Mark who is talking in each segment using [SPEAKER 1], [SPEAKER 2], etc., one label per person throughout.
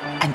[SPEAKER 1] an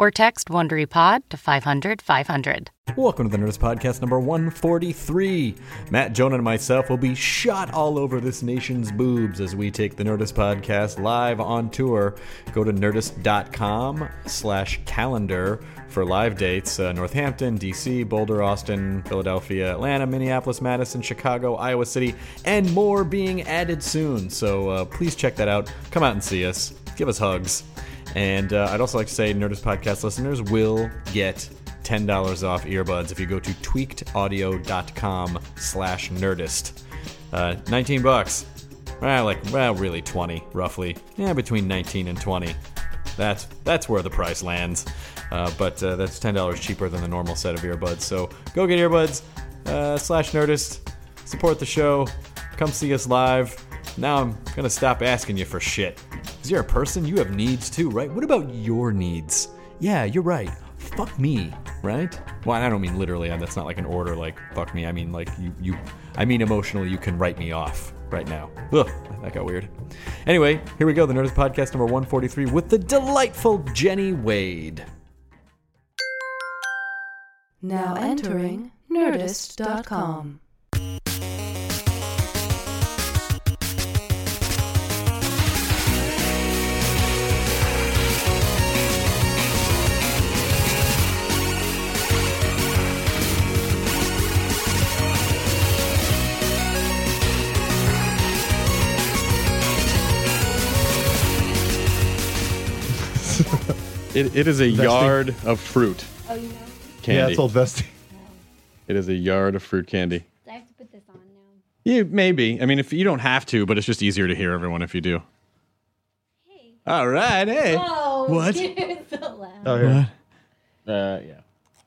[SPEAKER 2] or text WonderyPod to 500 500.
[SPEAKER 3] Welcome to the Nerds Podcast number 143. Matt, Jonah, and myself will be shot all over this nation's boobs as we take the Nerdist Podcast live on tour. Go to nerdist.com slash calendar for live dates. Uh, Northampton, D.C., Boulder, Austin, Philadelphia, Atlanta, Minneapolis, Madison, Chicago, Iowa City, and more being added soon. So uh, please check that out. Come out and see us. Give us hugs. And uh, I'd also like to say Nerdist Podcast listeners will get $10 off earbuds if you go to tweakedaudio.com slash nerdist. Uh, 19 bucks. Well, like, well, really 20, roughly. Yeah, between 19 and 20. That's, that's where the price lands. Uh, but uh, that's $10 cheaper than the normal set of earbuds. So go get earbuds uh, slash nerdist. Support the show. Come see us live. Now I'm going to stop asking you for shit. Because you're a person, you have needs too, right? What about your needs? Yeah, you're right. Fuck me, right? Well, and I don't mean literally, and that's not like an order like fuck me. I mean like you, you I mean emotionally, you can write me off right now. Ugh, that got weird. Anyway, here we go, the Nerdist Podcast number 143 with the delightful Jenny Wade.
[SPEAKER 4] Now entering Nerdist.com.
[SPEAKER 5] It, it is a
[SPEAKER 6] Vesting.
[SPEAKER 5] yard of fruit
[SPEAKER 7] Oh,
[SPEAKER 5] candy.
[SPEAKER 6] Yeah, it's old vesting.
[SPEAKER 5] It is a yard of fruit candy.
[SPEAKER 7] I have to put this on now.
[SPEAKER 5] Yeah, maybe. I mean, if you don't have to, but it's just easier to hear everyone if you do. All right, hey.
[SPEAKER 7] Oh,
[SPEAKER 5] What?
[SPEAKER 7] it's so loud.
[SPEAKER 6] Oh, yeah.
[SPEAKER 5] Uh, yeah.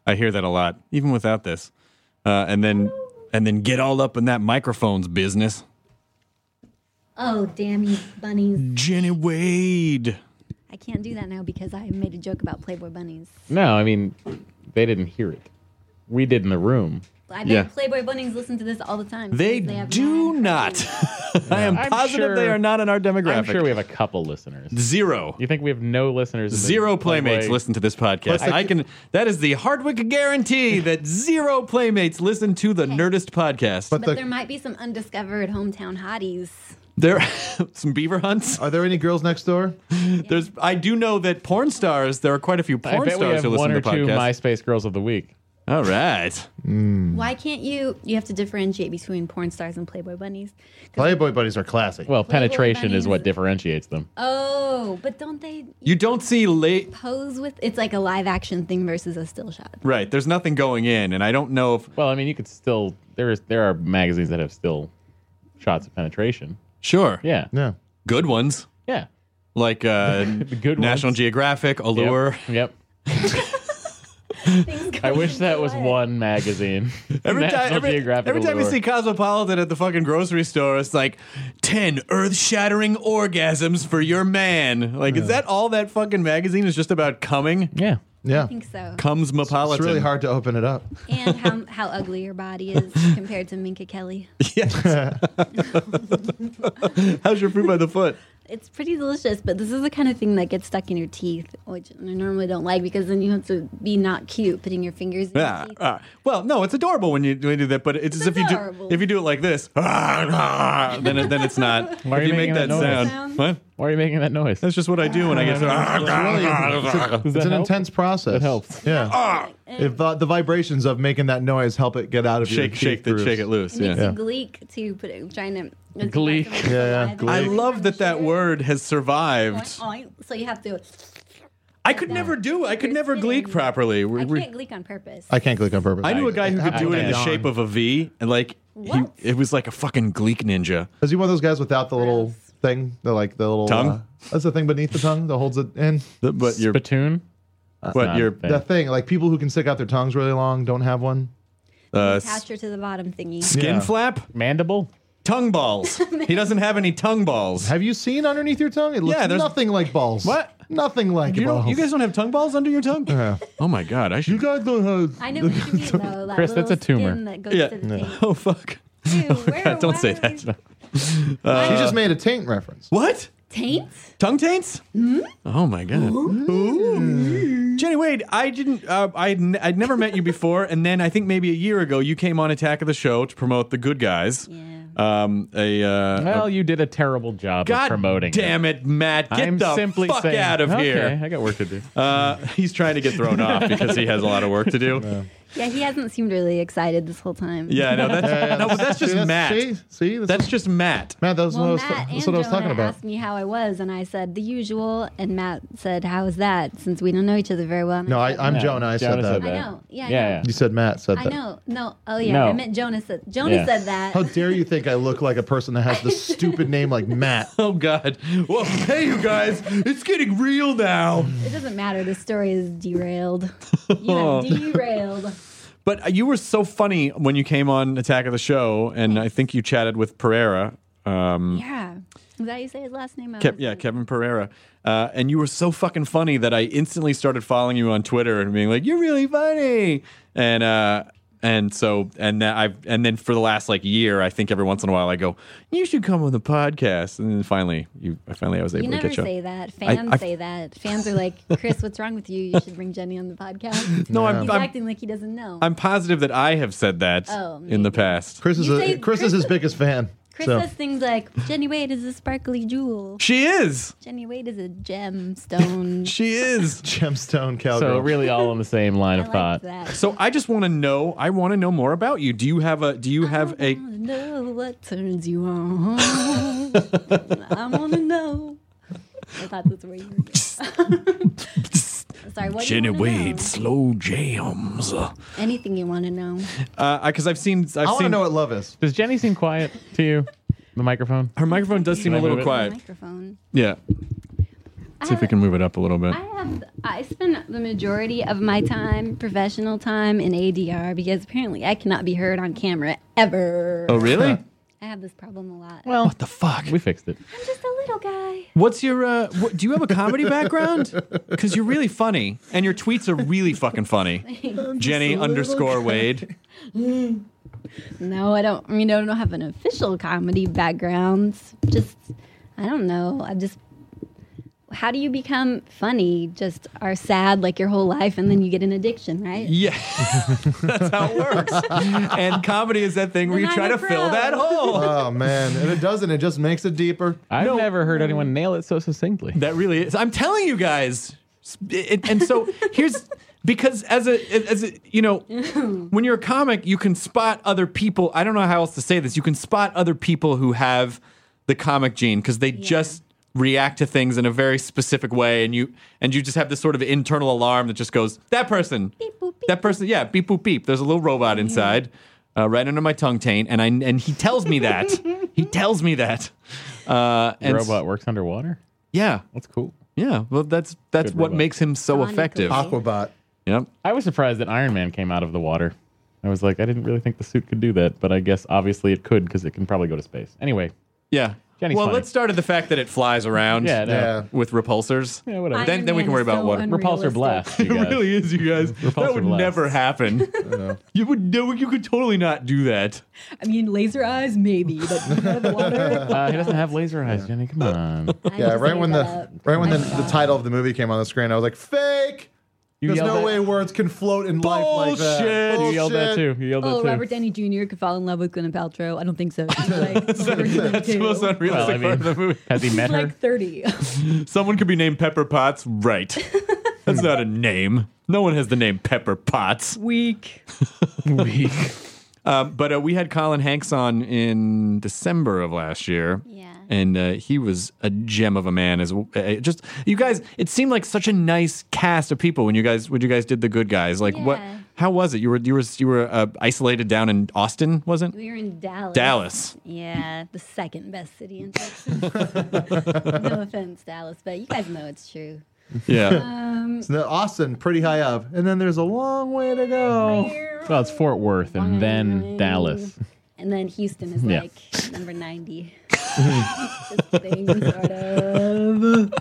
[SPEAKER 5] I hear that a lot, even without this. Uh, and then, and then get all up in that microphone's business.
[SPEAKER 7] Oh, damn you bunnies.
[SPEAKER 5] Jenny Wade.
[SPEAKER 7] I can't do that now because I made a joke about Playboy bunnies.
[SPEAKER 8] No, I mean, they didn't hear it. We did in the room.
[SPEAKER 7] I bet
[SPEAKER 5] Yeah.
[SPEAKER 7] Playboy bunnies listen to this all the time.
[SPEAKER 5] They,
[SPEAKER 7] because have
[SPEAKER 5] do
[SPEAKER 7] mad-
[SPEAKER 5] not. I am
[SPEAKER 8] I'm
[SPEAKER 5] positive
[SPEAKER 8] sure-
[SPEAKER 5] they are not in our demographic.
[SPEAKER 8] I'm sure we have a couple listeners.
[SPEAKER 5] zero.
[SPEAKER 8] You think we have no listeners? in the
[SPEAKER 5] Zero playmates
[SPEAKER 8] Playboy?
[SPEAKER 5] listen to this podcast. I can. That is the Hardwick guarantee that zero playmates listen to the Nerdist podcast.
[SPEAKER 6] But
[SPEAKER 7] But
[SPEAKER 6] the,
[SPEAKER 7] there might be some undiscovered hometown hotties.
[SPEAKER 5] there, some beaver hunts.
[SPEAKER 8] Uh,
[SPEAKER 6] are there any girls next door?
[SPEAKER 5] There's. I do know that porn stars. There are quite a few
[SPEAKER 8] I
[SPEAKER 5] porn
[SPEAKER 8] bet we
[SPEAKER 5] stars
[SPEAKER 8] have
[SPEAKER 5] who listen
[SPEAKER 8] one
[SPEAKER 5] to
[SPEAKER 8] or
[SPEAKER 5] the
[SPEAKER 8] two
[SPEAKER 5] podcast.
[SPEAKER 8] MySpace girls of the week.
[SPEAKER 5] All right.
[SPEAKER 7] Why can't you? You have to differentiate between porn stars and Playboy bunnies.
[SPEAKER 6] Playboy buddies are classic.
[SPEAKER 8] Well, penetration
[SPEAKER 7] bunnies.
[SPEAKER 8] is what differentiates them.
[SPEAKER 7] Oh, but don't they
[SPEAKER 5] You don't see late.
[SPEAKER 7] pose with? It's like a live action thing versus a still shot.
[SPEAKER 5] Right. There's nothing going in, and I don't know if.
[SPEAKER 8] Well, I mean, you could still there is there are magazines that have still shots of penetration.
[SPEAKER 5] Sure.
[SPEAKER 8] Yeah,
[SPEAKER 6] yeah.
[SPEAKER 5] Good ones
[SPEAKER 8] yeah.
[SPEAKER 5] like uh,
[SPEAKER 8] good
[SPEAKER 5] National
[SPEAKER 8] ones.
[SPEAKER 5] Geographic,
[SPEAKER 8] Yep.
[SPEAKER 5] Allure.
[SPEAKER 8] Yep.
[SPEAKER 7] Things
[SPEAKER 8] I
[SPEAKER 7] go
[SPEAKER 8] wish that was
[SPEAKER 7] awry.
[SPEAKER 8] one magazine.
[SPEAKER 5] Every
[SPEAKER 8] National
[SPEAKER 5] time, every,
[SPEAKER 8] Geographic
[SPEAKER 5] every time you
[SPEAKER 8] Allure.
[SPEAKER 5] see Cosmopolitan at the fucking grocery store, it's like 10 earth shattering orgasms for your man. Like, is that all that fucking magazine is just about coming?
[SPEAKER 8] yeah,
[SPEAKER 6] Yeah.
[SPEAKER 7] I think so.
[SPEAKER 5] Cumsmopolitan.
[SPEAKER 6] It's really hard to open it up.
[SPEAKER 7] and how how ugly your body is compared to Minka Kelly.
[SPEAKER 5] Yes. How's your fruit by the foot?
[SPEAKER 7] It's pretty delicious, but this is the kind of thing that gets stuck in your teeth, which I normally don't like because then you have to be not cute putting your fingers in
[SPEAKER 3] Ah,
[SPEAKER 7] your teeth.
[SPEAKER 3] ah. well, no, it's adorable when you, when you do that, but it's, as if you do
[SPEAKER 7] adorable.
[SPEAKER 3] if you do it like this, ah, ah, then it, then it's not.
[SPEAKER 8] Why are
[SPEAKER 3] if
[SPEAKER 8] you
[SPEAKER 3] make
[SPEAKER 8] making
[SPEAKER 3] that,
[SPEAKER 8] that noise?
[SPEAKER 3] sound, what?
[SPEAKER 8] Why are you making that noise?
[SPEAKER 3] That's just what I do when I get.
[SPEAKER 6] It's,
[SPEAKER 8] that
[SPEAKER 6] an
[SPEAKER 8] help?
[SPEAKER 6] intense process.
[SPEAKER 8] That helps.
[SPEAKER 3] Oh.
[SPEAKER 6] Yeah.
[SPEAKER 3] Ah.
[SPEAKER 6] If uh, the, the vibrations of making that noise help it get out of your
[SPEAKER 3] shake,
[SPEAKER 6] teeth
[SPEAKER 3] shake, the,
[SPEAKER 6] grooves.
[SPEAKER 3] shake it loose.
[SPEAKER 7] It makes
[SPEAKER 3] Yeah.
[SPEAKER 7] you gleek to put it, trying to. it's
[SPEAKER 8] Gleek.
[SPEAKER 7] like something
[SPEAKER 6] Yeah, yeah,
[SPEAKER 7] alive.
[SPEAKER 3] I
[SPEAKER 6] gleek.
[SPEAKER 3] love that that word has survived.
[SPEAKER 7] Oink, oink. So you have to.
[SPEAKER 3] I could never do. I could
[SPEAKER 7] You're
[SPEAKER 3] never
[SPEAKER 7] sitting.
[SPEAKER 3] gleek properly.
[SPEAKER 7] I
[SPEAKER 3] We- we-
[SPEAKER 7] can't gleek on purpose.
[SPEAKER 6] I can't click on purpose.
[SPEAKER 3] I knew a guy who could do it in the shape of a V, and like he,
[SPEAKER 7] What?
[SPEAKER 3] it was like a fucking gleek ninja.
[SPEAKER 6] Is he one of those guys without the little thing? The like the little
[SPEAKER 3] Tongue?
[SPEAKER 6] uh, that's the thing beneath the tongue that holds it in.
[SPEAKER 3] The- But your,
[SPEAKER 8] Spittoon?
[SPEAKER 3] but your,
[SPEAKER 8] thing.
[SPEAKER 6] The thing, like people who can stick out their tongues really long don't have one.
[SPEAKER 3] uh,
[SPEAKER 7] Attach her to the bottom thingy.
[SPEAKER 3] skin
[SPEAKER 6] Yeah.
[SPEAKER 3] flap,
[SPEAKER 8] Mandible?
[SPEAKER 3] tongue balls. he doesn't have any tongue balls.
[SPEAKER 6] Have you seen underneath your tongue? It looks
[SPEAKER 3] Yeah, there's-
[SPEAKER 6] nothing like balls.
[SPEAKER 3] What?
[SPEAKER 6] Nothing like
[SPEAKER 3] You,
[SPEAKER 6] balls.
[SPEAKER 3] don't, you guys don't have tongue balls under your tongue? Oh my god, I should.
[SPEAKER 6] guys don't have.
[SPEAKER 7] I know what you mean, though. That
[SPEAKER 8] Chris,
[SPEAKER 7] little
[SPEAKER 8] that's a tumor.
[SPEAKER 7] skin That goes
[SPEAKER 3] Yeah.
[SPEAKER 7] to the thing.
[SPEAKER 3] Oh fuck.
[SPEAKER 7] Ew, where-
[SPEAKER 3] God, don't
[SPEAKER 7] why
[SPEAKER 3] say
[SPEAKER 7] are we-
[SPEAKER 3] that.
[SPEAKER 6] she just made a taint reference.
[SPEAKER 3] What?
[SPEAKER 7] Taint?
[SPEAKER 3] Tongue taints?
[SPEAKER 7] Hmm?
[SPEAKER 3] Oh my god. Ooh. Jenny Wade, I didn't. Uh, I n- I'd never met you before, and then I think maybe a year ago you came on Attack of the Show to promote the Good Guys.
[SPEAKER 7] Yeah.
[SPEAKER 3] Um, a uh,
[SPEAKER 5] Oh.
[SPEAKER 8] Well, you did a terrible job
[SPEAKER 3] God
[SPEAKER 8] of promoting.
[SPEAKER 3] damn it, Matt! Get
[SPEAKER 8] I'm
[SPEAKER 3] the
[SPEAKER 8] simply
[SPEAKER 3] fuck
[SPEAKER 8] saying,
[SPEAKER 3] out of
[SPEAKER 8] okay,
[SPEAKER 3] here.
[SPEAKER 8] I got work to do.
[SPEAKER 3] Uh, he's trying to get thrown off because he has a lot of work to do.
[SPEAKER 7] Yeah, he hasn't seemed really excited this whole time.
[SPEAKER 3] Yeah, no, that's no, but that's just
[SPEAKER 6] See, that's-
[SPEAKER 3] Matt.
[SPEAKER 6] See, see, that's,
[SPEAKER 3] That's just Matt.
[SPEAKER 6] Matt. That's
[SPEAKER 7] Well,
[SPEAKER 6] what I was,
[SPEAKER 7] Matt and
[SPEAKER 6] that's what I was talking
[SPEAKER 7] Jonah
[SPEAKER 6] about.
[SPEAKER 7] asked me how I was, and I said the usual, and Matt said, "How is that?" Since we don't know each other very well. And
[SPEAKER 6] No, I,
[SPEAKER 7] said,
[SPEAKER 6] I'm
[SPEAKER 8] No,
[SPEAKER 6] Jonah. I said
[SPEAKER 8] Jonah
[SPEAKER 6] that.
[SPEAKER 8] said
[SPEAKER 7] I know. Yeah, I
[SPEAKER 8] Yeah,
[SPEAKER 7] know.
[SPEAKER 8] yeah.
[SPEAKER 6] You said Matt said
[SPEAKER 7] I
[SPEAKER 6] that.
[SPEAKER 7] know. No. Oh yeah,
[SPEAKER 8] No.
[SPEAKER 7] I meant Jonah said. Jonah
[SPEAKER 8] Yeah.
[SPEAKER 7] said that.
[SPEAKER 6] How dare you think I look like a person that has this stupid name like Matt?
[SPEAKER 3] Oh God! Well, hey, you guys, it's getting real now.
[SPEAKER 7] it doesn't matter. The story is derailed. You have derailed.
[SPEAKER 3] But uh, you were so funny when you came on Attack of the Show, and I think you chatted with Pereira. Um,
[SPEAKER 7] Yeah. Is that how you say his last name? I
[SPEAKER 3] Kev-
[SPEAKER 7] always
[SPEAKER 3] yeah,
[SPEAKER 7] do.
[SPEAKER 3] Kevin Pereira. Uh, and you were so fucking funny that I instantly started following you on Twitter and being like, "You're really funny." And uh, and so and that I've and then for the last like year, I think every once in a while I go, "You should come on the podcast." And then finally, you I finally I was able
[SPEAKER 7] You
[SPEAKER 3] to
[SPEAKER 7] never
[SPEAKER 3] get you.
[SPEAKER 7] say that. Fans
[SPEAKER 3] I-
[SPEAKER 7] say that. Fans are like, Chris, what's wrong with you? You should bring Jenny on the podcast.
[SPEAKER 3] No, I'm-
[SPEAKER 7] He's
[SPEAKER 3] I'm-
[SPEAKER 7] acting like he doesn't know.
[SPEAKER 3] I'm positive that I have said that
[SPEAKER 7] Oh,
[SPEAKER 3] in the past.
[SPEAKER 6] Chris is
[SPEAKER 7] You
[SPEAKER 6] a,
[SPEAKER 7] say-
[SPEAKER 6] Chris, is his biggest fan.
[SPEAKER 7] Chris
[SPEAKER 6] so.
[SPEAKER 7] says things like, Jenny Wade is a sparkly jewel.
[SPEAKER 3] She is.
[SPEAKER 7] Jenny Wade is a gemstone.
[SPEAKER 3] She is.
[SPEAKER 6] gemstone
[SPEAKER 8] So
[SPEAKER 6] cowgirl.
[SPEAKER 8] really all on the same line
[SPEAKER 7] I
[SPEAKER 8] of
[SPEAKER 7] like
[SPEAKER 8] thought.
[SPEAKER 7] that.
[SPEAKER 3] So I just want to know. I want to know more about you. Do you have a? Do you have
[SPEAKER 7] I
[SPEAKER 3] a?
[SPEAKER 7] wanna know what turns you on. I wanna know. I thought that's where you were going. Sorry, what do you wanna know?
[SPEAKER 3] slow jams. Uh,
[SPEAKER 7] Anything you want to know.
[SPEAKER 3] because I've seen. I've
[SPEAKER 6] I want to
[SPEAKER 3] seen.
[SPEAKER 6] know what love is.
[SPEAKER 8] Does Jenny seem quiet to you? The microphone?
[SPEAKER 3] her microphone does seem
[SPEAKER 8] Can I
[SPEAKER 3] a little
[SPEAKER 8] move it?
[SPEAKER 3] quiet.
[SPEAKER 7] Microphone.
[SPEAKER 3] Yeah.
[SPEAKER 7] I
[SPEAKER 3] See if we
[SPEAKER 7] have-
[SPEAKER 3] can move it up a little bit.
[SPEAKER 7] I have I spend the majority of my time, professional time, in ADR because apparently I cannot be heard on camera ever.
[SPEAKER 3] Oh really?
[SPEAKER 7] I have this problem a lot.
[SPEAKER 8] Well,
[SPEAKER 3] the fuck?
[SPEAKER 8] we fixed it.
[SPEAKER 7] I'm just a little guy.
[SPEAKER 3] What's your? Uh, what, do you have a comedy background? Because you're really funny, and your tweets are really fucking funny. Jenny underscore Wade.
[SPEAKER 7] No, I don't. I mean, I don't have an official comedy background. Just I don't know. I'm just. How do you become funny? Just are sad like your whole life, and then you get an addiction, right?
[SPEAKER 3] Yeah, that's how it works. and comedy is that thing where
[SPEAKER 7] Then
[SPEAKER 3] you try
[SPEAKER 7] I'm
[SPEAKER 3] to
[SPEAKER 7] a
[SPEAKER 3] fill
[SPEAKER 7] pro.
[SPEAKER 3] that hole.
[SPEAKER 6] Oh man, and it doesn't. It just makes it deeper.
[SPEAKER 8] I've never heard anyone nail it so succinctly.
[SPEAKER 3] That really is. I'm telling you guys. It- and so here's because as a as a, you know when you're a comic you can spot other people i don't know how else to say this you can spot other people who have the comic gene because they just react to things in a very specific way and you and you just have this sort of internal alarm that just goes that person
[SPEAKER 7] Beep, boop, beep,
[SPEAKER 3] that person yeah beep boop beep there's a little robot inside uh, right under my tongue taint and i and he tells me that he tells me that uh
[SPEAKER 8] The
[SPEAKER 3] and s-
[SPEAKER 8] robot works underwater?
[SPEAKER 3] yeah
[SPEAKER 8] That's cool.
[SPEAKER 3] yeah, well, that's that's
[SPEAKER 8] Good
[SPEAKER 3] what
[SPEAKER 8] robot.
[SPEAKER 3] makes him so
[SPEAKER 7] Sonically.
[SPEAKER 3] effective.
[SPEAKER 7] Aqu-
[SPEAKER 6] Aquabot.
[SPEAKER 3] Yep.
[SPEAKER 8] I was surprised that Iron Man came out of the water. I was like, I didn't really think the suit could do that, but I guess obviously it could because it can probably go to space. Anyway,
[SPEAKER 3] Yeah.
[SPEAKER 8] Jenny's
[SPEAKER 3] well,
[SPEAKER 8] funny.
[SPEAKER 3] let's start at the fact that it flies around
[SPEAKER 8] Yeah, no.
[SPEAKER 6] Yeah.
[SPEAKER 3] with repulsors.
[SPEAKER 8] Yeah, whatever.
[SPEAKER 3] Then- then we can worry about what-
[SPEAKER 8] Repulsor blast.
[SPEAKER 3] It
[SPEAKER 8] You guys.
[SPEAKER 3] really is, you guys. that
[SPEAKER 8] Repulsor
[SPEAKER 3] would
[SPEAKER 8] blast.
[SPEAKER 3] never happen. you would no, you could totally not do that.
[SPEAKER 7] I mean, laser eyes, maybe, but water.
[SPEAKER 8] Uh, he doesn't have laser eyes, Jenny. Come on.
[SPEAKER 6] Yeah, right when the right when the, the title of the movie came on the screen, I was like, "Fake! There's
[SPEAKER 8] yelled
[SPEAKER 6] no
[SPEAKER 8] that-
[SPEAKER 6] way words can float in life like that."
[SPEAKER 3] Bullshit!
[SPEAKER 8] You yelled that too. You yelled
[SPEAKER 7] Oh,
[SPEAKER 8] that too.
[SPEAKER 7] Robert Downey Jr. could fall in love with Gwyneth Paltrow. I don't think so. She's like, over
[SPEAKER 3] That's the most
[SPEAKER 7] 22.
[SPEAKER 3] unrealistic
[SPEAKER 8] Well, I
[SPEAKER 3] part of the
[SPEAKER 8] mean,
[SPEAKER 3] movie.
[SPEAKER 8] has he
[SPEAKER 7] She's
[SPEAKER 8] met her?
[SPEAKER 7] like 30.
[SPEAKER 3] Someone could be named Pepper Potts, right? That's not a name. No one has the name Pepper Potts.
[SPEAKER 7] Weak.
[SPEAKER 8] Weak.
[SPEAKER 3] Um, but uh, we had Colin Hanks on in December of last year.
[SPEAKER 7] Yeah.
[SPEAKER 3] And uh, he was a gem of a man. As uh, just you guys, it seemed like such a nice cast of people when you guys when you guys did the good guys. Like what?
[SPEAKER 7] Yeah.
[SPEAKER 3] How was it? You were you were you were uh, isolated down in Austin, wasn't?
[SPEAKER 7] We were in Dallas.
[SPEAKER 3] Dallas.
[SPEAKER 7] Yeah, the second best city in Texas. no offense, Dallas, but you guys know it's true.
[SPEAKER 3] Yeah.
[SPEAKER 6] So now Austin, pretty high up, and then there's a long way to go.
[SPEAKER 8] Well, it's Fort Worth and then Dallas.
[SPEAKER 7] And then Houston is
[SPEAKER 8] Yeah.
[SPEAKER 7] like number 90. Just kidding, sort of.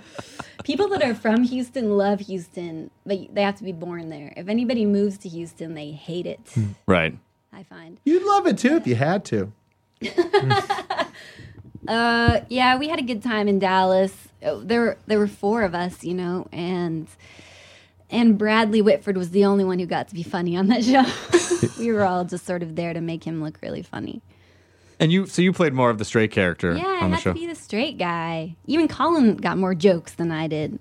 [SPEAKER 7] People that are from Houston love Houston, but they have to be born there. If anybody moves to Houston, they hate it,
[SPEAKER 3] right.
[SPEAKER 7] I find.
[SPEAKER 6] You'd love it too if you had to.
[SPEAKER 7] Uh, yeah, we had a good time in Dallas. Uh, There, were- there were four of us, you know, and and Bradley Whitford was the only one who got to be funny on that show. we were all just sort of there to make him look really funny.
[SPEAKER 3] And you so you played more of the straight character
[SPEAKER 7] Yeah, I
[SPEAKER 3] on the
[SPEAKER 7] had
[SPEAKER 3] show.
[SPEAKER 7] to be the straight guy. Even Colin got more jokes than I did.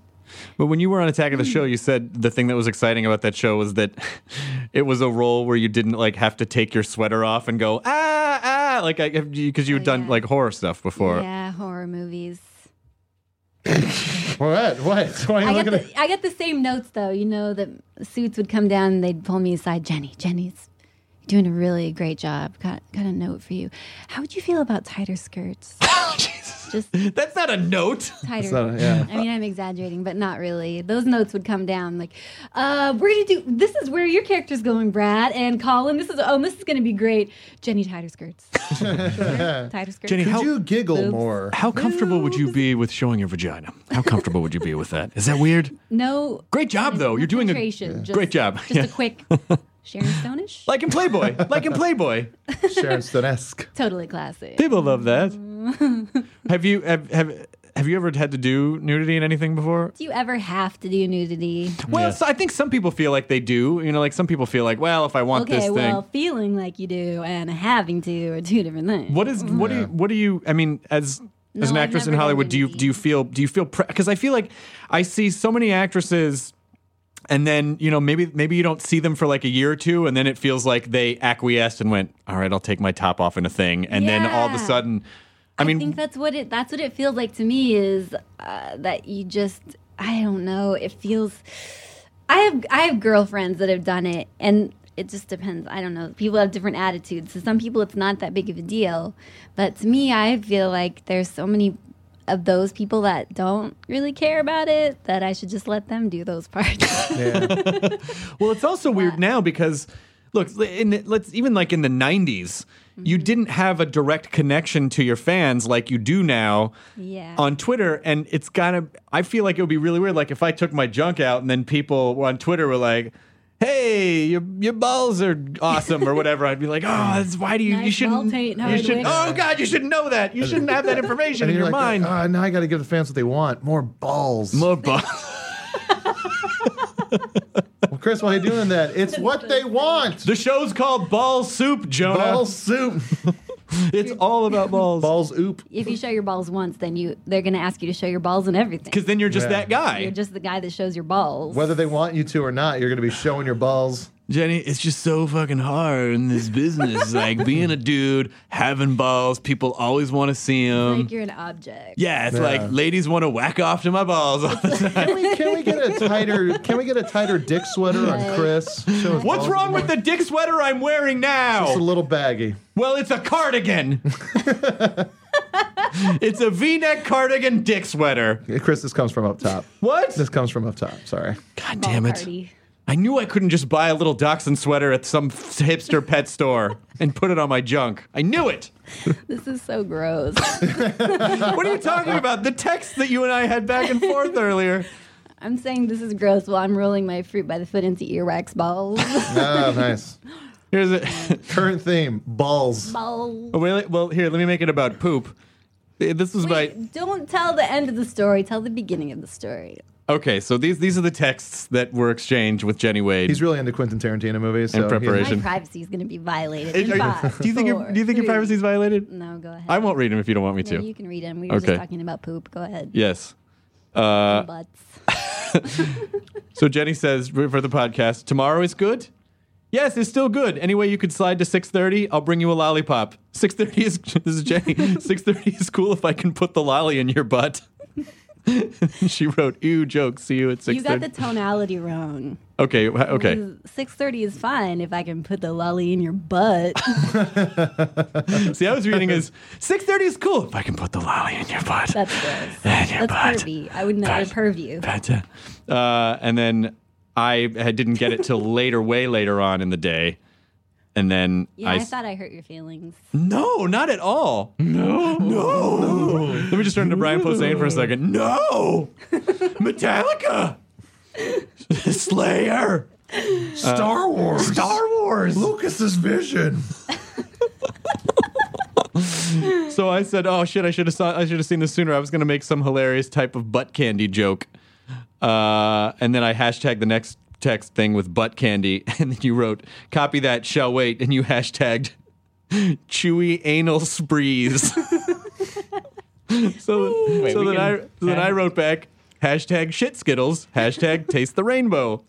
[SPEAKER 3] But when you were on Attack
[SPEAKER 7] Hmm.
[SPEAKER 3] of the Show, you said the thing that was exciting about that show was that it was a role where you didn't like have to take your sweater off and go ah ah like because you had done like horror stuff before.
[SPEAKER 7] Oh, yeah, horror movies.
[SPEAKER 6] What? What? Why are
[SPEAKER 7] I
[SPEAKER 6] you
[SPEAKER 7] get,
[SPEAKER 6] looking at?
[SPEAKER 7] the, I get the same notes though. You know that suits would come down and they'd pull me aside. Jenny, Jenny's doing a really great job. Got got a note for you. How would you feel about tighter skirts? Just
[SPEAKER 3] That's not a note.
[SPEAKER 7] tighter.
[SPEAKER 6] not- yeah.
[SPEAKER 7] I mean, I'm exaggerating, but not really. Those notes would come down like, uh, we're gonna do. This is where your character's going, Brad and Colin. This is oh, this is gonna be great. Jenny, tighter skirts. tighter skirts.
[SPEAKER 3] Jenny,
[SPEAKER 6] Could
[SPEAKER 3] how
[SPEAKER 6] you giggle
[SPEAKER 7] Oops.
[SPEAKER 6] more?
[SPEAKER 3] how comfortable would you be with showing your vagina? How comfortable would you be with that? Is that weird?
[SPEAKER 7] No.
[SPEAKER 3] Great job though. You're doing a
[SPEAKER 7] concentration, just-
[SPEAKER 3] great job.
[SPEAKER 7] Just
[SPEAKER 3] Yeah.
[SPEAKER 7] a quick Sharon Stone-ish.
[SPEAKER 3] Like in Playboy. Like in Playboy.
[SPEAKER 6] Sharon Stone-esque.
[SPEAKER 7] totally classic.
[SPEAKER 3] People love that. Have you have have have you ever had to do nudity in anything before?
[SPEAKER 7] Do you ever have to do nudity?
[SPEAKER 3] Well, so I think some people feel like they do. You know, like some people feel like, well, if I want this
[SPEAKER 7] Okay,
[SPEAKER 3] thing,
[SPEAKER 7] well, feeling like you do and having to are two different things.
[SPEAKER 3] what is what do you what do you? I mean, as as an
[SPEAKER 7] I've
[SPEAKER 3] actress in
[SPEAKER 7] never done
[SPEAKER 3] Hollywood, do you do you feel do you feel because I feel like I see so many actresses. And then you know maybe maybe you don't see them for like a year or two, and then it feels like they acquiesced and went, "All right, I'll take my top off in a thing." And then all of a
[SPEAKER 7] Yeah.
[SPEAKER 3] sudden, I
[SPEAKER 7] I,
[SPEAKER 3] mean,
[SPEAKER 7] think that's what it that's what it feels like to me is uh, that you just I don't know. It feels I have I have girlfriends that have done it, and it just depends. I don't know. People have different attitudes. To some people, it's not that big of a deal, but to me, I feel like there's so many of those people that don't really care about it that I should just let them do those parts.
[SPEAKER 3] Well, it's also weird now because look, in the, let's even like in the 90s, you
[SPEAKER 7] Mm-hmm.
[SPEAKER 3] didn't have a direct connection to your fans like you do now
[SPEAKER 7] Yeah.
[SPEAKER 3] on Twitter and it's kind of I feel like it would be really weird like if I took my junk out and then people were on Twitter were like Hey, your your balls are awesome or whatever. I'd be like, oh, that's why do you you
[SPEAKER 7] Nice ball
[SPEAKER 3] shouldn't
[SPEAKER 7] taint,
[SPEAKER 3] you
[SPEAKER 7] Howard
[SPEAKER 3] should
[SPEAKER 7] Wicks."
[SPEAKER 3] oh god you shouldn't know that you shouldn't have that information
[SPEAKER 6] And
[SPEAKER 3] in
[SPEAKER 6] you're
[SPEAKER 3] your
[SPEAKER 6] like,
[SPEAKER 3] mind.
[SPEAKER 6] "Ah, now I got to give the fans what they want. More balls.
[SPEAKER 3] More balls.
[SPEAKER 6] Well, Chris, why are you doing that? It's what they want.
[SPEAKER 3] the show's called Ball Soup, Jonah.
[SPEAKER 6] Ball soup.
[SPEAKER 3] It's all about balls.
[SPEAKER 6] Balls oop.
[SPEAKER 7] if you show your balls once, then you they're gonna ask you to show your balls and everything.
[SPEAKER 3] Because then you're just
[SPEAKER 6] Yeah.
[SPEAKER 3] that guy.
[SPEAKER 7] You're just the guy that shows your balls.
[SPEAKER 6] Whether they want you to or not, you're going to be showing your balls.
[SPEAKER 3] Jenny, it's just so fucking hard in this business. like being a dude, having balls, people always want to see them.
[SPEAKER 7] like you're an object.
[SPEAKER 3] yeah, it's like ladies want to whack off to my balls. all the time.
[SPEAKER 6] Can we, can we get a tighter? Can we get a tighter dick sweater on Chris? Show
[SPEAKER 3] What's
[SPEAKER 6] his balls
[SPEAKER 3] wrong
[SPEAKER 6] more.
[SPEAKER 3] with the dick sweater I'm wearing
[SPEAKER 6] It's a
[SPEAKER 3] now?
[SPEAKER 6] little baggy.
[SPEAKER 3] Well, it's a cardigan. it's a V-neck cardigan dick sweater.
[SPEAKER 6] Chris, this comes from up top.
[SPEAKER 3] What?
[SPEAKER 6] This comes from up top. Sorry.
[SPEAKER 3] God
[SPEAKER 7] Ball
[SPEAKER 3] damn it!
[SPEAKER 7] party.
[SPEAKER 3] I knew I couldn't just buy a little dachshund sweater at some hipster pet store and put it on my junk. I knew it.
[SPEAKER 7] This is so gross.
[SPEAKER 3] What are you talking about? The text that you and I had back and forth earlier.
[SPEAKER 7] I'm saying this is gross while I'm rolling my fruit by the foot into earwax balls.
[SPEAKER 6] Ah, nice.
[SPEAKER 3] Here's it.
[SPEAKER 6] Current theme: balls.
[SPEAKER 7] balls.
[SPEAKER 3] Oh, wait, well, here, let me make it about poop. Eh, This was my
[SPEAKER 7] Wait, don't tell the end of the story. Tell the beginning of the story.
[SPEAKER 3] okay. So these these are the texts that were exchanged with Jenny Wade.
[SPEAKER 6] He's really into Quentin Tarantino movies.
[SPEAKER 3] In
[SPEAKER 6] so he-
[SPEAKER 3] preparation.
[SPEAKER 7] My privacy is going to be violated.
[SPEAKER 3] Eh,
[SPEAKER 7] in
[SPEAKER 3] are you-
[SPEAKER 7] five,
[SPEAKER 3] do you think your,
[SPEAKER 7] four,
[SPEAKER 3] do you think your
[SPEAKER 7] three.
[SPEAKER 3] privacy is violated?
[SPEAKER 7] No, go ahead.
[SPEAKER 3] I won't read them if you don't want me
[SPEAKER 7] No,
[SPEAKER 3] to.
[SPEAKER 7] you can read them. We were
[SPEAKER 3] Okay.
[SPEAKER 7] just talking about poop. Go ahead.
[SPEAKER 3] Yes. Uh,
[SPEAKER 7] Butts.
[SPEAKER 3] so Jenny says for the podcast, tomorrow is good. Yes, it's still good. Anyway, you could slide to 6:30. I'll bring you a lollipop. 6:30 is this is Jenny. 6:30 is cool if I can put the lolly in your butt. she wrote, "Ew, joke. See you at 6:30."
[SPEAKER 7] You got the tonality wrong.
[SPEAKER 3] okay, wha- okay.
[SPEAKER 7] Six thirty is fine if I can put the lolly in your butt.
[SPEAKER 3] See, I was reading is 6:30 is cool if I can put the lolly in your butt.
[SPEAKER 7] That's gross.
[SPEAKER 3] and your
[SPEAKER 7] That's
[SPEAKER 3] butt.
[SPEAKER 7] pervy. I would never
[SPEAKER 3] Butt.
[SPEAKER 7] pervy.
[SPEAKER 3] Pata. Uh, and then I had, didn't get it till later, way later on in the day. And then
[SPEAKER 7] Yeah, I,
[SPEAKER 3] s-
[SPEAKER 7] thought I hurt your feelings.
[SPEAKER 3] no, not at all. No, no. Let me just turn to Brian Posehn for a second. No, Metallica, Slayer,
[SPEAKER 6] Star Wars.
[SPEAKER 3] Uh, Star Wars.
[SPEAKER 6] Lucas's vision.
[SPEAKER 3] So I said, "Oh shit! I should have saw. I should have seen this sooner. I was gonna make some hilarious type of butt candy joke." Uh, and then I hashtag the next text thing with butt candy, and then you wrote, "Copy that. Shall wait." And you hashtagged chewy anal sprees. so
[SPEAKER 8] Wait,
[SPEAKER 3] so
[SPEAKER 8] we
[SPEAKER 3] then
[SPEAKER 8] can
[SPEAKER 3] I so then I
[SPEAKER 8] tag-
[SPEAKER 3] wrote back hashtag shit skittles hashtag taste the rainbow.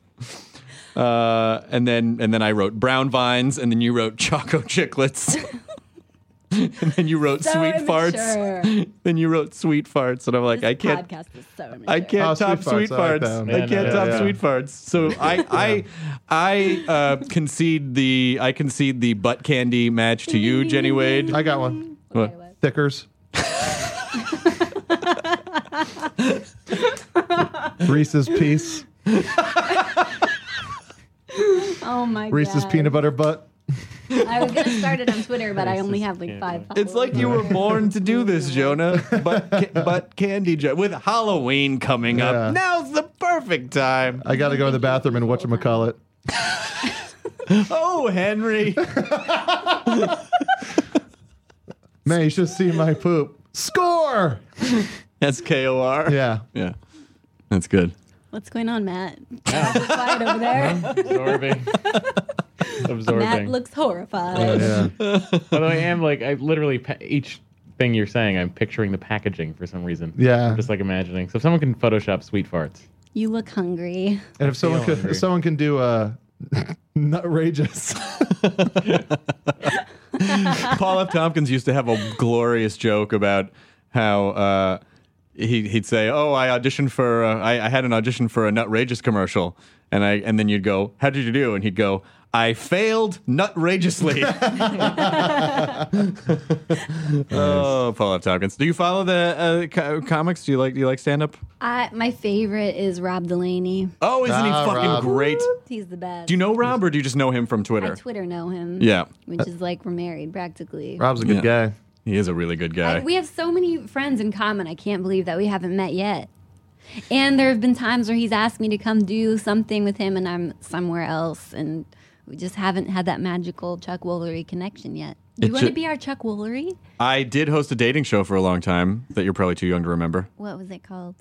[SPEAKER 3] Uh, and then and then I wrote brown vines, and then you wrote choco chiclets. and then you wrote
[SPEAKER 7] So
[SPEAKER 3] sweet
[SPEAKER 7] immature.
[SPEAKER 3] farts. Then you wrote sweet farts, and I'm like,
[SPEAKER 7] This
[SPEAKER 3] I can't.
[SPEAKER 7] Podcast is so immature.
[SPEAKER 3] I can't
[SPEAKER 6] Oh, sweet
[SPEAKER 3] top
[SPEAKER 6] farts,
[SPEAKER 3] sweet
[SPEAKER 6] I
[SPEAKER 3] farts.
[SPEAKER 6] like that
[SPEAKER 3] I,
[SPEAKER 6] one.
[SPEAKER 8] Yeah,
[SPEAKER 3] can't
[SPEAKER 8] no,
[SPEAKER 3] top
[SPEAKER 6] yeah.
[SPEAKER 3] sweet farts. So I I I uh, concede the I concede the butt candy match to you, Jenny Wade.
[SPEAKER 6] I got one.
[SPEAKER 3] What?
[SPEAKER 7] what?
[SPEAKER 6] Thickers. Reese's piece.
[SPEAKER 7] Oh my
[SPEAKER 6] Reese's
[SPEAKER 7] god.
[SPEAKER 6] peanut butter butt.
[SPEAKER 7] I was gonna start it on Twitter, but I only have like five.
[SPEAKER 3] It's like you were born to do this, Jonah. But ca- but candy jo- with Halloween coming
[SPEAKER 6] Yeah.
[SPEAKER 3] up, now's the perfect time.
[SPEAKER 6] I got to go to the bathroom and watch call it.
[SPEAKER 3] Oh, Henry.
[SPEAKER 6] Man, you should see my poop. Score.
[SPEAKER 3] That's K O R.
[SPEAKER 6] Yeah.
[SPEAKER 3] Yeah. That's good.
[SPEAKER 7] What's going on, Matt? Quiet over
[SPEAKER 6] Uh-huh.
[SPEAKER 7] there.
[SPEAKER 8] Absorbing. Absorbing.
[SPEAKER 7] Matt looks horrified.
[SPEAKER 6] Yeah.
[SPEAKER 8] Although I am like, I literally pa- each thing you're saying, I'm picturing the packaging for some reason.
[SPEAKER 6] Yeah.
[SPEAKER 8] I'm just like imagining. So if someone can Photoshop sweet farts,
[SPEAKER 7] You look hungry.
[SPEAKER 6] And if someone could,
[SPEAKER 8] hungry.
[SPEAKER 6] if someone can do uh, nutrageous.
[SPEAKER 3] Paul F. Tompkins used to have a glorious joke about how uh, he, he'd say, "Oh, I auditioned for uh, I, I had an audition for a Nutrageous commercial," and I and then you'd go, "How did you do?" And he'd go, "I failed Nutrageously." oh, Paul F. Tompkins. Do you follow the uh, co- comics? Do you like do you like stand up?
[SPEAKER 7] I, my favorite is Rob Delaney.
[SPEAKER 3] Oh, isn't he
[SPEAKER 6] Ah,
[SPEAKER 3] fucking
[SPEAKER 6] Rob.
[SPEAKER 3] great?
[SPEAKER 7] He's the best.
[SPEAKER 3] Do you know Rob, or do you just know him from
[SPEAKER 7] I
[SPEAKER 3] Twitter?
[SPEAKER 7] Twitter know him.
[SPEAKER 3] yeah, Uh,
[SPEAKER 7] Which is like we're married practically.
[SPEAKER 6] Rob's a good guy.
[SPEAKER 3] he is a really good
[SPEAKER 7] I-
[SPEAKER 3] guy.
[SPEAKER 7] we have so many friends in common. I can't believe that we haven't met yet. And there have been times where he's asked me to come do something with him, and I'm somewhere else, and we just haven't had that magical Chuck Woolery connection yet. Do you
[SPEAKER 3] It
[SPEAKER 7] want to
[SPEAKER 3] ju-
[SPEAKER 7] be our Chuck Woolery?
[SPEAKER 3] I did host a dating show for a long time that you're probably too young to remember.
[SPEAKER 7] What was it called?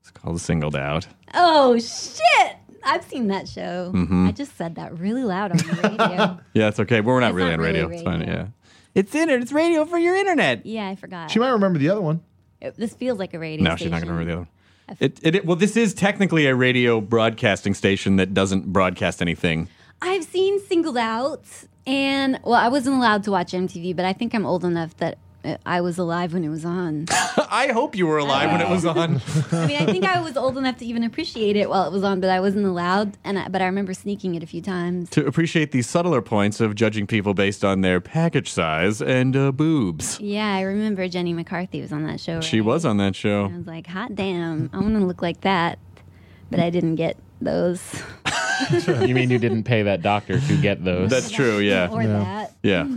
[SPEAKER 3] It's called Singled Out.
[SPEAKER 7] Oh shit! I've seen that show.
[SPEAKER 3] Mm-hmm.
[SPEAKER 7] I just said that really loud on the radio.
[SPEAKER 3] Yeah, it's okay. We're not
[SPEAKER 7] It's
[SPEAKER 3] really
[SPEAKER 7] not
[SPEAKER 3] on radio.
[SPEAKER 7] really
[SPEAKER 3] It's fine.
[SPEAKER 7] radio.
[SPEAKER 3] Yeah. It's internet. It's radio for your internet.
[SPEAKER 7] yeah, I forgot.
[SPEAKER 6] She might remember the other one.
[SPEAKER 7] It- this feels like a radio.
[SPEAKER 3] No, she's not going to
[SPEAKER 7] station.
[SPEAKER 3] remember the other one. It, it, it- well, this is technically a radio broadcasting station that doesn't broadcast anything.
[SPEAKER 7] I've seen Singled Out, and well, I wasn't allowed to watch MTV, but I think I'm old enough that uh, I was alive when it was on.
[SPEAKER 3] I hope you were alive when it
[SPEAKER 7] Oh.
[SPEAKER 3] was on.
[SPEAKER 7] I mean, I think I was old enough to even appreciate it while it was on, but I wasn't allowed. And I, but I remember sneaking it a few times.
[SPEAKER 3] to appreciate the subtler points of judging people based on their package size and uh, boobs.
[SPEAKER 7] Yeah, I remember Jenny McCarthy was on that show.
[SPEAKER 3] She
[SPEAKER 7] right?
[SPEAKER 3] was on that show.
[SPEAKER 7] I was like, hot damn, I want to look like that, but I didn't get those.
[SPEAKER 8] you mean you didn't pay that doctor to get those?
[SPEAKER 3] That's true. Yeah.
[SPEAKER 7] Or that.
[SPEAKER 3] Yeah.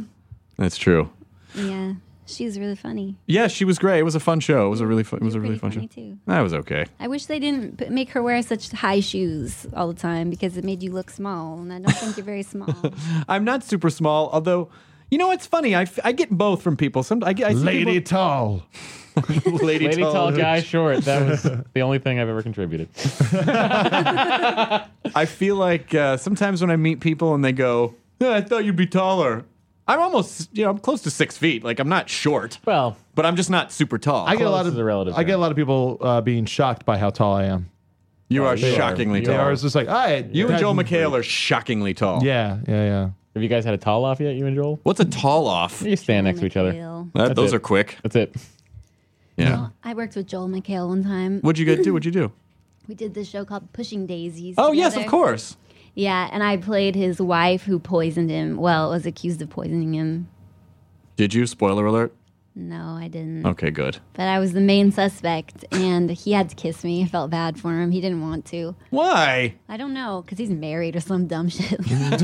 [SPEAKER 3] That's true.
[SPEAKER 7] Yeah. She's really funny.
[SPEAKER 3] Yeah, she was great. It was a fun show. It was a really fun. It was a really
[SPEAKER 7] Pretty
[SPEAKER 3] fun show.
[SPEAKER 7] funny too.
[SPEAKER 3] That was okay.
[SPEAKER 7] I wish they didn't p- make her wear such high shoes all the time because it made you look small, and I don't think you're very small.
[SPEAKER 3] I'm not super small, although. You know, it's funny. I, f- I get both from people. Some I get I see
[SPEAKER 6] Lady Tall.
[SPEAKER 3] people, lady,
[SPEAKER 8] Lady tall
[SPEAKER 3] who-
[SPEAKER 8] guy short. That was the only thing I've ever contributed.
[SPEAKER 3] I feel like uh, sometimes when I meet people and they go, "Yeah, "I thought you'd be taller," I'm almost you know I'm close to six feet. Like I'm not short,
[SPEAKER 8] Well,
[SPEAKER 3] but I'm just not super tall.
[SPEAKER 6] I get a lot
[SPEAKER 8] Close
[SPEAKER 6] of
[SPEAKER 8] is a relative
[SPEAKER 6] I get a
[SPEAKER 8] term.
[SPEAKER 6] lot of people uh, being shocked by how tall I am.
[SPEAKER 3] you are
[SPEAKER 8] Oh, you are.
[SPEAKER 3] shockingly
[SPEAKER 8] You
[SPEAKER 3] tall.
[SPEAKER 6] Or it's just like, all right,
[SPEAKER 3] You and
[SPEAKER 6] that-
[SPEAKER 3] Joel McHale are shockingly tall.
[SPEAKER 6] Yeah, yeah, yeah.
[SPEAKER 8] have you guys had a tall off yet, you and Joel?
[SPEAKER 3] What's a tall off?
[SPEAKER 8] You stand next to each other.
[SPEAKER 7] Joel McHale.
[SPEAKER 3] That, those
[SPEAKER 8] it.
[SPEAKER 3] are quick.
[SPEAKER 8] That's it.
[SPEAKER 3] Yeah.
[SPEAKER 7] I worked with Joel McHale one time.
[SPEAKER 3] What'd you guys do? What'd you do?
[SPEAKER 7] We did this show called Pushing Daisies.
[SPEAKER 3] Oh yes, of
[SPEAKER 7] together.
[SPEAKER 3] course.
[SPEAKER 7] Yeah, and I played his wife who poisoned him. Well, was accused of poisoning him.
[SPEAKER 3] Did you? Spoiler alert.
[SPEAKER 7] No, I didn't.
[SPEAKER 3] Okay, good.
[SPEAKER 7] But I was the main suspect, and he had to kiss me. I felt bad for him. He didn't want to.
[SPEAKER 3] Why?
[SPEAKER 7] I don't know, because he's married or some dumb shit.
[SPEAKER 3] He's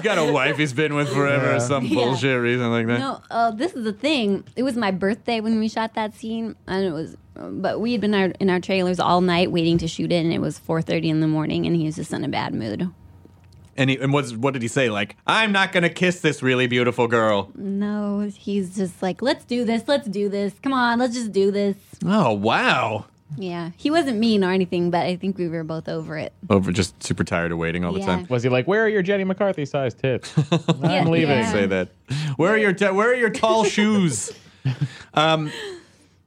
[SPEAKER 3] got a wife he's been with forever or some bullshit reason like that.
[SPEAKER 7] No, uh, this is the thing. It was my birthday when we shot that scene, and it was. But we had been our, in our trailers all night waiting to shoot it, and it was 4:30 in the morning, and he was just in a bad mood.
[SPEAKER 3] And he, and what's, what did he say? Like, I'm not gonna kiss this really beautiful girl.
[SPEAKER 7] No, he's just like, "Let's do this. Let's do this. Come on, let's just do this."
[SPEAKER 3] Oh wow.
[SPEAKER 7] Yeah, he wasn't mean or anything, but I think we were both over it.
[SPEAKER 3] Over, just super tired of waiting all the
[SPEAKER 7] Yeah.
[SPEAKER 3] time.
[SPEAKER 8] Was he like, where are your Jenny McCarthy sized tits?
[SPEAKER 7] Yeah,
[SPEAKER 8] I'm leaving.
[SPEAKER 7] yeah.
[SPEAKER 3] Say that. Where are your ta- where are your tall shoes? Um,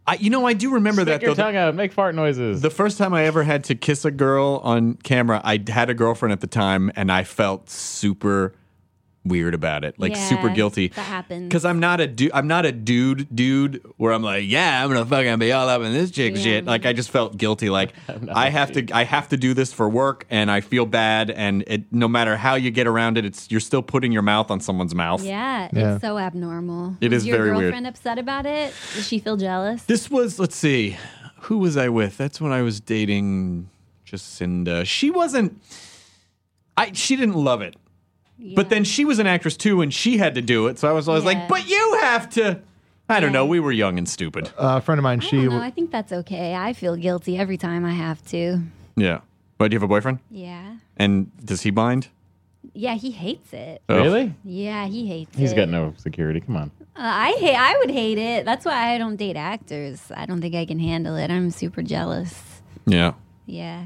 [SPEAKER 3] I you know I do remember
[SPEAKER 8] Stick
[SPEAKER 3] that though.
[SPEAKER 8] your tongue out. Make fart noises.
[SPEAKER 3] The first time I ever had to kiss a girl on camera, I had a girlfriend at the time, and I felt super weird about it, like
[SPEAKER 7] Yeah,
[SPEAKER 3] super guilty.
[SPEAKER 7] that happens.
[SPEAKER 3] Because I'm not a dude. I'm not a dude, dude. Where I'm like, yeah, I'm gonna fucking be all up in this chick shit. Like I just felt guilty. Like I have to. I have to do this for work, and I feel bad. And it, no matter how you get around it, it's you're still putting your mouth on someone's mouth.
[SPEAKER 7] Yeah,
[SPEAKER 6] Yeah.
[SPEAKER 7] it's so abnormal.
[SPEAKER 3] It
[SPEAKER 7] Was
[SPEAKER 3] is
[SPEAKER 7] your
[SPEAKER 3] very weird.
[SPEAKER 7] girlfriend upset about it? Does she feel jealous?
[SPEAKER 3] This was, let's see, who was I with? That's when I was dating Jacinda. She wasn't. I she didn't love it, but then she was an actress too, and she had to do it. So I was always
[SPEAKER 7] Yeah.
[SPEAKER 3] like, "But you have to." I don't know. We were young and stupid.
[SPEAKER 6] Uh, a friend of mine,
[SPEAKER 7] I
[SPEAKER 6] she
[SPEAKER 7] don't know. I think that's okay. I feel guilty every time I have to.
[SPEAKER 3] yeah. But do you have a boyfriend?
[SPEAKER 7] Yeah.
[SPEAKER 3] And does he bind?
[SPEAKER 7] Yeah, he hates it.
[SPEAKER 8] really?
[SPEAKER 7] Yeah, he hates
[SPEAKER 8] He's
[SPEAKER 7] it.
[SPEAKER 8] got no security. Come on.
[SPEAKER 7] Uh, I hate. I would hate it. That's why I don't date actors. I don't think I can handle it. I'm super jealous.
[SPEAKER 3] Yeah.
[SPEAKER 7] Yeah.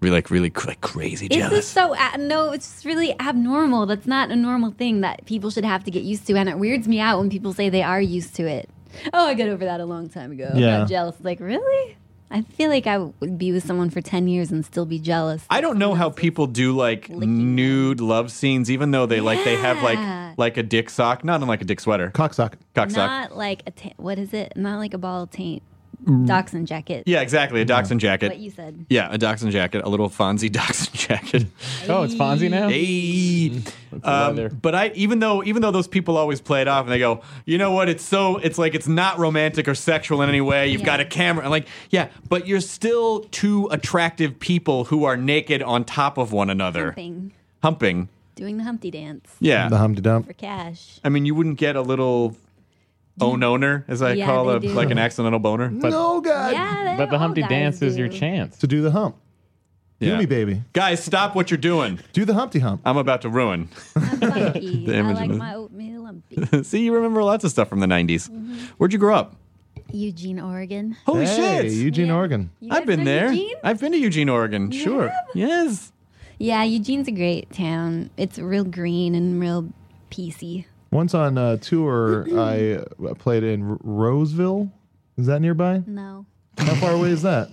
[SPEAKER 3] We like really cr- like crazy
[SPEAKER 7] It's
[SPEAKER 3] jealous.
[SPEAKER 7] just so a- no. It's just really abnormal. That's not a normal thing that people should have to get used to, and it weirds me out when people say they are used to it. Oh, I got over that a long time ago. I'm
[SPEAKER 6] Yeah.
[SPEAKER 7] not jealous. Like really? I feel like I would be with someone for ten years and still be jealous.
[SPEAKER 3] I don't know how people do like nude love scenes, even though they like they have
[SPEAKER 7] Yeah.
[SPEAKER 3] like like a dick sock, not unlike a dick sweter,
[SPEAKER 6] cocksock.
[SPEAKER 3] cock sock.
[SPEAKER 7] Not like a ta- what is it? Not like a ball of taint. Dachshund jacket.
[SPEAKER 3] Yeah, exactly. A dachshund jacket.
[SPEAKER 7] What you said.
[SPEAKER 3] Yeah, a dachshund jacket, a little Fonzie dachshund jacket.
[SPEAKER 8] Oh, it's Fonzie now?
[SPEAKER 3] Hey,
[SPEAKER 8] lot
[SPEAKER 3] Um,
[SPEAKER 8] there.
[SPEAKER 3] but I even though even though those people always play it off and they go, you know what? It's so it's like it's not romantic or sexual in any way. You've got a camera, and like yeah, but you're still two attractive people who are naked on top of one another,
[SPEAKER 7] Thing.
[SPEAKER 3] humping.
[SPEAKER 7] Doing the Humpty dance
[SPEAKER 3] Yeah,
[SPEAKER 6] The Humpty Dump.
[SPEAKER 7] for cash.
[SPEAKER 3] I mean you wouldn't get a little own owner as I
[SPEAKER 7] Yeah,
[SPEAKER 3] call
[SPEAKER 7] they
[SPEAKER 3] a
[SPEAKER 7] do.
[SPEAKER 3] like an accidental boner.
[SPEAKER 6] no, God.
[SPEAKER 7] Yeah,
[SPEAKER 8] But the Humpty dance is your
[SPEAKER 7] chance.
[SPEAKER 8] chance.
[SPEAKER 6] To do the hump.
[SPEAKER 3] Yeah.
[SPEAKER 6] Do me, baby.
[SPEAKER 3] Guys, stop what you're doing.
[SPEAKER 6] Do the Humpty Hump.
[SPEAKER 3] I'm about to ruin.
[SPEAKER 7] Lumpy.
[SPEAKER 3] The
[SPEAKER 7] I
[SPEAKER 3] image
[SPEAKER 7] like
[SPEAKER 3] of it.
[SPEAKER 7] my oatmeal lumpy.
[SPEAKER 3] See, you remember lots of stuff from the 90s.
[SPEAKER 7] Mm-hmm.
[SPEAKER 3] Where'd you grow up?
[SPEAKER 7] Eugene, Oregon.
[SPEAKER 3] Holy
[SPEAKER 6] hey,
[SPEAKER 3] shit.
[SPEAKER 6] Eugene,
[SPEAKER 7] Yeah.
[SPEAKER 6] Oregon.
[SPEAKER 7] You
[SPEAKER 3] I've
[SPEAKER 7] guys
[SPEAKER 3] been
[SPEAKER 7] know
[SPEAKER 3] there.
[SPEAKER 7] Eugene?
[SPEAKER 3] I've been to Eugene, Oregon. sure. Yes.
[SPEAKER 7] Yeah, Eugene's a great town. It's real green and real peacey.
[SPEAKER 6] Once on a tour, I uh, played in R- Roseville. Is that nearby?
[SPEAKER 7] No,
[SPEAKER 6] How far away is that?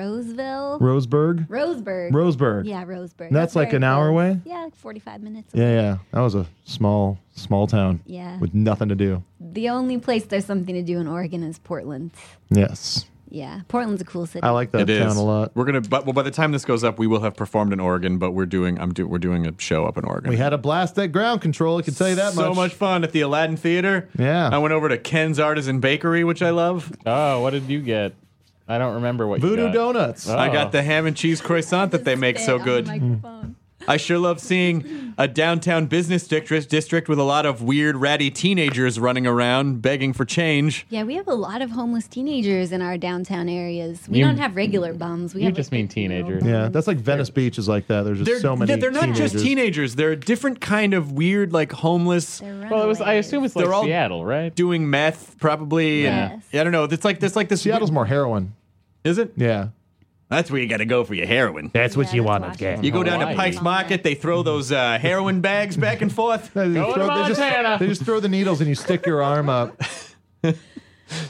[SPEAKER 7] Roseville,
[SPEAKER 6] Roseburg?
[SPEAKER 7] Roseburg.
[SPEAKER 6] Roseburg.
[SPEAKER 7] yeah, Roseburg.
[SPEAKER 6] That's like
[SPEAKER 7] very
[SPEAKER 6] an hour
[SPEAKER 7] close.
[SPEAKER 6] away?
[SPEAKER 7] Yeah, like forty-five minutes.
[SPEAKER 6] Yeah, yeah. That was a small, small town
[SPEAKER 7] Yeah.
[SPEAKER 6] with nothing to do.
[SPEAKER 7] The only place there's something to do in Oregon is Portland.
[SPEAKER 6] Yes.
[SPEAKER 7] Yeah, Portland's a cool city.
[SPEAKER 6] I like that
[SPEAKER 3] it is.
[SPEAKER 6] town a lot.
[SPEAKER 3] We're gonna. But well, by the time this goes up, we will have performed in Oregon. But we're doing. I'm do. We're doing a show up in Oregon.
[SPEAKER 6] We had a blast at ground control. I can tell you that
[SPEAKER 3] so
[SPEAKER 6] much.
[SPEAKER 3] much fun at the Aladdin Theater.
[SPEAKER 6] Yeah.
[SPEAKER 3] I went over to Ken's Artisan Bakery, which I love.
[SPEAKER 8] Oh, what did you get? I don't remember what
[SPEAKER 6] Voodoo
[SPEAKER 8] you got.
[SPEAKER 6] Donuts.
[SPEAKER 8] Oh.
[SPEAKER 3] I got the ham and cheese croissant that they make so good. I sure love seeing a downtown business district district with a lot of weird, ratty teenagers running around begging for change.
[SPEAKER 7] Yeah, we have a lot of homeless teenagers in our downtown areas. We
[SPEAKER 8] You-
[SPEAKER 7] don't have regular bums. We
[SPEAKER 8] you
[SPEAKER 7] have
[SPEAKER 8] just
[SPEAKER 7] like
[SPEAKER 8] mean
[SPEAKER 7] 15-year-old
[SPEAKER 8] teenagers.
[SPEAKER 6] Yeah, that's like Venice Beach is like that. There's just
[SPEAKER 3] They're,
[SPEAKER 6] so many.
[SPEAKER 3] they're not just
[SPEAKER 6] teenagers.
[SPEAKER 3] teenagers. They're a different kind of weird, like homeless,
[SPEAKER 7] They're
[SPEAKER 8] Well, it was. I
[SPEAKER 7] runaways.
[SPEAKER 8] assume it's like
[SPEAKER 3] They're all-
[SPEAKER 8] Seattle, right?
[SPEAKER 3] doing meth probably.
[SPEAKER 7] Yes.
[SPEAKER 3] And, yeah, I don't know. It's like this, like this.
[SPEAKER 6] Seattle's more heroin.
[SPEAKER 3] is it?
[SPEAKER 6] Yeah.
[SPEAKER 3] That's where you got to go for your heroin.
[SPEAKER 6] That's
[SPEAKER 7] what Yeah, you that's wanna Washington. get.
[SPEAKER 3] You go down to
[SPEAKER 8] Hawaii.
[SPEAKER 3] Pike's Market. They throw those uh, heroin bags back and forth.
[SPEAKER 6] They
[SPEAKER 8] Go
[SPEAKER 6] just,
[SPEAKER 8] to
[SPEAKER 6] throw, they,
[SPEAKER 8] Montana.
[SPEAKER 6] just, they just throw the needles and you stick your arm up.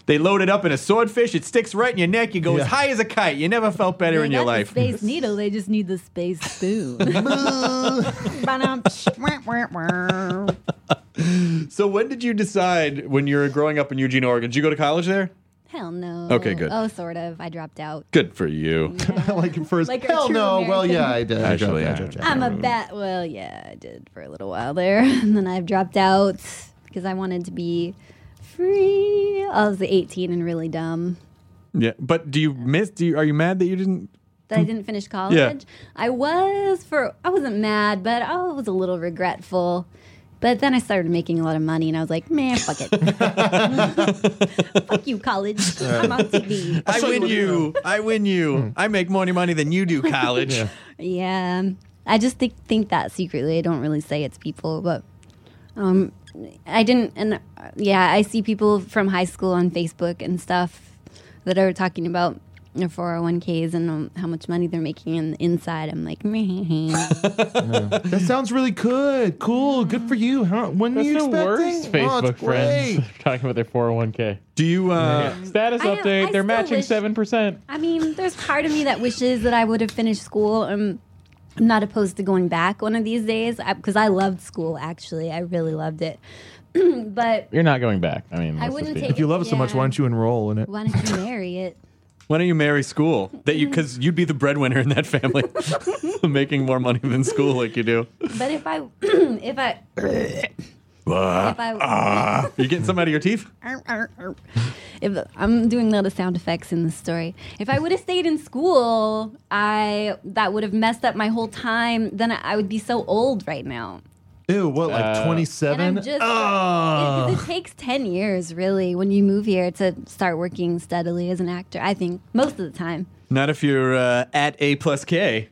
[SPEAKER 3] They load it up in a swordfish. It sticks right in your neck. You go as
[SPEAKER 6] Yeah.
[SPEAKER 3] high as a kite. You never felt better
[SPEAKER 7] They
[SPEAKER 3] in your
[SPEAKER 7] got the
[SPEAKER 3] life.
[SPEAKER 7] space needle. They just need the space spoon.
[SPEAKER 3] So when did you decide when you were growing up in Eugene, Oregon? Did you go to college there?
[SPEAKER 7] Hell no.
[SPEAKER 3] Okay, good.
[SPEAKER 7] Oh, sort of. I dropped out.
[SPEAKER 3] Good for you.
[SPEAKER 6] like at first,
[SPEAKER 7] Like a
[SPEAKER 6] hell
[SPEAKER 7] true
[SPEAKER 6] no. Well,
[SPEAKER 7] American.
[SPEAKER 6] yeah, I did.
[SPEAKER 3] Actually,
[SPEAKER 6] I
[SPEAKER 3] I-
[SPEAKER 6] dropped, I dropped, I
[SPEAKER 7] I'm a
[SPEAKER 8] Um,
[SPEAKER 6] dropped.
[SPEAKER 7] bat. Well, yeah, I did for a little while there, and then I dropped out because I wanted to be free. I was 18 and really dumb.
[SPEAKER 3] Yeah, but do you miss? Do you are you mad that you didn't?
[SPEAKER 7] that I didn't finish college. I was for I wasn't mad, but I was a little regretful. But then I started making a lot of money, and I was like, "Man, fuck it, fuck you, college. I'm on TV."
[SPEAKER 3] I win you. I win
[SPEAKER 6] Hmm.
[SPEAKER 3] you. I make more money than you do, college.
[SPEAKER 7] Yeah, I just think think that secretly. I don't really say it to people, but um, I didn't. And uh, yeah, I see people from high school on Facebook and stuff that are talking about their 401ks and um, how much money they're making and inside. I'm like, man.
[SPEAKER 6] That sounds really good. Cool. Good for you. Huh? When
[SPEAKER 8] That's
[SPEAKER 6] you
[SPEAKER 8] the
[SPEAKER 6] expecting?
[SPEAKER 8] worst
[SPEAKER 6] Oh,
[SPEAKER 8] Facebook
[SPEAKER 6] it's
[SPEAKER 8] friends
[SPEAKER 6] great.
[SPEAKER 8] talking about their 401k.
[SPEAKER 3] Do you? Uh,
[SPEAKER 8] Status
[SPEAKER 7] I-
[SPEAKER 8] update:
[SPEAKER 7] I
[SPEAKER 8] They're
[SPEAKER 7] still
[SPEAKER 8] matching
[SPEAKER 7] wish-
[SPEAKER 8] seven percent.
[SPEAKER 7] I mean, there's part of me that wishes that I would have finished school. Um, I'm not opposed to going back one of these days because I loved school. Actually, I really loved it. but
[SPEAKER 8] You're not going back. I mean,
[SPEAKER 7] I
[SPEAKER 8] let's
[SPEAKER 7] wouldn't
[SPEAKER 8] just be-
[SPEAKER 7] take
[SPEAKER 6] If you love it so much,
[SPEAKER 7] Yeah.
[SPEAKER 6] why don't you enroll in it?
[SPEAKER 7] why don't you marry it?
[SPEAKER 3] Why don't you marry school? That you because you'd be the breadwinner in that family, making more money than school like you do.
[SPEAKER 7] But if I, if I, if I,
[SPEAKER 3] You getting some out of your teeth?
[SPEAKER 7] if I'm doing a lot of sound effects in this story, if I would have stayed in school, I that would have messed up my whole time. Then I would be so old right now.
[SPEAKER 6] Ew, what, like
[SPEAKER 8] Uh,
[SPEAKER 7] And
[SPEAKER 6] 27?
[SPEAKER 7] I'm just, it, 'cause it takes 10 years, really, when you move here to start working steadily as an actor. I think most of the time.
[SPEAKER 3] Not if you're uh, at A plus K.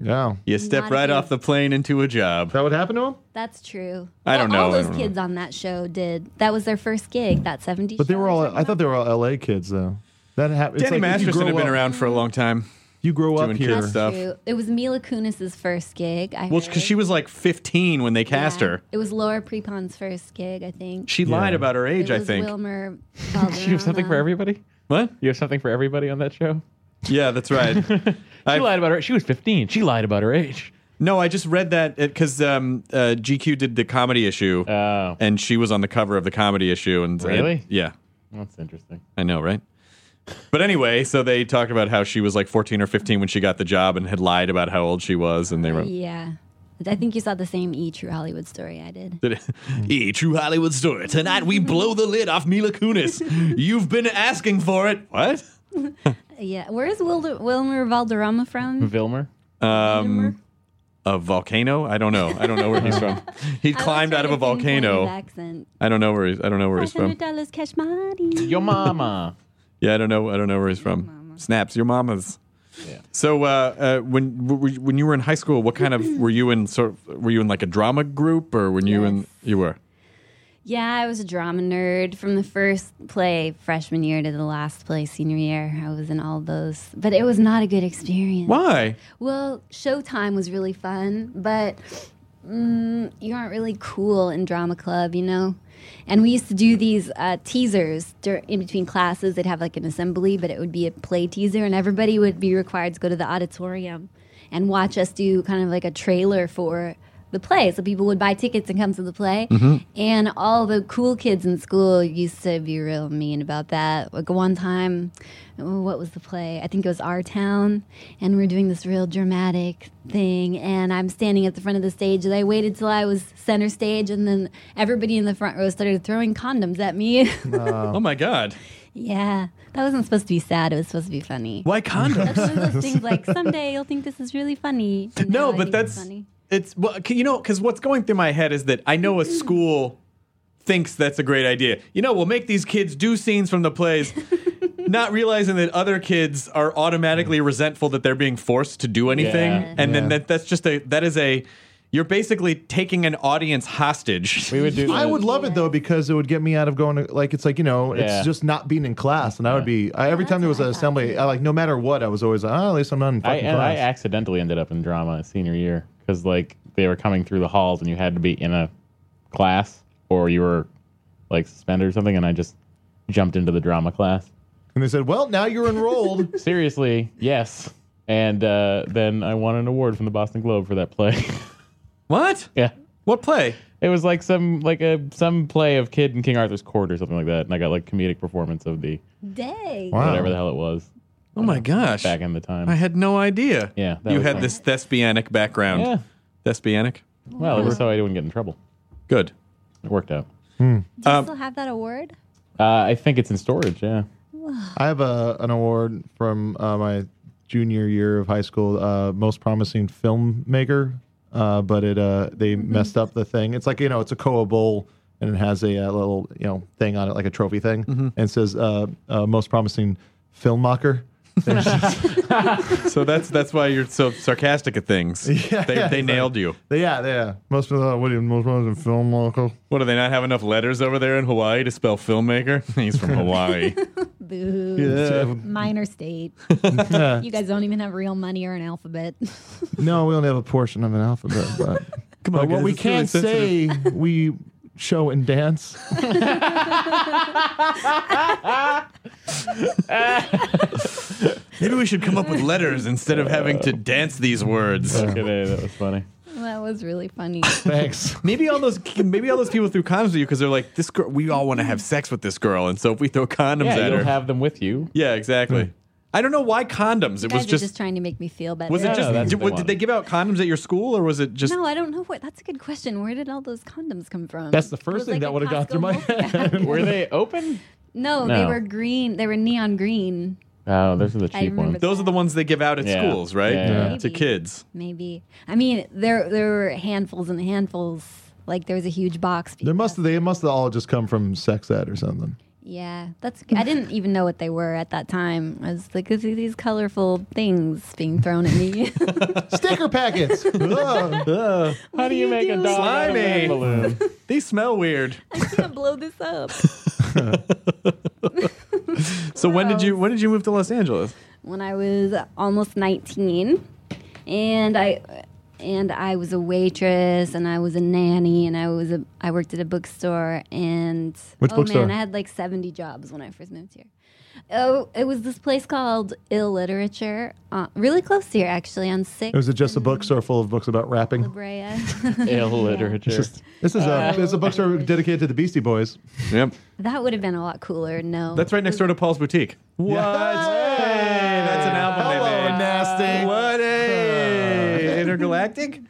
[SPEAKER 6] yeah.
[SPEAKER 3] You step
[SPEAKER 7] Not if
[SPEAKER 3] right
[SPEAKER 7] you-
[SPEAKER 3] off the plane into a job.
[SPEAKER 6] That would happen to him?
[SPEAKER 7] That's true.
[SPEAKER 3] I don't know.
[SPEAKER 7] All
[SPEAKER 3] I
[SPEAKER 7] those
[SPEAKER 3] don't know.
[SPEAKER 7] kids on that show did. That was their first gig, that 70s.
[SPEAKER 6] But they were all, I thought they were all LA kids, though. That happened.
[SPEAKER 3] Danny Masterson had been around for a long time.
[SPEAKER 6] You grow up
[SPEAKER 3] doing
[SPEAKER 6] here.
[SPEAKER 3] kids.
[SPEAKER 7] That's
[SPEAKER 3] stuff.
[SPEAKER 7] true. It was Mila Kunis's first gig. I
[SPEAKER 3] Well, because she was like 15 when they cast her.
[SPEAKER 7] It was Laura Prepon's first gig, I think.
[SPEAKER 3] She lied about her age,
[SPEAKER 7] it
[SPEAKER 3] I
[SPEAKER 7] was
[SPEAKER 3] think.
[SPEAKER 7] Wilmer
[SPEAKER 8] You have something for
[SPEAKER 7] Valderrama.
[SPEAKER 8] everybody.
[SPEAKER 3] What?
[SPEAKER 8] You have something for everybody on that show.
[SPEAKER 3] Yeah, that's right.
[SPEAKER 8] She
[SPEAKER 3] I-
[SPEAKER 8] lied about her. She was 15. She lied about her age.
[SPEAKER 3] no, I just read that because um, uh, GQ did the comedy issue,
[SPEAKER 8] Oh,
[SPEAKER 3] and she was on the cover of the comedy issue. And uh,
[SPEAKER 8] Really?
[SPEAKER 3] yeah,
[SPEAKER 8] that's interesting.
[SPEAKER 3] I know, right? But anyway, so they talked about how she was like 14 or 15 when she got the job and had lied about how old she was, and they wrote.
[SPEAKER 7] Yeah. I think you saw the same E True Hollywood story I did.
[SPEAKER 3] Did it- E True Hollywood Story. Tonight we blow the lid off Mila Kunis. You've been asking for it. What?
[SPEAKER 7] Yeah. Where is Wilder, Wilmer Valderrama from?
[SPEAKER 8] Vilmer.
[SPEAKER 3] Um, a volcano? I don't know. I don't know where he's from. He climbed out of a volcano.
[SPEAKER 7] Accent.
[SPEAKER 3] I don't know where he's. I don't know where he's from.
[SPEAKER 7] $500 cash money.
[SPEAKER 8] Your mama.
[SPEAKER 3] Yeah, I don't know. I don't know where he's from. Snaps, your mama's.
[SPEAKER 8] Yeah.
[SPEAKER 3] So uh, uh, when w- w- when you were in high school, what kind of were you in? Sort of, were you in like a drama group, or when you in you were?
[SPEAKER 7] Yeah, I was a drama nerd from the first play freshman year to the last play senior year. I was in all those, but it was not a good experience.
[SPEAKER 3] Why?
[SPEAKER 7] Well, Showtime was really fun, but mm, you aren't really cool in drama club, you know? And we used to do these uh, teasers dur- in between classes. They'd have like an assembly, but it would be a play teaser, and everybody would be required to go to the auditorium and watch us do kind of like a trailer for the play. So people would buy tickets and come to the play. And all the cool kids in school used to be real mean about that. Like one time, oh, what was the play? I think it was Our Town. And we're doing this real dramatic thing. And I'm standing at the front of the stage. And I waited till I was center
[SPEAKER 8] Um,
[SPEAKER 7] stage. And then everybody in the front row started throwing condoms at me.
[SPEAKER 3] Oh my God!
[SPEAKER 7] Yeah, that wasn't supposed to be sad. It was supposed to be funny.
[SPEAKER 3] Why condoms?
[SPEAKER 7] That's one of those things like someday you'll think this is really funny. and now
[SPEAKER 3] no,
[SPEAKER 7] I
[SPEAKER 3] but
[SPEAKER 7] think it's
[SPEAKER 3] that's it's well, c- you know, because what's going through my head is that I know a school thinks that's a great idea. You know, we'll make these kids do scenes from the plays, not realizing that other kids are automatically resentful that they're being forced to do anything,
[SPEAKER 8] Mm. Yeah.
[SPEAKER 3] and then
[SPEAKER 6] Yeah.
[SPEAKER 3] that that's just a that is a you're basically taking an audience hostage.
[SPEAKER 8] We would do.
[SPEAKER 6] I
[SPEAKER 8] that.
[SPEAKER 6] would love it though because it would get me out of going to like it's like you know
[SPEAKER 8] Yeah.
[SPEAKER 6] it's just not being in class and I would be I, every time there was an assembly I like no matter what I was always like oh, at least I'm not in
[SPEAKER 8] I,
[SPEAKER 6] fucking
[SPEAKER 8] and I
[SPEAKER 6] class.
[SPEAKER 8] accidentally ended up in drama senior year because like they were coming through the halls and you had to be in a class or you were like suspended or something, and I just jumped into the drama class.
[SPEAKER 6] and they said well now you're enrolled
[SPEAKER 8] Seriously, yes. And uh, then I won an award from the Boston Globe for that play.
[SPEAKER 3] What?
[SPEAKER 8] yeah,
[SPEAKER 3] What play?
[SPEAKER 8] it was like some like a some play of Kid in King Arthur's Court or something like that, and I got like comedic performance of the
[SPEAKER 7] day.
[SPEAKER 6] Wow.
[SPEAKER 8] whatever the hell it was
[SPEAKER 3] Oh my gosh!
[SPEAKER 8] back in the time.
[SPEAKER 3] I had no idea.
[SPEAKER 8] Yeah, that
[SPEAKER 3] you
[SPEAKER 8] was
[SPEAKER 3] had
[SPEAKER 8] fun.
[SPEAKER 3] this thespianic background.
[SPEAKER 8] yeah.
[SPEAKER 3] Thespianic.
[SPEAKER 8] Well, it was so I wouldn't get in trouble.
[SPEAKER 3] Good.
[SPEAKER 8] It worked out.
[SPEAKER 7] Do you
[SPEAKER 3] Um,
[SPEAKER 7] still have that award?
[SPEAKER 8] Uh, I think it's in storage. Yeah.
[SPEAKER 6] I have a an award from uh, my junior year of high school, uh, most promising filmmaker. Uh, but it uh, they messed up the thing. It's like you know, it's a Coa Bowl, and it has a, uh little you know thing on it, like a trophy thing, and it says uh, uh, most promising filmmaker.
[SPEAKER 3] So that's that's why you're so sarcastic at things. they they nailed you.
[SPEAKER 6] Yeah, yeah. Most uh, what do you, most promising filmmaker.
[SPEAKER 3] What do they not have enough letters over there in Hawaii to spell filmmaker? He's from Hawaii.
[SPEAKER 7] Boo.
[SPEAKER 6] Yeah.
[SPEAKER 7] Minor state. you guys don't even have real money or an alphabet.
[SPEAKER 6] No, we only have a portion of an alphabet. But,
[SPEAKER 3] Come on,
[SPEAKER 6] but what
[SPEAKER 3] guys,
[SPEAKER 6] we
[SPEAKER 3] it's really
[SPEAKER 6] can say, we show and dance.
[SPEAKER 3] Maybe we should come up with letters instead of having to dance these words.
[SPEAKER 8] Okay, that was funny.
[SPEAKER 7] that was really funny.
[SPEAKER 6] Thanks.
[SPEAKER 3] Maybe all those maybe all those people threw condoms at you because they're like this girl. We all want to have sex with this girl, and so if we throw condoms
[SPEAKER 8] Yeah,
[SPEAKER 3] at
[SPEAKER 8] you'll
[SPEAKER 3] her,
[SPEAKER 8] have them with you.
[SPEAKER 3] yeah, exactly. I don't know why condoms. It
[SPEAKER 7] guys
[SPEAKER 3] was
[SPEAKER 7] are
[SPEAKER 3] just,
[SPEAKER 7] just trying to make me feel better.
[SPEAKER 3] was it
[SPEAKER 8] No,
[SPEAKER 3] just
[SPEAKER 8] no, that's
[SPEAKER 3] did,
[SPEAKER 8] what they
[SPEAKER 3] what, did
[SPEAKER 8] wanted.
[SPEAKER 3] they give out condoms at your school or was it just
[SPEAKER 7] no, I don't know where. That's a good question. Where did all those condoms come from?
[SPEAKER 6] That's the
[SPEAKER 7] It was
[SPEAKER 6] first thing
[SPEAKER 7] like
[SPEAKER 6] that
[SPEAKER 7] a
[SPEAKER 6] would have gone
[SPEAKER 7] Costco
[SPEAKER 6] through my
[SPEAKER 7] multi-
[SPEAKER 6] head.
[SPEAKER 8] Were they open?
[SPEAKER 7] No, they
[SPEAKER 8] No.
[SPEAKER 7] were green. They were neon green.
[SPEAKER 8] Oh, those are the
[SPEAKER 7] I
[SPEAKER 8] cheap
[SPEAKER 7] remember
[SPEAKER 8] ones.
[SPEAKER 7] that.
[SPEAKER 3] those are the ones they give out at
[SPEAKER 8] Yeah.
[SPEAKER 3] schools, right?
[SPEAKER 8] Yeah.
[SPEAKER 7] Yeah.
[SPEAKER 3] To kids.
[SPEAKER 7] Maybe. I mean, there there were handfuls and handfuls. Like there was a huge box.
[SPEAKER 6] There must they must have all just come from sex ed or something.
[SPEAKER 7] Yeah, that's. I didn't even know what they were at that time. I was like, "This is these colorful things being thrown at me."
[SPEAKER 6] Sticker packets. Ugh.
[SPEAKER 8] How do you make a dog out of
[SPEAKER 3] Slimy.
[SPEAKER 8] a balloon?
[SPEAKER 3] They smell weird.
[SPEAKER 7] I can't blow this up.
[SPEAKER 3] So when did you when did you move to Los Angeles?
[SPEAKER 7] When I was almost 19, and I and I was a waitress, and I was a nanny, and I was a I worked at a bookstore, and
[SPEAKER 6] Which
[SPEAKER 7] oh
[SPEAKER 6] bookstore?
[SPEAKER 7] man, I had like 70 jobs when I first moved here. Oh, it was this place called Ill Literature, uh, really close here actually on Sixth
[SPEAKER 6] Was it just a bookstore full of books about
[SPEAKER 7] La
[SPEAKER 6] rapping?
[SPEAKER 7] Brea.
[SPEAKER 8] Ill literature.
[SPEAKER 6] This is a this is a bookstore dedicated to the Beastie Boys.
[SPEAKER 3] Yep.
[SPEAKER 7] that would have been a lot cooler. No,
[SPEAKER 3] That's right next door to Paul's Boutique. What? Hey, that's an album they
[SPEAKER 6] Hello,
[SPEAKER 3] made.
[SPEAKER 6] nasty.
[SPEAKER 3] What? Hey, intergalactic,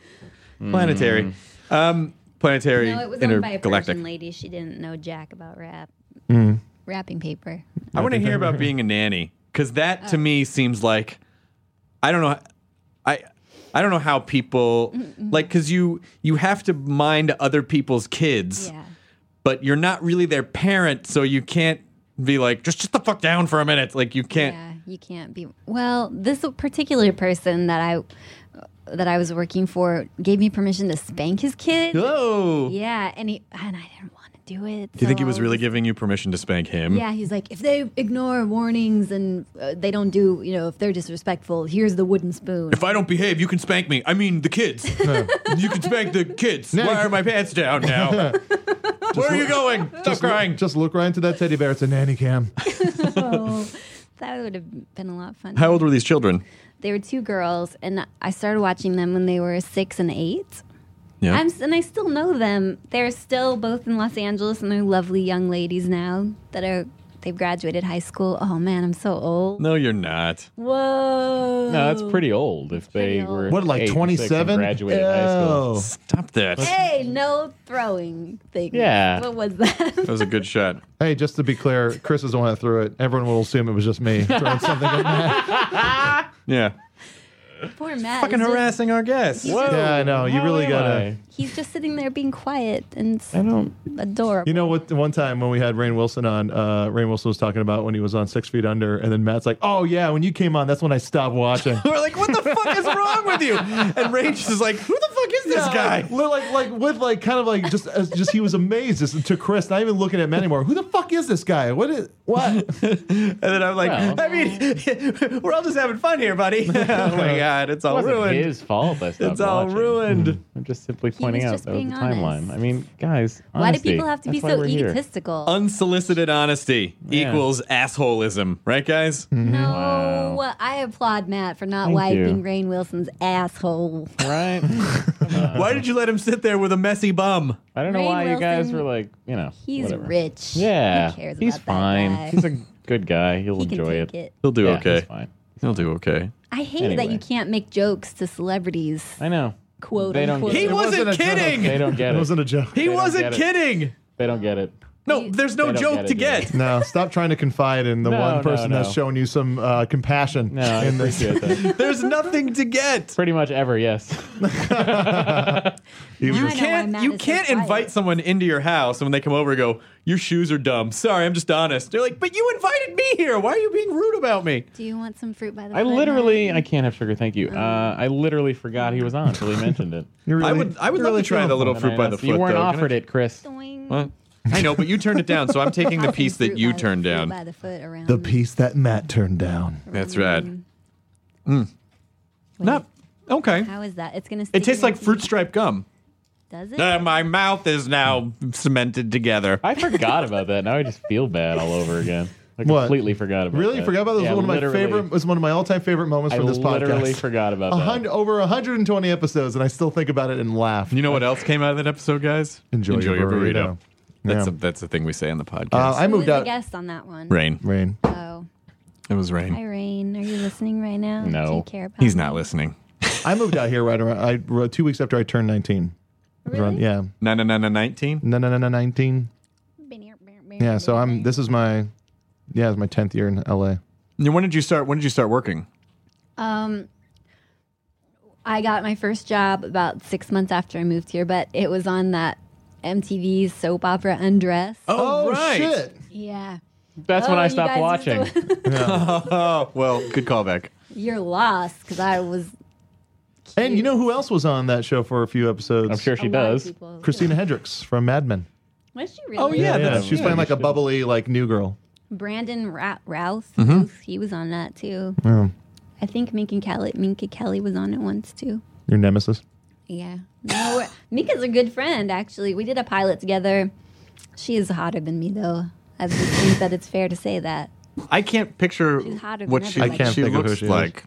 [SPEAKER 3] Hmm. planetary, um, planetary,
[SPEAKER 7] No, it was owned by a
[SPEAKER 3] intergalactic.
[SPEAKER 7] Persian lady. She didn't know jack about rap,
[SPEAKER 6] Mm-hmm.
[SPEAKER 7] wrapping paper.
[SPEAKER 3] I want to hear about being a nanny because that
[SPEAKER 7] Oh.
[SPEAKER 3] to me seems like I don't know. I I don't know how people like because you you have to mind other people's kids.
[SPEAKER 7] Yeah,
[SPEAKER 3] but you're not really their parent, so you can't be like, just shut the fuck down for a minute. Like you can't.
[SPEAKER 7] yeah. You can't be. Well, this particular person that I that I was working for gave me permission to spank his kid.
[SPEAKER 3] Whoa.
[SPEAKER 7] Yeah, and he and I didn't want to do it.
[SPEAKER 3] Do you think he was really giving you permission to spank him?
[SPEAKER 7] Yeah, he's like, if they ignore warnings and uh, they don't do, you know, if they're disrespectful, here's the wooden spoon.
[SPEAKER 3] If I don't behave, you can spank me. I mean, the kids. you can spank the kids.
[SPEAKER 6] No,
[SPEAKER 3] Why
[SPEAKER 6] you-
[SPEAKER 3] are my pants down now? Where are you going? Stop crying.
[SPEAKER 6] Just look right into that teddy bear. It's a nanny cam.
[SPEAKER 7] Oh, that would have been a lot of fun.
[SPEAKER 3] How old were these children?
[SPEAKER 7] They were two girls, and I started watching them when they were six and eight.
[SPEAKER 3] Yeah.
[SPEAKER 7] I'm, s- and I still know them. They're still both in Los Angeles, and they're lovely young ladies now that are They've graduated high school. Oh man, I'm so old.
[SPEAKER 3] No, you're not.
[SPEAKER 7] Whoa.
[SPEAKER 8] No, that's pretty old. If
[SPEAKER 7] pretty
[SPEAKER 8] they
[SPEAKER 7] old.
[SPEAKER 8] were
[SPEAKER 6] What, like
[SPEAKER 8] eight and six and
[SPEAKER 6] 27?
[SPEAKER 8] graduated high school.
[SPEAKER 6] Ew.
[SPEAKER 3] Stop that. That
[SPEAKER 7] Hey, no throwing things.
[SPEAKER 8] Yeah.
[SPEAKER 7] What was that?
[SPEAKER 3] was a good shot.
[SPEAKER 6] Hey, just to be clear, Chris is the one that threw it. Everyone will assume it was just me throwing something at Matt.
[SPEAKER 3] Yeah.
[SPEAKER 7] Poor Matt.
[SPEAKER 3] Fucking
[SPEAKER 7] he's just-
[SPEAKER 3] harassing our guests.
[SPEAKER 8] Whoa,
[SPEAKER 6] Yeah, I know. You
[SPEAKER 8] Oh, how
[SPEAKER 6] really
[SPEAKER 8] am
[SPEAKER 6] gotta.
[SPEAKER 7] He's just sitting there being quiet and s-
[SPEAKER 8] I? I don't.
[SPEAKER 7] adorable.
[SPEAKER 6] You know what? One time when we had Rain Wilson on, uh, Rain Wilson was talking about when he was on Six Feet Under, and then Matt's like, "Oh yeah, when you came on, that's when I stopped watching."
[SPEAKER 3] We're like, what the fuck is wrong with you? And Rage is like, who the fuck is this
[SPEAKER 6] Yeah,
[SPEAKER 3] guy?
[SPEAKER 6] like, like like with like kind of like just as just he was amazed as, to Chris, not even looking at Matt anymore. Who the fuck is this guy? What is what?
[SPEAKER 3] And then I'm like,
[SPEAKER 8] Well.
[SPEAKER 3] I mean, we're all just having fun here, buddy. oh my god, it's
[SPEAKER 8] It
[SPEAKER 3] all
[SPEAKER 8] wasn't
[SPEAKER 3] ruined.
[SPEAKER 8] his fault. I stopped
[SPEAKER 3] It's all
[SPEAKER 8] watching.
[SPEAKER 3] ruined.
[SPEAKER 8] I'm just simply pointing
[SPEAKER 7] was
[SPEAKER 8] out
[SPEAKER 7] just
[SPEAKER 8] that was the
[SPEAKER 7] being honest.
[SPEAKER 8] timeline. I mean, guys,
[SPEAKER 7] why do
[SPEAKER 8] honesty.
[SPEAKER 7] people have to be
[SPEAKER 8] That's why
[SPEAKER 7] so
[SPEAKER 8] we're here.
[SPEAKER 7] egotistical?
[SPEAKER 3] Unsolicited honesty
[SPEAKER 8] Yeah.
[SPEAKER 3] equals assholism, right, guys?
[SPEAKER 7] no,
[SPEAKER 8] Wow.
[SPEAKER 7] I applaud Matt for not
[SPEAKER 8] Thank
[SPEAKER 7] wiping
[SPEAKER 8] you.
[SPEAKER 7] Rain Wilson's asshole.
[SPEAKER 8] Right?
[SPEAKER 3] Why did you let him sit there with a messy bum?
[SPEAKER 8] I don't know
[SPEAKER 7] Rainn
[SPEAKER 8] why you guys
[SPEAKER 7] Wilson,
[SPEAKER 8] were like, you know.
[SPEAKER 7] He's
[SPEAKER 8] whatever.
[SPEAKER 7] rich.
[SPEAKER 8] Yeah.
[SPEAKER 7] Who cares
[SPEAKER 8] he's
[SPEAKER 7] about
[SPEAKER 8] fine.
[SPEAKER 7] That guy?
[SPEAKER 8] He's a good guy. He'll
[SPEAKER 7] he can
[SPEAKER 8] enjoy
[SPEAKER 7] take it.
[SPEAKER 3] He'll do
[SPEAKER 8] Yeah,
[SPEAKER 3] okay.
[SPEAKER 8] He's fine.
[SPEAKER 3] He'll do okay.
[SPEAKER 7] I hate that
[SPEAKER 8] Anyway.
[SPEAKER 7] you can't make jokes to celebrities.
[SPEAKER 8] I know.
[SPEAKER 7] Quote
[SPEAKER 8] They don't
[SPEAKER 7] unquote.
[SPEAKER 8] get
[SPEAKER 3] He
[SPEAKER 8] it.
[SPEAKER 3] wasn't,
[SPEAKER 6] wasn't a joke.
[SPEAKER 3] kidding.
[SPEAKER 8] They don't get
[SPEAKER 6] It
[SPEAKER 8] it.
[SPEAKER 6] wasn't a joke.
[SPEAKER 3] He
[SPEAKER 8] don't
[SPEAKER 3] wasn't
[SPEAKER 8] get it.
[SPEAKER 3] kidding.
[SPEAKER 8] They don't get it.
[SPEAKER 3] No, there's no
[SPEAKER 8] They don't
[SPEAKER 3] joke
[SPEAKER 8] get
[SPEAKER 3] to
[SPEAKER 8] it, do
[SPEAKER 3] get.
[SPEAKER 6] No, stop trying to confide in the
[SPEAKER 8] No,
[SPEAKER 6] one
[SPEAKER 8] no,
[SPEAKER 6] person
[SPEAKER 8] no.
[SPEAKER 6] that's showing you some uh, compassion.
[SPEAKER 8] No, I
[SPEAKER 6] in this.
[SPEAKER 8] appreciate that.
[SPEAKER 3] There's nothing to get.
[SPEAKER 8] Pretty much ever, yes.
[SPEAKER 7] Now I know
[SPEAKER 3] You
[SPEAKER 7] why
[SPEAKER 3] can't
[SPEAKER 7] Matt
[SPEAKER 3] you
[SPEAKER 7] is so
[SPEAKER 3] can't
[SPEAKER 7] quiet.
[SPEAKER 3] invite someone into your house and when they come over and go, Your shoes are dumb. Sorry, I'm just honest. They're like, But you invited me here. Why are you being rude about me?
[SPEAKER 7] Do you want some fruit by the
[SPEAKER 8] I
[SPEAKER 7] foot,
[SPEAKER 8] literally,
[SPEAKER 7] Matt?
[SPEAKER 8] I can't have sugar, thank you. Uh, I literally forgot he was on until he mentioned it.
[SPEAKER 6] You're
[SPEAKER 3] I would I would love to try the little
[SPEAKER 8] And
[SPEAKER 3] fruit
[SPEAKER 8] I
[SPEAKER 3] by the
[SPEAKER 8] asked-
[SPEAKER 3] foot.
[SPEAKER 8] You weren't
[SPEAKER 3] though. Can I-
[SPEAKER 8] offered it, Chris.
[SPEAKER 7] Doing-
[SPEAKER 3] What? I know, but you turned it down, so I'm taking the
[SPEAKER 7] Passing
[SPEAKER 3] piece that
[SPEAKER 7] fruit
[SPEAKER 3] you
[SPEAKER 7] by the-
[SPEAKER 3] turned
[SPEAKER 7] fruit
[SPEAKER 3] down.
[SPEAKER 7] By the foot around
[SPEAKER 6] the piece that Matt turned down.
[SPEAKER 3] That's right.
[SPEAKER 7] Wait,
[SPEAKER 3] Not okay.
[SPEAKER 7] How is that? It's gonna.
[SPEAKER 3] It
[SPEAKER 7] stick
[SPEAKER 3] tastes
[SPEAKER 7] in
[SPEAKER 3] like
[SPEAKER 7] your
[SPEAKER 3] fruit
[SPEAKER 7] teeth.
[SPEAKER 3] stripe gum.
[SPEAKER 7] Does it?
[SPEAKER 3] Uh, my mouth is now cemented together.
[SPEAKER 8] I forgot about that. Now I just feel bad all over again. I
[SPEAKER 6] What?
[SPEAKER 8] completely forgot about
[SPEAKER 6] Really
[SPEAKER 8] that.
[SPEAKER 6] forgot about that. It was
[SPEAKER 8] Yeah,
[SPEAKER 6] one of my
[SPEAKER 8] literally.
[SPEAKER 6] favorite. Was one of my all-time favorite moments
[SPEAKER 8] I
[SPEAKER 6] from this
[SPEAKER 8] literally
[SPEAKER 6] podcast.
[SPEAKER 8] forgot about
[SPEAKER 6] A
[SPEAKER 8] that.
[SPEAKER 6] hundred over 120 episodes, and I still think about it and laugh.
[SPEAKER 3] You know what else came out of that episode, guys?
[SPEAKER 6] Enjoy your burrito.
[SPEAKER 3] That's
[SPEAKER 6] Yeah.
[SPEAKER 3] a, that's the thing we say on the podcast.
[SPEAKER 6] Uh, I
[SPEAKER 7] Who was
[SPEAKER 6] moved
[SPEAKER 7] the
[SPEAKER 6] out.
[SPEAKER 7] guest on that one.
[SPEAKER 3] rain.
[SPEAKER 6] Rain.
[SPEAKER 7] Oh,
[SPEAKER 3] It was rain.
[SPEAKER 7] hi Rain. Are you listening right now? Do you
[SPEAKER 8] No.
[SPEAKER 7] care about?
[SPEAKER 3] He's
[SPEAKER 7] me?
[SPEAKER 3] not listening.
[SPEAKER 6] I moved out here right around I ro- two weeks after I turned 19. It was around-
[SPEAKER 7] Really?
[SPEAKER 6] yeah.
[SPEAKER 3] No, no, no, no, nineteen.
[SPEAKER 6] No, no, no, no, 19. Yeah. So I'm. This is my. Yeah, it's my 10th year in LA.
[SPEAKER 3] When did you start? When did you start working?
[SPEAKER 7] Um, I got my first job about six months after I moved here, but it was on that MTV soap opera Undress.
[SPEAKER 3] Oh, right.
[SPEAKER 6] shit!
[SPEAKER 7] Yeah.
[SPEAKER 8] That's when
[SPEAKER 7] Oh,
[SPEAKER 8] I
[SPEAKER 7] you
[SPEAKER 8] stopped
[SPEAKER 7] guys
[SPEAKER 8] watching.
[SPEAKER 7] used to-
[SPEAKER 3] Oh well, good callback.
[SPEAKER 7] You're lost because I was.
[SPEAKER 6] And you know who else was on that show for a few episodes?
[SPEAKER 8] I'm sure she
[SPEAKER 7] a lot of
[SPEAKER 8] does.
[SPEAKER 7] people.
[SPEAKER 6] Christina Hendricks from Mad Men.
[SPEAKER 7] Was she really?
[SPEAKER 3] Oh, Yeah, that's-
[SPEAKER 6] she was
[SPEAKER 3] yeah,
[SPEAKER 6] playing
[SPEAKER 3] you
[SPEAKER 6] like a bubbly like new girl.
[SPEAKER 7] Brandon Ra- Routh,
[SPEAKER 3] Mm-hmm.
[SPEAKER 7] he was on that too. I think Minka Kelly, Minka Kelly was on it once too.
[SPEAKER 6] Your nemesis.
[SPEAKER 7] Yeah. No, we're- Minka's a good friend actually. We did a pilot together. She is hotter than me though. I just think that it's fair to say that.
[SPEAKER 3] I can't picture
[SPEAKER 7] She's hotter than
[SPEAKER 3] what she,
[SPEAKER 7] everybody. I
[SPEAKER 6] can't
[SPEAKER 3] she
[SPEAKER 6] think of who
[SPEAKER 3] looks
[SPEAKER 6] she is.
[SPEAKER 3] like.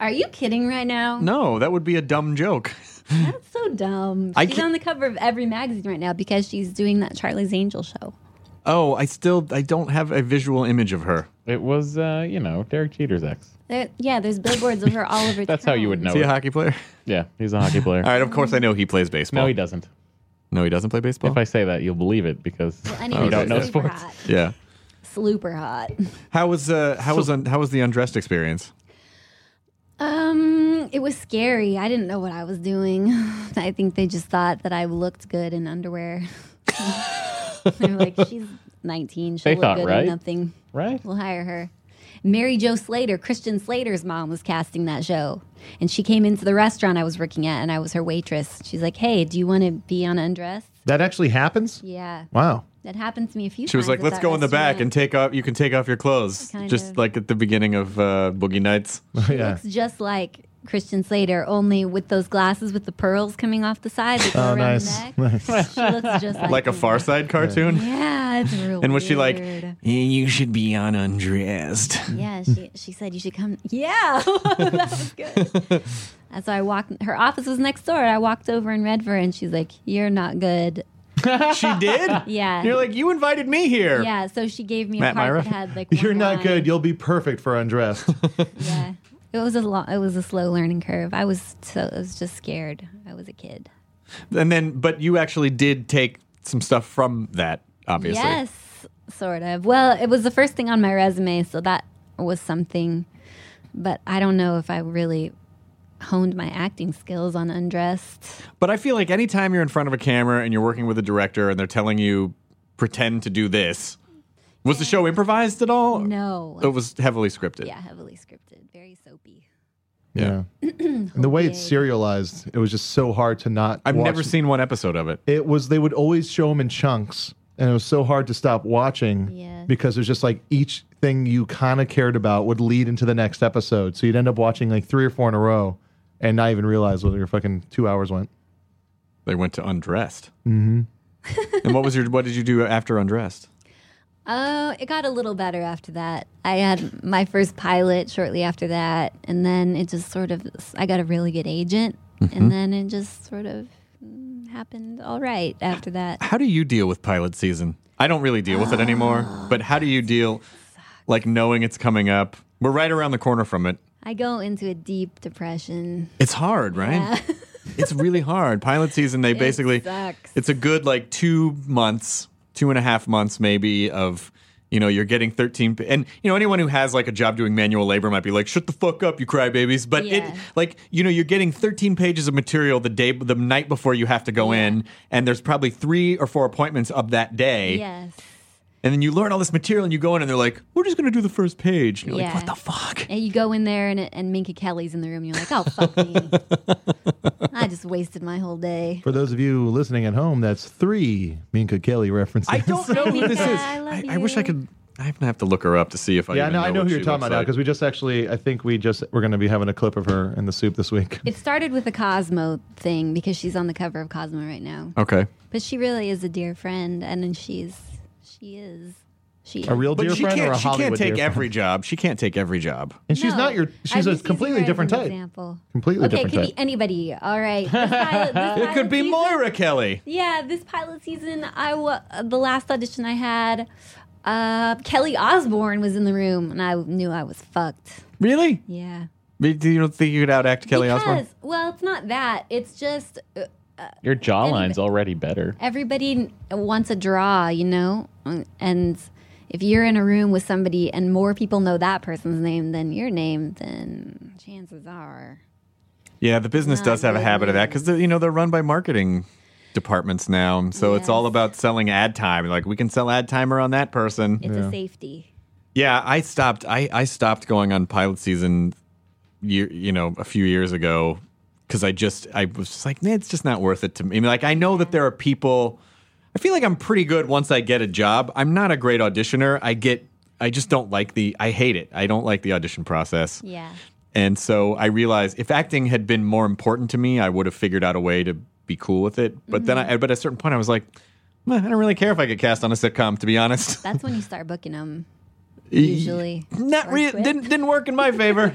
[SPEAKER 7] Are you kidding right now?
[SPEAKER 3] No, that would be a dumb joke.
[SPEAKER 7] That's so dumb.
[SPEAKER 3] I
[SPEAKER 7] she's
[SPEAKER 3] can't-
[SPEAKER 7] on the cover of every magazine right now because she's doing that Charlie's Angel show.
[SPEAKER 3] Oh, I still I don't have a visual image of her.
[SPEAKER 8] It was, uh, you know, Derek Cheater's ex.
[SPEAKER 7] There, yeah, there's billboards of her all over.
[SPEAKER 8] That's how you would
[SPEAKER 7] town.
[SPEAKER 8] know.
[SPEAKER 3] Is he a
[SPEAKER 8] it.
[SPEAKER 3] hockey player?
[SPEAKER 8] Yeah, he's a hockey player.
[SPEAKER 3] All right, of course I know he plays baseball.
[SPEAKER 8] No, he doesn't.
[SPEAKER 3] No, he doesn't play baseball.
[SPEAKER 8] If I say that, you'll believe it because
[SPEAKER 7] Anyway,
[SPEAKER 8] you don't know
[SPEAKER 7] super
[SPEAKER 8] sports.
[SPEAKER 7] Hot.
[SPEAKER 3] yeah.
[SPEAKER 7] Super hot.
[SPEAKER 3] How was uh how was un, how was the undressed experience?
[SPEAKER 7] Um, it was scary. I didn't know what I was doing. I think they just thought that I looked good in underwear. They're like, she's 19. She'll
[SPEAKER 8] They
[SPEAKER 7] look
[SPEAKER 8] thought,
[SPEAKER 7] good
[SPEAKER 8] right?
[SPEAKER 7] in nothing.
[SPEAKER 8] Right?
[SPEAKER 7] We'll hire her. Mary Jo Slater, Christian Slater's mom, was casting that show. And she came into the restaurant I was working at, and I was her waitress. She's like, hey, do you want to be on Undress?
[SPEAKER 6] That actually happens.
[SPEAKER 7] Yeah.
[SPEAKER 6] Wow.
[SPEAKER 7] That happened to me a few times.
[SPEAKER 3] She was like,
[SPEAKER 7] at
[SPEAKER 3] "Let's
[SPEAKER 7] that
[SPEAKER 3] go in the back
[SPEAKER 7] restaurant."
[SPEAKER 3] and take off. You can take off your clothes,
[SPEAKER 7] Kind
[SPEAKER 3] just
[SPEAKER 7] of.
[SPEAKER 3] like at the beginning of uh, Boogie Nights."
[SPEAKER 6] yeah.
[SPEAKER 7] looks just like Christian Slater, only with those glasses with the pearls coming off the side that go
[SPEAKER 6] Oh,
[SPEAKER 7] around
[SPEAKER 6] nice.
[SPEAKER 7] the neck. She looks just like,
[SPEAKER 3] like a
[SPEAKER 7] him.
[SPEAKER 3] Far Side cartoon.
[SPEAKER 7] Yeah, it's real.
[SPEAKER 3] And was she like, "Eh,
[SPEAKER 7] weird.
[SPEAKER 3] "You should be on undressed"?
[SPEAKER 7] Yeah, she she said you should come. Yeah, that was good. And so I walked. Her office was next door. I walked over and read for her, and she's like, "You're not good."
[SPEAKER 3] she did?
[SPEAKER 7] Yeah.
[SPEAKER 3] You're like, you invited me here.
[SPEAKER 7] Yeah, so she gave me
[SPEAKER 3] Matt
[SPEAKER 7] a card
[SPEAKER 3] Myra?
[SPEAKER 7] that had like.
[SPEAKER 6] You're
[SPEAKER 7] one
[SPEAKER 6] not
[SPEAKER 7] line.
[SPEAKER 6] good. You'll be perfect for undressed.
[SPEAKER 7] Yeah, it was a lo- it was a slow learning curve. I was so I was just scared. I was a kid.
[SPEAKER 3] And then, but you actually did take some stuff from that, obviously.
[SPEAKER 7] Yes, sort of. Well, it was the first thing on my resume, so that was something. But I don't know if I really honed my acting skills on undressed.
[SPEAKER 3] But I feel like anytime you're in front of a camera and you're working with a director and they're telling you, pretend to do this, was the show improvised at all?
[SPEAKER 7] No.
[SPEAKER 3] It was heavily scripted.
[SPEAKER 7] Yeah, heavily scripted, very soapy.
[SPEAKER 6] yeah. and the way it's serialized, it was just so hard to not.
[SPEAKER 3] I've
[SPEAKER 6] watch-
[SPEAKER 3] never seen one episode of it.
[SPEAKER 6] It was they would always show them in chunks, and it was so hard to stop watching
[SPEAKER 7] Yes.
[SPEAKER 6] because it was just like each thing you kind of cared about would lead into the next episode. So you'd end up watching like three or four in a row, and not even realize what your fucking two hours went.
[SPEAKER 3] They went to undressed. Mm-hmm. and what was your? What did you do after undressed?
[SPEAKER 7] Oh, it got a little better after that. I had my first pilot shortly after that, and then it just sort of I got a really good agent, and then it just sort of mm, happened all right after that.
[SPEAKER 3] How do you deal with pilot season? I don't really deal with it anymore.
[SPEAKER 7] Ah,
[SPEAKER 3] But how do you deal, like knowing it's coming up? We're right around the corner from it.
[SPEAKER 7] I go into a deep depression.
[SPEAKER 3] It's hard, right? it's really hard. Pilot season, they basically
[SPEAKER 7] sucks.
[SPEAKER 3] it's a good like two months, two and a half months maybe of you know, you're getting 13 p- and you know anyone who has like a job doing manual labor might be like shut the fuck up you crybabies but
[SPEAKER 7] Yeah.
[SPEAKER 3] it like you know you're getting 13 pages of material the day the night before you have to go in and there's probably 3 or 4 appointments of that day
[SPEAKER 7] Yes,
[SPEAKER 3] and then you learn all this material and you go in and they're like we're just going to do the first page and you're
[SPEAKER 7] Yeah.
[SPEAKER 3] like what the fuck
[SPEAKER 7] and you go in there, and it, and Minka Kelly's in the room. And you're like, oh fuck me, I just wasted my whole day.
[SPEAKER 6] For those of you listening at home, that's three Minka Kelly references.
[SPEAKER 3] I don't know who this
[SPEAKER 7] Mika,
[SPEAKER 3] is.
[SPEAKER 7] I love
[SPEAKER 3] I, I wish I
[SPEAKER 7] you.
[SPEAKER 3] could. I'm gonna have to look her up to see if I.
[SPEAKER 6] Yeah,
[SPEAKER 3] even
[SPEAKER 6] no, I know
[SPEAKER 3] what
[SPEAKER 6] who you're
[SPEAKER 3] she
[SPEAKER 6] talking about
[SPEAKER 3] looks
[SPEAKER 6] now
[SPEAKER 3] like.
[SPEAKER 6] because we just actually, I think we just we're going to be having a clip of her in the soup this week.
[SPEAKER 7] It started with the Cosmo thing because she's on the cover of Cosmo right now,
[SPEAKER 3] Okay,
[SPEAKER 7] but she really is a dear friend, and then she's she is she.
[SPEAKER 6] A
[SPEAKER 7] is.
[SPEAKER 6] real
[SPEAKER 3] but
[SPEAKER 6] dear
[SPEAKER 3] she
[SPEAKER 6] friend or
[SPEAKER 3] can't.
[SPEAKER 6] a
[SPEAKER 3] She
[SPEAKER 6] Hollywood
[SPEAKER 3] can't take
[SPEAKER 6] dear
[SPEAKER 3] every
[SPEAKER 6] friend?
[SPEAKER 3] job. She can't take every job.
[SPEAKER 6] And she's
[SPEAKER 7] No.
[SPEAKER 6] not your. She's
[SPEAKER 7] I'm
[SPEAKER 6] a
[SPEAKER 7] just using
[SPEAKER 6] completely
[SPEAKER 7] her as
[SPEAKER 6] different
[SPEAKER 7] an
[SPEAKER 6] type.
[SPEAKER 7] Example.
[SPEAKER 6] Completely
[SPEAKER 7] okay,
[SPEAKER 6] different
[SPEAKER 7] it could
[SPEAKER 6] type.
[SPEAKER 7] be anybody. All right. This pilot- this
[SPEAKER 3] It could
[SPEAKER 7] pilot
[SPEAKER 3] be
[SPEAKER 7] season-
[SPEAKER 3] Moira Kelly.
[SPEAKER 7] Yeah, this pilot season, I wa- the last audition I had, uh, Kelly Osborne was in the room, and I knew I was fucked.
[SPEAKER 3] Really?
[SPEAKER 7] Yeah.
[SPEAKER 3] Do you don't think you could outact Kelly
[SPEAKER 7] because,
[SPEAKER 3] Osbourne?
[SPEAKER 7] Well, it's not that. It's just uh,
[SPEAKER 8] Your jawline's already better.
[SPEAKER 7] everybody n- wants a draw, you know? And if you're in a room with somebody and more people know that person's name than your name, then chances are.
[SPEAKER 3] Yeah, the business does have a habit of that because you know they're run by marketing departments now, and so it's all
[SPEAKER 7] Yes.
[SPEAKER 3] about selling ad time. Like we can sell ad timer on that person.
[SPEAKER 7] It's a safety.
[SPEAKER 3] Yeah, I stopped. I, I stopped going on pilot season, year, you know, a few years ago because I just I was just like, man, it's just not worth it to me. I mean, like I know that there are people. I feel like I'm pretty good once I get a job. I'm not a great auditioner. I get. I just don't like the. I hate it. I don't like the audition process.
[SPEAKER 7] Yeah.
[SPEAKER 3] And so I realized if acting had been more important to me, I would have figured out a way to be cool with it. But then, I, but at a certain point, I was like, "Meh, I don't really care if I get cast on a sitcom, to be honest.
[SPEAKER 7] That's when you start booking them. Usually,
[SPEAKER 3] Not
[SPEAKER 7] Or
[SPEAKER 3] re-
[SPEAKER 7] quit.
[SPEAKER 3] didn't didn't work in my favor.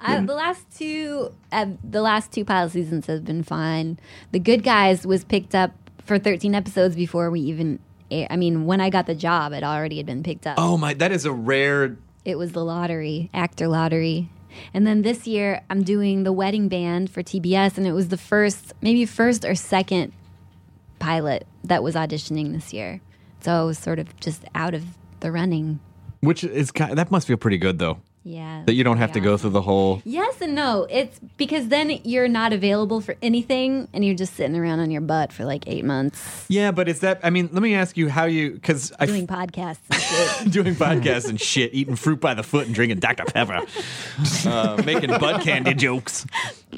[SPEAKER 7] I, the last two, uh, the last two pilot seasons has been fine. The Good Guys was picked up for 13 episodes before we even. Air. I mean, when I got the job, it already had been picked up.
[SPEAKER 3] oh my, that is a rare.
[SPEAKER 7] It was the lottery, actor lottery. And then this year, I'm doing the wedding band for TBS, and it was the first, maybe first or second pilot that was auditioning this year. So I was sort of just out of the running.
[SPEAKER 3] Which is ki that must feel pretty good though
[SPEAKER 7] Yeah.
[SPEAKER 3] that you don't have to go through the whole.
[SPEAKER 7] Yes and no. It's because then you're not available for anything and you're just sitting around on your butt for like eight months
[SPEAKER 3] Yeah, but is that? I mean, let me ask you how you because I
[SPEAKER 7] doing podcasts and shit.
[SPEAKER 3] doing podcasts and shit, eating fruit by the foot and drinking Dr. Pepper, uh, making bud candy jokes,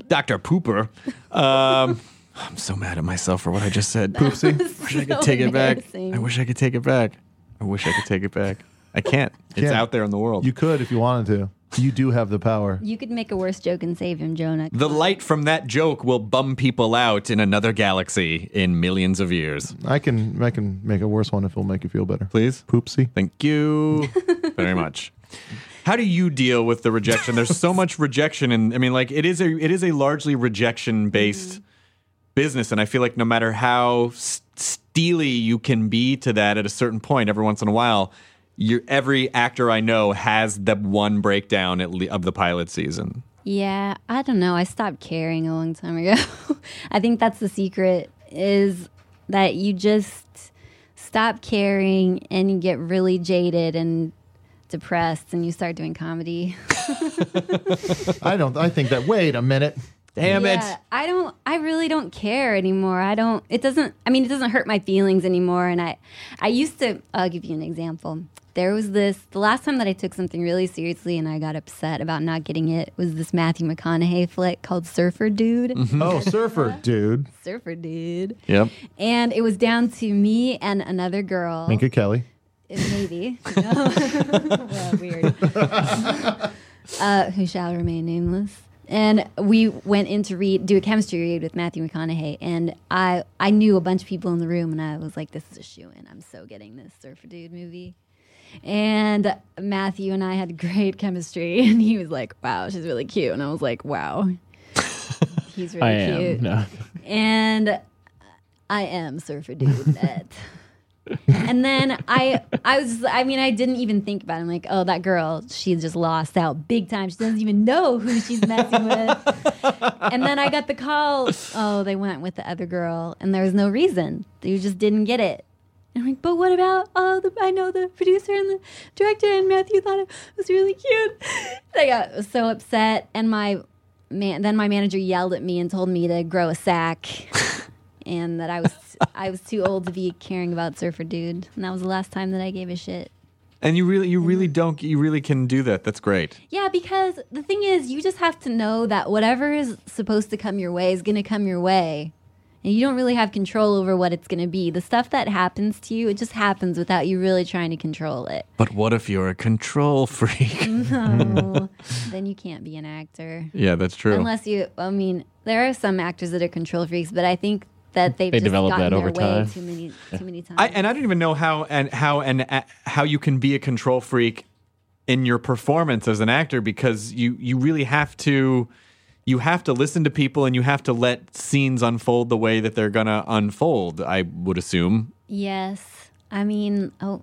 [SPEAKER 3] Dr. Pooper. Um, I'm so mad at myself for what I just said. Poopsie. I wish I could
[SPEAKER 7] so
[SPEAKER 3] take it back.
[SPEAKER 7] embarrassing.
[SPEAKER 3] I wish I could take it back. I wish I could take it back. I can't. It's
[SPEAKER 6] Can't.
[SPEAKER 3] out there in the world.
[SPEAKER 6] You could if you wanted to. You do have the power.
[SPEAKER 7] You could make a worse joke and save him, Jonah.
[SPEAKER 3] the light from that joke will bum people out in another galaxy in millions of years.
[SPEAKER 6] I can. I can make a worse one if it'll make you feel better.
[SPEAKER 3] Please.
[SPEAKER 6] Poopsie.
[SPEAKER 3] Thank you very much. How do you deal with the rejection? There's so much rejection, and I mean, like it is a it is a largely rejection based business, and I feel like no matter how s- s- steely you can be to that at a certain point every once in a while you every actor i know has the one breakdown at le- of the pilot season
[SPEAKER 7] Yeah, I don't know. I stopped caring a long time ago. I think that's the secret is that you just stop caring and you get really jaded and depressed and you start doing comedy.
[SPEAKER 6] I don't. I think that. Wait a minute.
[SPEAKER 3] damn
[SPEAKER 7] yeah, I don't I really don't care anymore. I don't it doesn't I mean it doesn't hurt my feelings anymore and I I used to I'll give you an example. There was this the last time that I took something really seriously and I got upset about not getting it was this Matthew McConaughey flick called Surfer Dude.
[SPEAKER 6] Oh, surfer dude,
[SPEAKER 7] Surfer Dude.
[SPEAKER 3] it yep
[SPEAKER 7] And it was down to me and another girl.
[SPEAKER 6] Minka Kelly.
[SPEAKER 7] It- Maybe. No. well, weird. uh, who shall remain nameless. And we went in to read, do a chemistry read with Matthew McConaughey. And I, I knew a bunch of people in the room, and I was like, this is a shoe in. I'm so getting this Surfer Dude movie. And Matthew and I had great chemistry. And he was like, wow, she's really cute. And I was like, wow. He's really
[SPEAKER 8] I
[SPEAKER 7] cute.
[SPEAKER 8] am. No.
[SPEAKER 7] and I am surfer dude net. and then I I was I mean I didn't even think about it. I'm like, oh that girl, she just lost out big time. She doesn't even know who she's messing with. and then I got the call, oh, they went with the other girl and there was no reason. They just didn't get it. And I'm like, but what about oh the I know the producer and the director and Matthew thought it was really cute. I got so upset and my man then my manager yelled at me and told me to grow a sack and that I was I was too old to be caring about surfer dude. And that was the last time that I gave a shit.
[SPEAKER 3] and you really you really don't you really can do that that's great
[SPEAKER 7] Yeah, because the thing is you just have to know that whatever is supposed to come your way is gonna come your way. And you don't really have control over what it's gonna be. The stuff that happens to you, it just happens without you really trying to control it.
[SPEAKER 3] but what if you're a control freak
[SPEAKER 7] No. then you can't be an actor.
[SPEAKER 3] yeah that's true
[SPEAKER 7] Unless you, I mean, there are some actors that are control freaks, but I think that they've
[SPEAKER 8] They
[SPEAKER 7] just
[SPEAKER 8] develop
[SPEAKER 7] gotten
[SPEAKER 8] that
[SPEAKER 7] their
[SPEAKER 8] over
[SPEAKER 7] way
[SPEAKER 8] time.
[SPEAKER 7] too many, too many times.
[SPEAKER 3] I, and I don't even know how and how and uh, how you can be a control freak in your performance as an actor because you you really have to you have to listen to people and you have to let scenes unfold the way that they're gonna unfold. I would assume.
[SPEAKER 7] yes, I mean, oh,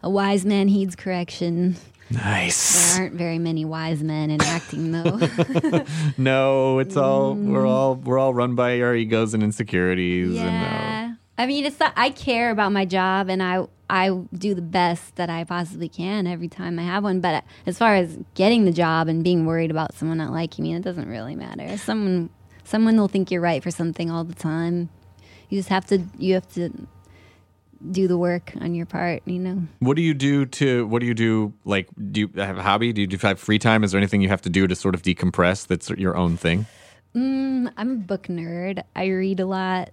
[SPEAKER 7] a wise man heeds correction.
[SPEAKER 3] Nice.
[SPEAKER 7] There aren't very many wise men in acting, though.
[SPEAKER 3] No, it's all
[SPEAKER 7] Mm.
[SPEAKER 3] we're all we're all run by our egos and insecurities. And, uh,
[SPEAKER 7] yeah, I mean, it's not, I care about my job, and I I do the best that I possibly can every time I have one. But as far as getting the job and being worried about someone not liking me, it doesn't really matter. Someone someone will think you're right for something all the time. You just have to you have to do the work on your part. You know.
[SPEAKER 3] what do you do to what do you do? Like, do you have a hobby? Do you, do you have free time? Is there anything you have to do to sort of decompress? That's your own thing.
[SPEAKER 7] Mm, I'm a book nerd. I read a lot.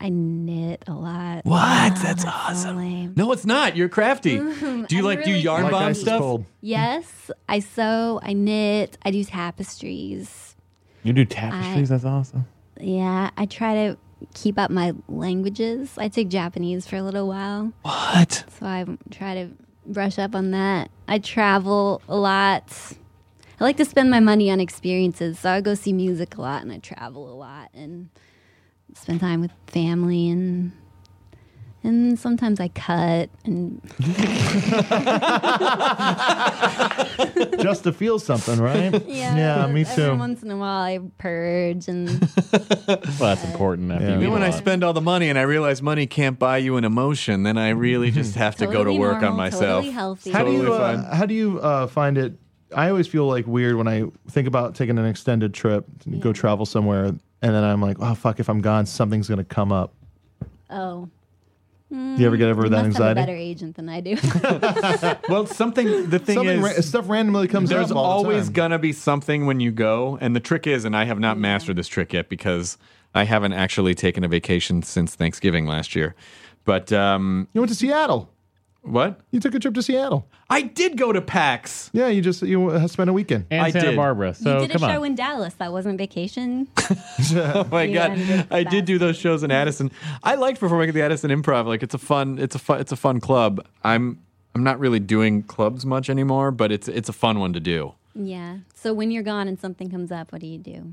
[SPEAKER 7] I knit a lot.
[SPEAKER 3] What?
[SPEAKER 7] Ah,
[SPEAKER 3] That's
[SPEAKER 7] so
[SPEAKER 3] awesome.
[SPEAKER 7] lame.
[SPEAKER 3] No, it's not. You're crafty. Do you
[SPEAKER 7] Mm-hmm. I'm
[SPEAKER 3] like do
[SPEAKER 7] really
[SPEAKER 3] yarn
[SPEAKER 7] crafty.
[SPEAKER 3] bomb
[SPEAKER 6] ice is
[SPEAKER 3] stuff?
[SPEAKER 6] cold.
[SPEAKER 7] Yes, I sew. I knit. I do tapestries.
[SPEAKER 8] You do tapestries? That's awesome.
[SPEAKER 7] Yeah, I try to keep up my languages. I took Japanese for a little while,
[SPEAKER 3] What?
[SPEAKER 7] so I try to brush up on that. I travel a lot. I like to spend my money on experiences, so I go see music a lot and I travel a lot and spend time with family and and sometimes I cut and
[SPEAKER 6] Just to feel something, right?
[SPEAKER 7] yeah,
[SPEAKER 6] me
[SPEAKER 7] every
[SPEAKER 6] too.
[SPEAKER 7] Once in a while, I purge and
[SPEAKER 8] Well, that's important. After
[SPEAKER 6] Yeah.
[SPEAKER 8] you
[SPEAKER 3] You
[SPEAKER 8] eat
[SPEAKER 3] know,
[SPEAKER 8] a
[SPEAKER 3] when I
[SPEAKER 8] lot.
[SPEAKER 3] spend all the money and I realize money can't buy you an emotion, then I really just have to go to
[SPEAKER 7] Totally
[SPEAKER 3] work on
[SPEAKER 7] normal,
[SPEAKER 3] myself.
[SPEAKER 7] totally healthy.
[SPEAKER 6] How do you
[SPEAKER 3] Totally
[SPEAKER 6] uh, how do you uh, find it? I always feel like weird when I think about taking an extended trip, to go travel somewhere, and then I'm like, oh fuck, if I'm gone, something's gonna come up.
[SPEAKER 7] oh,
[SPEAKER 6] Do you ever get over
[SPEAKER 7] Mm, you
[SPEAKER 6] that
[SPEAKER 7] must have a
[SPEAKER 6] anxiety?
[SPEAKER 7] better agent than I do.
[SPEAKER 3] Well, something. The thing
[SPEAKER 6] Something
[SPEAKER 3] is,
[SPEAKER 6] ra- stuff randomly comes
[SPEAKER 3] there's
[SPEAKER 6] up. all the
[SPEAKER 3] always
[SPEAKER 6] time.
[SPEAKER 3] gonna be something when you go, and the trick is, and I have not mastered this trick yet because I haven't actually taken a vacation since Thanksgiving last year. But um,
[SPEAKER 6] You went to Seattle.
[SPEAKER 3] what?
[SPEAKER 6] You took a trip to Seattle.
[SPEAKER 3] I did go to PAX.
[SPEAKER 6] Yeah, you just you uh, spent a weekend.
[SPEAKER 8] and
[SPEAKER 3] I
[SPEAKER 8] Santa
[SPEAKER 3] did.
[SPEAKER 8] Barbara. So
[SPEAKER 7] you did a
[SPEAKER 8] come
[SPEAKER 7] show
[SPEAKER 8] on.
[SPEAKER 7] in Dallas. That wasn't vacation.
[SPEAKER 3] Oh my
[SPEAKER 7] Yeah,
[SPEAKER 3] god,
[SPEAKER 7] and it's
[SPEAKER 3] I
[SPEAKER 7] the
[SPEAKER 3] did do
[SPEAKER 7] best.
[SPEAKER 3] those shows in Addison. I liked performing at the Addison Improv. Like it's a fun, it's a fun, it's a fun club. I'm I'm not really doing clubs much anymore, but it's it's a fun one to do.
[SPEAKER 7] Yeah. So when you're gone and something comes up, what do you do?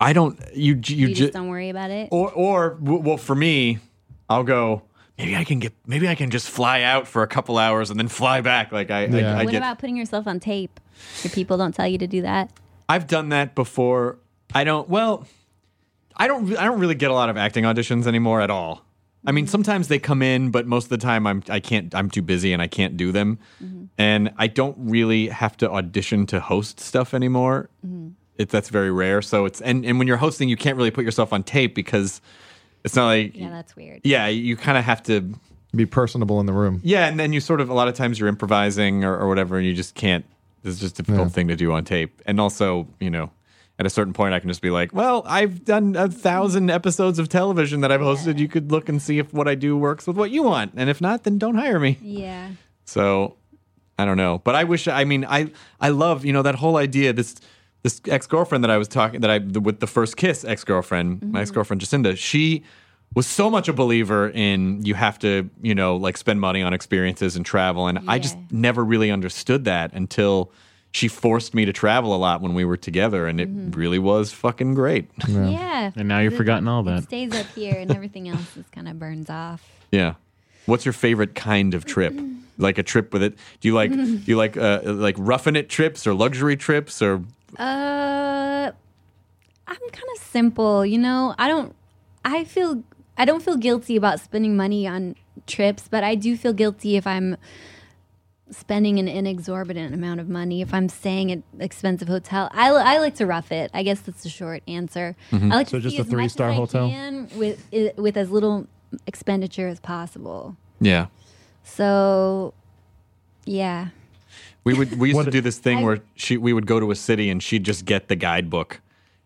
[SPEAKER 3] I don't you j- you,
[SPEAKER 7] You,
[SPEAKER 3] you Oh,
[SPEAKER 7] just don't worry about it.
[SPEAKER 3] or or w- well for me, I'll go. maybe I can get maybe I can just fly out for a couple hours and then fly back. Like I,
[SPEAKER 6] Yeah.
[SPEAKER 3] I, I
[SPEAKER 7] what
[SPEAKER 3] get
[SPEAKER 7] about putting yourself on tape? Your people don't tell you to do that.
[SPEAKER 3] I've done that before. I don't. Well, I don't. I don't really get a lot of acting auditions anymore at all. I mean, sometimes they come in, but most of the time I'm I can't. I'm too busy and I can't do them. And I don't really have to audition to host stuff anymore. It, that's very rare. So it's and and when you're hosting, you can't really put yourself on tape because it's not like
[SPEAKER 7] Yeah, that's weird.
[SPEAKER 3] yeah you kind of have to
[SPEAKER 6] Be personable in the room.
[SPEAKER 3] yeah, and then you sort of a lot of times you're improvising or, or whatever, and you just can't. This is just a difficult thing to do on tape. And also, you know, at a certain point, I can just be like, "Well, I've done a thousand episodes of television that I've hosted. You could look and see if what I do works with what you want, and if not, then don't hire me."
[SPEAKER 7] Yeah.
[SPEAKER 3] So I don't know, but I wish. I mean, I I love you know that whole idea. This this ex girlfriend that I was talking that I with the first kiss ex girlfriend, my ex girlfriend Jacinda. She was so much a believer in you have to you know like spend money on experiences and travel, and I just
[SPEAKER 7] Yeah.
[SPEAKER 3] never really understood that until. She forced me to travel a lot when we were together, and it really was fucking great.
[SPEAKER 7] Yeah.
[SPEAKER 8] And now you've
[SPEAKER 7] The-
[SPEAKER 8] forgotten all
[SPEAKER 7] It
[SPEAKER 8] that.
[SPEAKER 7] stays up here and everything else is kind of burns off.
[SPEAKER 3] Yeah. What's your favorite kind of trip? Like a trip with it? Do you like do you like uh, like roughing it trips or luxury trips or
[SPEAKER 7] Uh, I'm kind of simple, you know. I don't. I feel. I don't feel guilty about spending money on trips, but I do feel guilty if I'm spending an inexorbitant amount of money if I'm staying at expensive hotel. I, li- I like to rough it. I guess that's the short answer. I like
[SPEAKER 6] Mm-hmm. So
[SPEAKER 7] to
[SPEAKER 6] just
[SPEAKER 7] see
[SPEAKER 6] a
[SPEAKER 7] as much
[SPEAKER 6] three-star
[SPEAKER 7] as I
[SPEAKER 6] hotel?
[SPEAKER 7] can with i- with as little expenditure as possible.
[SPEAKER 3] yeah?
[SPEAKER 7] So, yeah.
[SPEAKER 3] We would we used
[SPEAKER 6] What-
[SPEAKER 3] to do this thing where she we would go to a city and she'd just get the guidebook,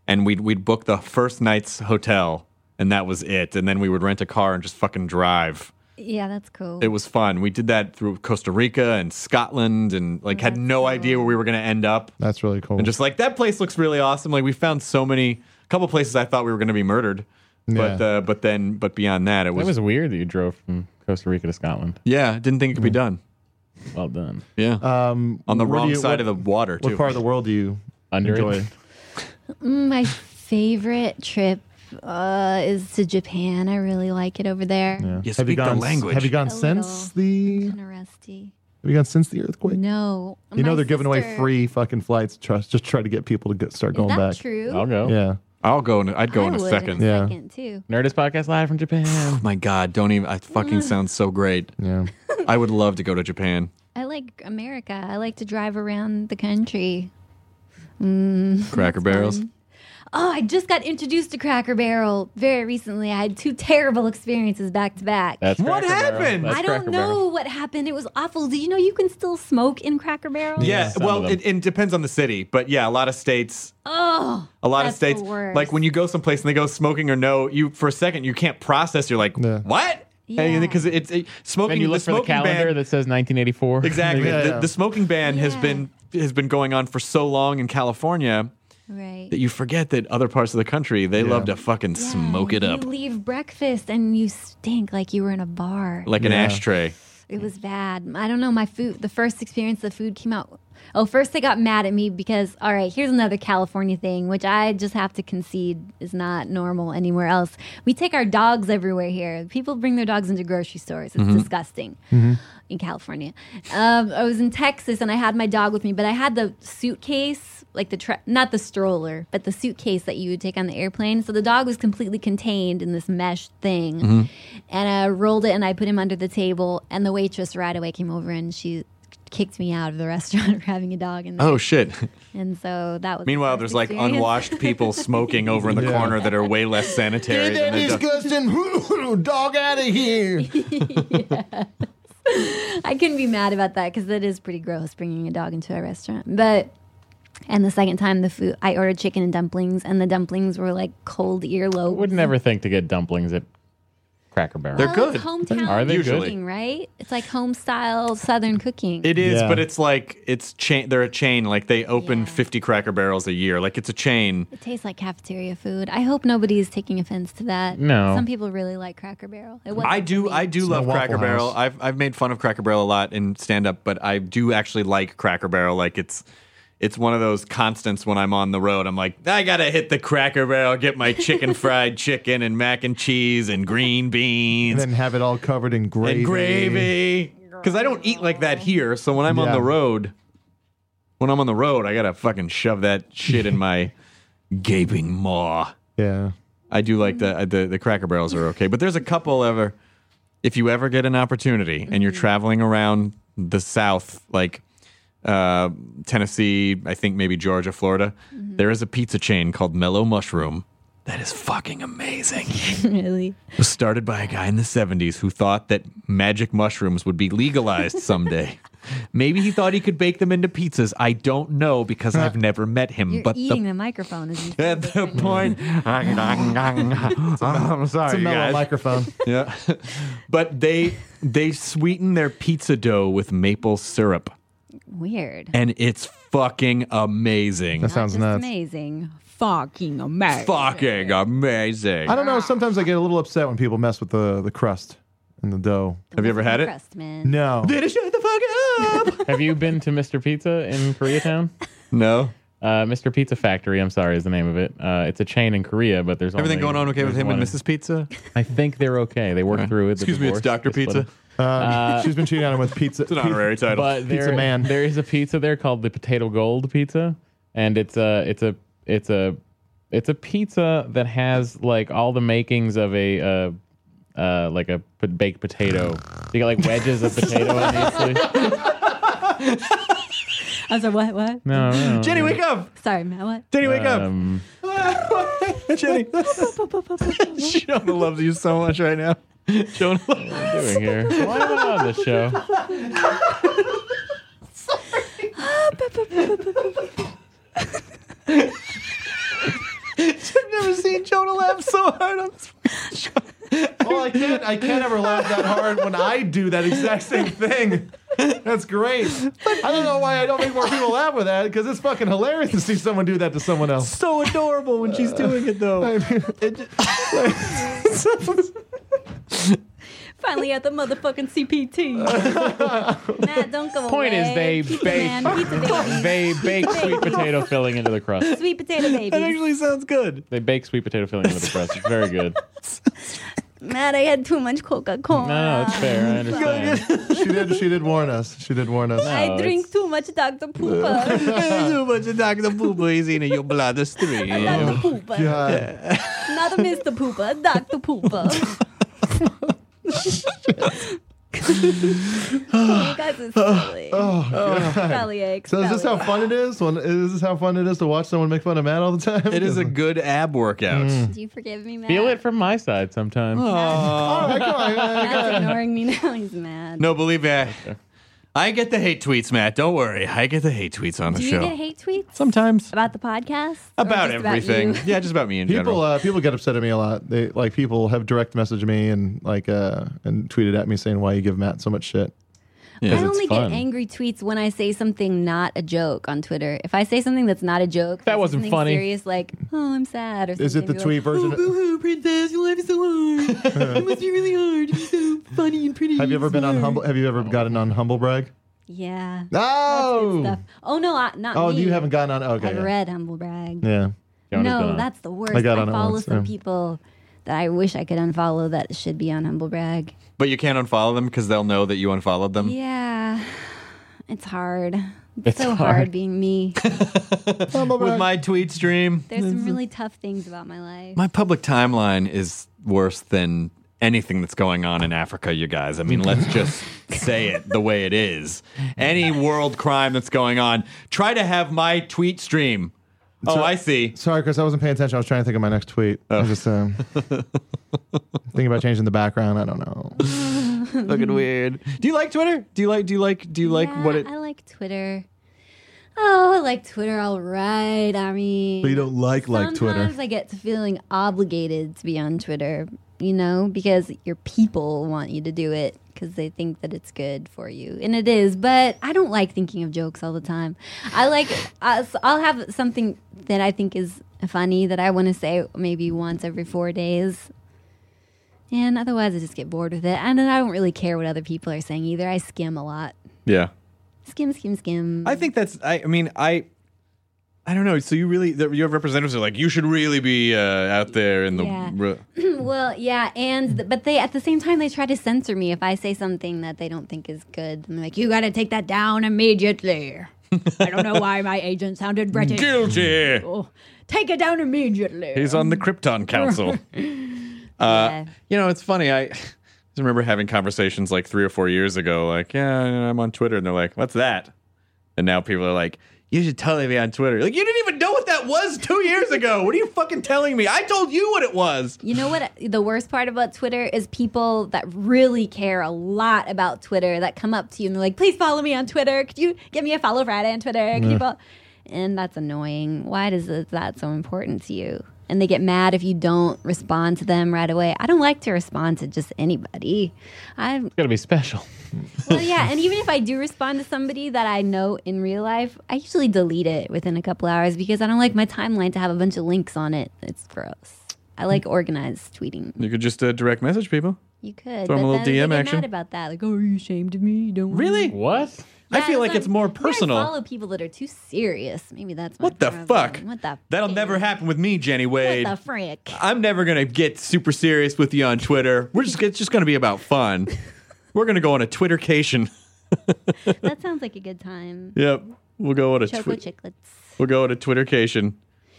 [SPEAKER 3] and we'd we'd book the first night's hotel and that was it, and then we would rent a car and just fucking drive.
[SPEAKER 7] Yeah, that's cool.
[SPEAKER 3] It was fun. We did that through Costa Rica and Scotland, and like had no idea where we were gonna end up.
[SPEAKER 6] That's really cool.
[SPEAKER 3] and just like that place looks really awesome. Like we found so many, a couple places I thought we were going to be murdered, but
[SPEAKER 6] Yeah.
[SPEAKER 3] uh, but then but beyond that, it
[SPEAKER 8] That
[SPEAKER 3] was,
[SPEAKER 8] was weird that you drove from Costa Rica to Scotland.
[SPEAKER 3] yeah, didn't think it could be done.
[SPEAKER 8] Well done.
[SPEAKER 3] Yeah,
[SPEAKER 6] um,
[SPEAKER 3] on the
[SPEAKER 6] where do
[SPEAKER 3] wrong
[SPEAKER 6] you-
[SPEAKER 3] side
[SPEAKER 6] what-
[SPEAKER 3] of the water too.
[SPEAKER 6] What part of the world do you
[SPEAKER 8] Under it.
[SPEAKER 6] enjoy?
[SPEAKER 7] My favorite trip uh, is to Japan. I really like it over there.
[SPEAKER 6] Yeah.
[SPEAKER 3] You
[SPEAKER 6] have you
[SPEAKER 3] speak the
[SPEAKER 6] gone,
[SPEAKER 3] language.
[SPEAKER 6] Have you gone
[SPEAKER 7] A
[SPEAKER 6] since the?
[SPEAKER 7] Kind of rusty.
[SPEAKER 6] Have you gone since the earthquake?
[SPEAKER 7] No,
[SPEAKER 6] You know
[SPEAKER 7] my
[SPEAKER 6] they're giving away
[SPEAKER 7] sister-
[SPEAKER 6] free fucking flights. Trust, just try to get people to get, start
[SPEAKER 7] Is
[SPEAKER 6] going
[SPEAKER 7] that
[SPEAKER 6] back.
[SPEAKER 7] true?
[SPEAKER 8] I'll go.
[SPEAKER 6] Yeah,
[SPEAKER 3] I'll go. In, I'd go
[SPEAKER 7] I
[SPEAKER 3] in a
[SPEAKER 7] would
[SPEAKER 3] second.
[SPEAKER 6] Yeah.
[SPEAKER 7] second too.
[SPEAKER 8] Nerdist podcast live from Japan.
[SPEAKER 3] Oh my god! Don't even. I fucking sounds so great.
[SPEAKER 6] yeah.
[SPEAKER 3] I would love to go to Japan.
[SPEAKER 7] I like America. I like to drive around the country.
[SPEAKER 3] Cracker Barrels.
[SPEAKER 7] Oh, I just got introduced to Cracker Barrel very recently. I had two terrible experiences back to back.
[SPEAKER 8] That's
[SPEAKER 3] What
[SPEAKER 8] Cracker Barrel.
[SPEAKER 3] happened?
[SPEAKER 8] That's
[SPEAKER 7] I don't
[SPEAKER 8] Cracker
[SPEAKER 7] know
[SPEAKER 8] Barrel.
[SPEAKER 7] what happened. It was awful. Do you know you can still smoke in Cracker Barrel?
[SPEAKER 3] Yeah,
[SPEAKER 8] some
[SPEAKER 3] well,
[SPEAKER 8] of them.
[SPEAKER 3] it, it depends on the city, but yeah, a lot of states,
[SPEAKER 7] Oh,
[SPEAKER 3] a lot
[SPEAKER 7] That's
[SPEAKER 3] of
[SPEAKER 7] the
[SPEAKER 3] states,
[SPEAKER 7] worst.
[SPEAKER 3] like when you go someplace and they go smoking or no, you for a second you can't process. You're like,
[SPEAKER 6] Yeah.
[SPEAKER 3] what?
[SPEAKER 7] Yeah.
[SPEAKER 3] Because it's it, smoking.
[SPEAKER 8] Then you look
[SPEAKER 3] the
[SPEAKER 8] for the
[SPEAKER 3] smoking ban-
[SPEAKER 8] calendar that says 1984.
[SPEAKER 3] Exactly.
[SPEAKER 6] Yeah,
[SPEAKER 3] the,
[SPEAKER 6] yeah.
[SPEAKER 3] the smoking ban has
[SPEAKER 7] Yeah.
[SPEAKER 3] been has been going on for so long in California
[SPEAKER 7] right.
[SPEAKER 3] that you forget that other parts of the country they love to fucking
[SPEAKER 7] Yeah,
[SPEAKER 3] smoke it up
[SPEAKER 7] You leave breakfast and you stink like you were in a bar.
[SPEAKER 3] like an
[SPEAKER 6] Yeah.
[SPEAKER 3] ashtray.
[SPEAKER 7] It was bad. I don't know. My food, the first experience the food came out. Oh, first they got mad at me because, all right, here's another California thing, which I just have to concede is not normal anywhere else. We take our dogs everywhere here. People bring their dogs into grocery stores. It's
[SPEAKER 3] Mm-hmm.
[SPEAKER 7] disgusting in California. Um, I was in Texas and I had my dog with me, but I had the suitcase, like the, tra- not the stroller, but the suitcase that you would take on the airplane. So the dog was completely contained in this mesh thing.
[SPEAKER 3] Mm-hmm.
[SPEAKER 7] And I rolled it and I put him under the table. And the waitress right away came over and she kicked me out of the restaurant for having a dog. In there.
[SPEAKER 3] Oh shit!
[SPEAKER 7] And so that was.
[SPEAKER 3] Meanwhile,
[SPEAKER 7] the
[SPEAKER 3] there's
[SPEAKER 7] first
[SPEAKER 3] like
[SPEAKER 7] experience.
[SPEAKER 3] unwashed people smoking over in the
[SPEAKER 6] Yeah.
[SPEAKER 3] corner that are way less sanitary. than the dog-
[SPEAKER 6] disgusting dog out of here.
[SPEAKER 7] I couldn't be mad about that because that is pretty gross bringing a dog into a restaurant. But. And the second time, the food I ordered chicken and dumplings, and the dumplings were like cold
[SPEAKER 8] I
[SPEAKER 7] earlobe.
[SPEAKER 8] would never think to get dumplings at Cracker Barrel.
[SPEAKER 3] They're
[SPEAKER 7] Well,
[SPEAKER 3] good.
[SPEAKER 7] It's hometown
[SPEAKER 8] Are they good?
[SPEAKER 7] cooking, right? It's like home style Southern cooking.
[SPEAKER 3] It is,
[SPEAKER 6] Yeah.
[SPEAKER 3] but it's like it's chain. They're a chain. Like they open
[SPEAKER 7] Yeah.
[SPEAKER 3] 50 Cracker Barrels a year. Like it's a chain.
[SPEAKER 7] It tastes like cafeteria food. I hope nobody is taking offense to that.
[SPEAKER 8] No.
[SPEAKER 7] Some people really like Cracker Barrel. It wasn't
[SPEAKER 3] I
[SPEAKER 7] for
[SPEAKER 3] do.
[SPEAKER 7] me.
[SPEAKER 3] I do
[SPEAKER 6] It's not
[SPEAKER 3] love
[SPEAKER 6] Waffle
[SPEAKER 3] Cracker Barrel.
[SPEAKER 6] House.
[SPEAKER 3] I've I've made fun of Cracker Barrel a lot in stand up, but I do actually like Cracker Barrel. Like it's it's one of those constants when I'm on the road. I'm like, I gotta hit the Cracker Barrel, get my chicken fried chicken and mac and cheese and green
[SPEAKER 6] and
[SPEAKER 3] beans
[SPEAKER 6] then have it all covered in gravy.
[SPEAKER 3] and gravy. Because I don't eat like that here. So when I'm on
[SPEAKER 6] Yeah.
[SPEAKER 3] the road, when I'm on the road, I gotta fucking shove that shit in my gaping maw.
[SPEAKER 6] Yeah.
[SPEAKER 3] I do like
[SPEAKER 7] Mm-hmm.
[SPEAKER 3] the uh, the, the Cracker Barrels are okay, but there's a couple ever. If you ever get an opportunity and you're
[SPEAKER 7] Mm-hmm.
[SPEAKER 3] traveling around the South, like uh, Tennessee, I think maybe Georgia, Florida,
[SPEAKER 7] Mm-hmm.
[SPEAKER 3] there is a pizza chain called Mellow Mushroom that is fucking amazing.
[SPEAKER 7] really.
[SPEAKER 3] It was started by a guy in the 70s who thought that magic mushrooms would be legalized someday. Maybe he thought he could bake them into pizzas. I don't know because I've never met him.
[SPEAKER 7] You're
[SPEAKER 3] but the
[SPEAKER 7] eating the, microphone as you say
[SPEAKER 3] at
[SPEAKER 7] this
[SPEAKER 3] the
[SPEAKER 7] right now.
[SPEAKER 3] point, I'm sorry,
[SPEAKER 6] It's a
[SPEAKER 3] you
[SPEAKER 6] mellow
[SPEAKER 3] guys.
[SPEAKER 6] microphone.
[SPEAKER 3] Yeah, but they they sweeten their pizza dough with maple syrup,
[SPEAKER 7] Weird.
[SPEAKER 3] and it's fucking amazing.
[SPEAKER 6] That sounds
[SPEAKER 7] Just
[SPEAKER 6] nuts.
[SPEAKER 7] amazing. Fucking amazing.
[SPEAKER 3] Fucking amazing.
[SPEAKER 6] I don't know. Sometimes I get a little upset when people mess with the, the crust and the dough.
[SPEAKER 3] Have you ever had it?
[SPEAKER 7] Crust, man.
[SPEAKER 6] No.
[SPEAKER 3] Did it shut the fuck up?
[SPEAKER 8] Have you been to Mr. Pizza in Koreatown?
[SPEAKER 3] no.
[SPEAKER 8] Uh, Mr. Pizza Factory, I'm sorry, is the name of it. Uh, it's a chain in Korea, but there's
[SPEAKER 3] Everything
[SPEAKER 8] only-
[SPEAKER 3] going on okay with
[SPEAKER 8] there's
[SPEAKER 3] him and
[SPEAKER 8] one-
[SPEAKER 3] Mrs. Pizza?
[SPEAKER 8] I think they're okay. They worked through it. the
[SPEAKER 3] Excuse me, it's
[SPEAKER 8] divorce,
[SPEAKER 3] Dr.
[SPEAKER 8] they split
[SPEAKER 3] Pizza.
[SPEAKER 8] up.
[SPEAKER 6] Uh, she's been cheating on him with pizza.
[SPEAKER 3] It's an honorary title.
[SPEAKER 8] But there,
[SPEAKER 6] Pizza Man.
[SPEAKER 8] there is a pizza there called the Potato Gold Pizza, and it's a it's a it's a it's a pizza that has like all the makings of a uh, uh, like a p- baked potato. You got like wedges of potato. Obviously.
[SPEAKER 7] I was like, what? What?
[SPEAKER 8] No, no.
[SPEAKER 3] Jenny, wake up!
[SPEAKER 7] Sorry, Matt. What?
[SPEAKER 3] Jenny, wake
[SPEAKER 8] Um,
[SPEAKER 3] up! Jenny, Jonah loves you so much right now. Jonah,
[SPEAKER 8] what are we doing here? Why am I on this show?
[SPEAKER 3] I've never seen Jonah laugh so hard on this.
[SPEAKER 6] Well, I can't. I can't ever laugh that hard when I do that exact same thing. That's great. I don't know why I don't make more people laugh with that because it's fucking hilarious to see someone do that to someone else.
[SPEAKER 3] So adorable when she's doing it though.
[SPEAKER 7] Finally at the motherfucking CPT. Matt, don't go
[SPEAKER 8] Point is
[SPEAKER 7] away.
[SPEAKER 8] they
[SPEAKER 7] Pizza
[SPEAKER 8] bake-
[SPEAKER 7] man, pizza baby.
[SPEAKER 8] They bake sweet potato filling into the crust.
[SPEAKER 7] Sweet potato
[SPEAKER 3] That
[SPEAKER 7] baby.
[SPEAKER 3] actually sounds good.
[SPEAKER 8] They bake sweet potato filling into the crust. It's very good.
[SPEAKER 7] Matt, I had too much Coca Cola.
[SPEAKER 8] No, no, it's fair. I understand.
[SPEAKER 6] She did. She did warn us. She did warn us.
[SPEAKER 8] No,
[SPEAKER 7] I
[SPEAKER 8] it's-
[SPEAKER 7] drink too much Dr. Pooper.
[SPEAKER 3] too much of Dr. Pooper is in your bloodstream.
[SPEAKER 7] Dr.
[SPEAKER 3] Oh,
[SPEAKER 7] Pooper.
[SPEAKER 6] God.
[SPEAKER 7] Not a Mr. Pooper, Dr. Pooper. you guys are silly.
[SPEAKER 6] Oh, God.
[SPEAKER 7] belly aches.
[SPEAKER 6] So is this how
[SPEAKER 7] belly
[SPEAKER 6] fun it is? When is this how fun it is to watch someone make fun of Matt all the time?
[SPEAKER 3] It is a good ab workout.
[SPEAKER 7] aches. Do you forgive me, Matt?
[SPEAKER 8] Feel it from my side sometimes.
[SPEAKER 7] Oh.
[SPEAKER 6] All right, come on, man.
[SPEAKER 7] Matt's ignoring me now. He's mad.
[SPEAKER 3] No, believe me. I get the hate tweets, Matt. Don't worry. I get the hate tweets on the
[SPEAKER 7] Do you
[SPEAKER 3] show.
[SPEAKER 7] get hate tweets
[SPEAKER 3] Sometimes.
[SPEAKER 7] about the podcast? Or
[SPEAKER 3] About
[SPEAKER 7] just
[SPEAKER 3] everything.
[SPEAKER 7] you?
[SPEAKER 3] yeah, just about me in
[SPEAKER 6] People,
[SPEAKER 3] general.
[SPEAKER 6] uh, people get upset at me a lot. They like people have direct messaged me and like uh, and tweeted at me saying why you give Matt so much shit.
[SPEAKER 7] I
[SPEAKER 8] it's
[SPEAKER 7] only
[SPEAKER 8] fun.
[SPEAKER 7] get angry tweets when I say something not a joke on Twitter. If I say something that's not a joke, if I
[SPEAKER 8] That
[SPEAKER 7] say
[SPEAKER 8] wasn't
[SPEAKER 7] something
[SPEAKER 8] funny.
[SPEAKER 7] Serious, like oh, I'm sad. Or
[SPEAKER 6] Is it the
[SPEAKER 7] something,
[SPEAKER 6] tweet
[SPEAKER 7] people are
[SPEAKER 6] version?
[SPEAKER 7] like, "Oh, princess, your life is so hard. it must be really hard to be so funny and pretty.
[SPEAKER 6] Have you ever
[SPEAKER 7] and
[SPEAKER 6] been on
[SPEAKER 7] smart."
[SPEAKER 6] humble? Have you ever gotten on humble brag?
[SPEAKER 7] Yeah.
[SPEAKER 6] No.
[SPEAKER 7] Stuff. Oh no, I, not
[SPEAKER 6] Oh,
[SPEAKER 7] me.
[SPEAKER 6] you haven't gotten on. Okay.
[SPEAKER 7] I've
[SPEAKER 6] yeah.
[SPEAKER 7] read humble brag.
[SPEAKER 6] Yeah.
[SPEAKER 8] Jonah's been
[SPEAKER 7] no,
[SPEAKER 8] on.
[SPEAKER 7] that's the worst.
[SPEAKER 6] I got on it
[SPEAKER 7] follow
[SPEAKER 6] once,
[SPEAKER 7] some
[SPEAKER 6] yeah.
[SPEAKER 7] people that I wish I could unfollow that should be on humble brag.
[SPEAKER 3] but you can't unfollow them because they'll know that you unfollowed
[SPEAKER 6] Mm.
[SPEAKER 3] them.
[SPEAKER 7] Yeah, it's hard. It's,
[SPEAKER 8] It's
[SPEAKER 7] so hard.
[SPEAKER 8] hard.
[SPEAKER 7] being me. Oh,
[SPEAKER 6] Humble
[SPEAKER 3] With
[SPEAKER 6] brag.
[SPEAKER 3] my tweet stream.
[SPEAKER 7] There's some really tough things about my life.
[SPEAKER 3] Mm-hmm. My public timeline is worse than anything that's going on in Africa, you guys. I mean, let's just say it the way it is. Any world crime that's going on, try to have my tweet stream. Oh, I see.
[SPEAKER 6] Sorry, Chris. I wasn't paying attention. I was trying to think of my next tweet. I was just um, thinking about changing the background. I don't know.
[SPEAKER 3] Looking weird. Do you like Twitter? Do you like do you like do you like
[SPEAKER 7] Mm-hmm. Yeah,
[SPEAKER 3] what it
[SPEAKER 7] I like Twitter. Oh, I like Twitter. All right. I mean,
[SPEAKER 6] But you don't like like Twitter.
[SPEAKER 7] Sometimes I get to feeling obligated to be on Twitter, you know, because your people want you to do it because they think that it's good for you, and it is. But I don't like thinking of jokes all the time. I like I- I'll have something that I think is funny that I want to say maybe once every four days. And otherwise, I just get bored with it. And then I don't really care what other people are saying either. I skim a lot.
[SPEAKER 3] Yeah.
[SPEAKER 7] Skim, skim, skim.
[SPEAKER 3] I think that's I, I mean, I I don't know. So you really the, your representatives are like, you should really be uh, out there in the.
[SPEAKER 7] Yeah.
[SPEAKER 3] re-
[SPEAKER 7] well, yeah, and th- but they at the same time they try to censor me if I say something that they don't think is good. I'm like, you got to take that down immediately. I don't know why my agent sounded British.
[SPEAKER 3] Guilty.
[SPEAKER 7] Oh, take it down immediately.
[SPEAKER 3] He's on the Krypton Council. Uh,
[SPEAKER 7] Yeah.
[SPEAKER 3] You know, it's funny. I just remember having conversations like three or four years ago, like, yeah, you know, I'm on Twitter. And they're like, what's that? And now people are like, you should totally be on Twitter. Like, you didn't even know what that was two years ago. What are you fucking telling me? I told you what it was.
[SPEAKER 7] You know what? The worst part about Twitter is people that really care a lot about Twitter that come up to you and they're like, "Please follow me on Twitter. Could you give me a follow Friday on Twitter? Could you follow?" And that's annoying. Why does it- that so important to you? And they get mad if you don't respond to them right away. I don't like to respond to just anybody. I'm
[SPEAKER 8] Got to be special.
[SPEAKER 7] well, yeah, and even if I do respond to somebody that I know in real life, I usually delete it within a couple hours because I don't like my timeline to have a bunch of links on it. It's gross. I like organized tweeting.
[SPEAKER 3] You could just uh, direct message people.
[SPEAKER 7] You could.
[SPEAKER 3] Throw 'em
[SPEAKER 7] but
[SPEAKER 3] a little
[SPEAKER 7] then they
[SPEAKER 3] DM
[SPEAKER 7] get
[SPEAKER 3] action.
[SPEAKER 7] Mad about that? Like, oh, are you ashamed of me? You don't want
[SPEAKER 3] Really?
[SPEAKER 8] What?
[SPEAKER 3] I
[SPEAKER 7] Yeah,
[SPEAKER 3] feel like
[SPEAKER 7] that's
[SPEAKER 3] it's more
[SPEAKER 7] why- why I
[SPEAKER 3] personal.
[SPEAKER 7] follow people that are too serious. Maybe that's my
[SPEAKER 3] What the
[SPEAKER 7] problem.
[SPEAKER 3] fuck?
[SPEAKER 7] What the?
[SPEAKER 3] That'll
[SPEAKER 7] frick?
[SPEAKER 3] never happen with me, Jenny
[SPEAKER 7] What
[SPEAKER 3] Wade.
[SPEAKER 7] the frick?
[SPEAKER 3] I'm never gonna get super serious with you on Twitter. We're just it's just gonna be about fun. We're gonna go on a Twittercation.
[SPEAKER 7] that sounds like a good time.
[SPEAKER 3] Yep, we'll go on a
[SPEAKER 7] Choco
[SPEAKER 3] twi-
[SPEAKER 7] chiclets.
[SPEAKER 3] we'll go on a Twittercation.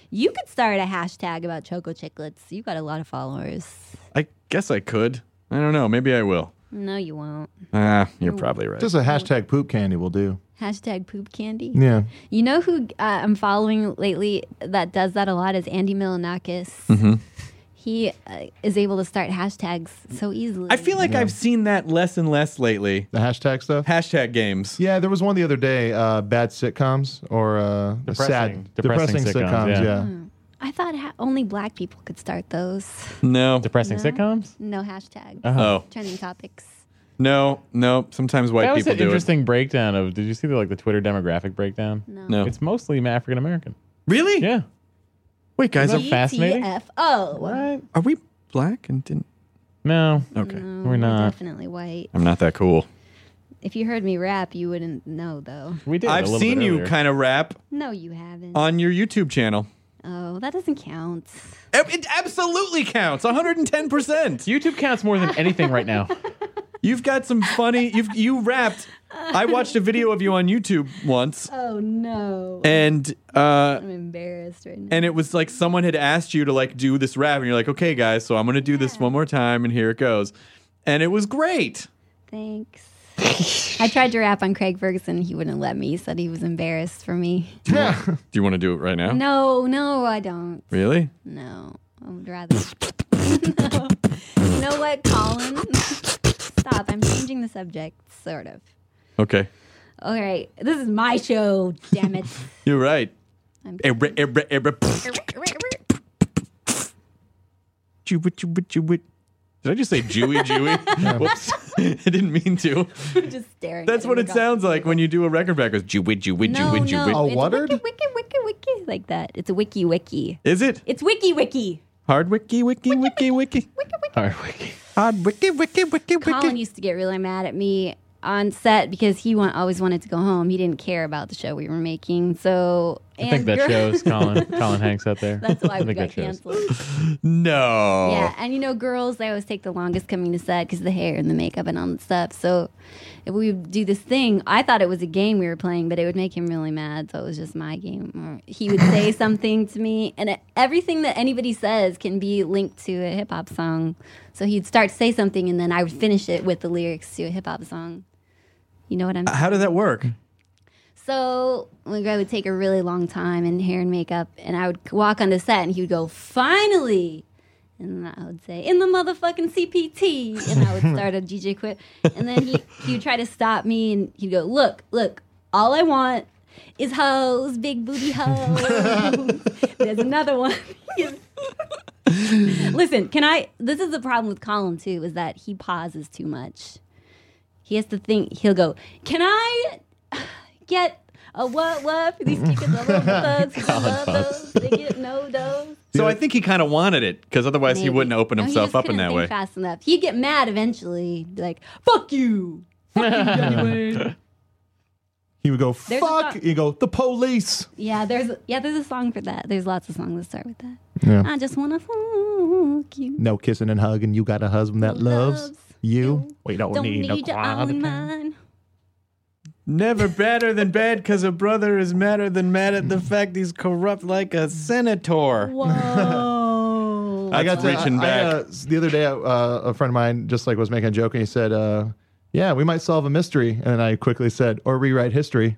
[SPEAKER 7] You could start a hashtag about choco chiclets. You got a lot of followers.
[SPEAKER 3] I guess I could. I don't know. Maybe I will.
[SPEAKER 7] No, you won't.
[SPEAKER 3] Ah, you're probably right.
[SPEAKER 6] Just a hashtag poop candy will do.
[SPEAKER 7] Hashtag poop candy.
[SPEAKER 6] Yeah.
[SPEAKER 7] You know who uh, I'm following lately that does that a lot is Andy Milanakis.
[SPEAKER 3] Mm-hmm.
[SPEAKER 7] He uh, is able to start hashtags so easily.
[SPEAKER 3] I feel like I've seen that less and less lately.
[SPEAKER 6] The hashtag stuff.
[SPEAKER 3] Hashtag games.
[SPEAKER 6] Yeah, there was one the other day. Uh, bad sitcoms or uh, sad,
[SPEAKER 8] Depressing-
[SPEAKER 6] depressing,
[SPEAKER 8] depressing
[SPEAKER 6] sitcoms.
[SPEAKER 8] sitcoms,
[SPEAKER 6] yeah.
[SPEAKER 8] yeah.
[SPEAKER 7] Hmm. I thought ha- only black people could start those.
[SPEAKER 3] No.
[SPEAKER 8] Depressing sitcoms?
[SPEAKER 7] No hashtag.
[SPEAKER 3] Oh
[SPEAKER 7] Trending topics.
[SPEAKER 3] no, no. Sometimes white
[SPEAKER 8] that was
[SPEAKER 3] people
[SPEAKER 8] an
[SPEAKER 3] do it.
[SPEAKER 8] interesting breakdown of. Did you see the like the Twitter demographic breakdown?
[SPEAKER 3] No.
[SPEAKER 8] It's mostly African American.
[SPEAKER 3] Really?
[SPEAKER 8] Yeah.
[SPEAKER 3] Wait, guys, are,
[SPEAKER 8] Is that fascinating?
[SPEAKER 7] GTFO.
[SPEAKER 3] are we black and didn't?
[SPEAKER 8] No,
[SPEAKER 3] Okay,
[SPEAKER 7] No,
[SPEAKER 8] we're not.
[SPEAKER 7] Definitely white.
[SPEAKER 3] I'm not that cool.
[SPEAKER 7] If you heard me rap, you wouldn't know though.
[SPEAKER 8] We did. a
[SPEAKER 3] I've
[SPEAKER 8] little
[SPEAKER 3] seen
[SPEAKER 8] bit
[SPEAKER 3] you
[SPEAKER 8] earlier.
[SPEAKER 3] kind of rap
[SPEAKER 7] No, you haven't.
[SPEAKER 3] on your YouTube channel.
[SPEAKER 7] oh, that doesn't count.
[SPEAKER 3] Ab- It absolutely counts. 110%.
[SPEAKER 8] YouTube counts more than anything right now.
[SPEAKER 3] You've got some funny you've you rapped. I watched a video of you on YouTube once
[SPEAKER 7] Oh no.
[SPEAKER 3] and uh
[SPEAKER 7] I'm embarrassed right now.
[SPEAKER 3] and it was like someone had asked you to like do this rap and you're like, "Okay guys, so I'm going to do this one more time and here it goes." And it was great.
[SPEAKER 7] Thanks. I tried to rap on Craig Ferguson. He wouldn't let me. He said he was embarrassed for me.
[SPEAKER 3] Do you want to do it right now?
[SPEAKER 7] No, no, I don't.
[SPEAKER 3] Really?
[SPEAKER 7] No, I would rather. no. You know what, Colin? Stop. I'm changing the subject, sort of.
[SPEAKER 3] Okay.
[SPEAKER 7] All right. This is my show, damn it.
[SPEAKER 3] You're right.
[SPEAKER 7] I'm-
[SPEAKER 3] Eh, re- eh, re- eh, re- Chew- wit- chew- wit- chew- wit. Did I just say Jewy Jewy? Whoops. I didn't mean to.
[SPEAKER 7] Just staring.
[SPEAKER 3] That's
[SPEAKER 7] at
[SPEAKER 3] what
[SPEAKER 7] him.
[SPEAKER 3] it sounds like when you do a record back. It goes Jewy Jewy
[SPEAKER 7] No,
[SPEAKER 3] Jewy
[SPEAKER 7] no.
[SPEAKER 3] Jewy.
[SPEAKER 6] A
[SPEAKER 7] it's
[SPEAKER 6] wuttered?
[SPEAKER 7] Wiki, wiki, wiki, wiki, like that. It's a wiki, wiki.
[SPEAKER 3] Is it?
[SPEAKER 7] It's wiki, wiki.
[SPEAKER 3] Hard wiki wiki wiki wiki.
[SPEAKER 8] All right, Wiki.
[SPEAKER 3] Hard wiki wiki wiki
[SPEAKER 7] Colin
[SPEAKER 3] wiki.
[SPEAKER 7] used to get really mad at me on set because he want, always wanted to go home. He didn't care about the show we were making. So
[SPEAKER 8] I think that shows Colin. Colin Hanks out there.
[SPEAKER 7] That's why
[SPEAKER 8] I
[SPEAKER 7] we
[SPEAKER 8] think
[SPEAKER 7] got
[SPEAKER 8] that shows.
[SPEAKER 7] canceled.
[SPEAKER 3] No.
[SPEAKER 7] Yeah, and you know, girls they always take the longest coming to set because the hair and the makeup and all that stuff. So if we would do this thing, I thought it was a game we were playing, but it would make him really mad. So it was just my game. Or He would say something to me, and it- everything that anybody says can be linked to a hip hop song. So he'd start to say something, and then I would finish it with the lyrics to a hip hop song. You know what I'm saying?
[SPEAKER 3] How did that work?
[SPEAKER 7] So my guy would take a really long time in hair and makeup, and I would walk on the set, and he would go, "Finally," and I would say, "In the motherfucking CPT," and I would start a DJ quit, and then he he would try to stop me, and he'd go, "Look, look, all I want is hoes, big booty hoes." There's another one. Listen, can I? This is the problem with Colin too, is that he pauses too much. He has to think. He'll go, "Can I get a what what for these chickens? I love the thugs. 'cause I love those. They get no those."
[SPEAKER 3] So I think he kind of wanted it because otherwise he
[SPEAKER 7] Maybe.
[SPEAKER 3] wouldn't open
[SPEAKER 7] No, he
[SPEAKER 3] himself
[SPEAKER 7] just
[SPEAKER 3] up in
[SPEAKER 7] couldn't
[SPEAKER 3] that
[SPEAKER 7] think
[SPEAKER 3] way.
[SPEAKER 7] Fast enough, he'd get mad eventually. Be like, "Fuck you." Fuck you, Johnny Wayne."
[SPEAKER 6] He would go,
[SPEAKER 7] There's a
[SPEAKER 6] fuck.
[SPEAKER 7] song-
[SPEAKER 6] He'd go, the police.
[SPEAKER 7] Yeah, there's yeah, there's a song for that. There's lots of songs that start with that.
[SPEAKER 6] Yeah.
[SPEAKER 7] I just wanna fuck you.
[SPEAKER 6] No kissing and hugging. You got a husband that loves,
[SPEAKER 7] Loves
[SPEAKER 6] you.
[SPEAKER 7] you.
[SPEAKER 6] We don't,
[SPEAKER 7] Don't
[SPEAKER 6] need,
[SPEAKER 7] need
[SPEAKER 6] no
[SPEAKER 7] your own
[SPEAKER 6] qualifications.
[SPEAKER 7] mind.
[SPEAKER 3] Never better than bad because a brother is madder than mad at the fact he's corrupt like a senator.
[SPEAKER 7] Whoa.
[SPEAKER 3] I got
[SPEAKER 6] to-
[SPEAKER 3] reaching
[SPEAKER 6] I- I,
[SPEAKER 3] back.
[SPEAKER 6] uh, s- the other day, uh, a friend of mine just like was making a joke, and he said, uh, "Yeah, we might solve a mystery." And then I quickly said, "Or rewrite history,"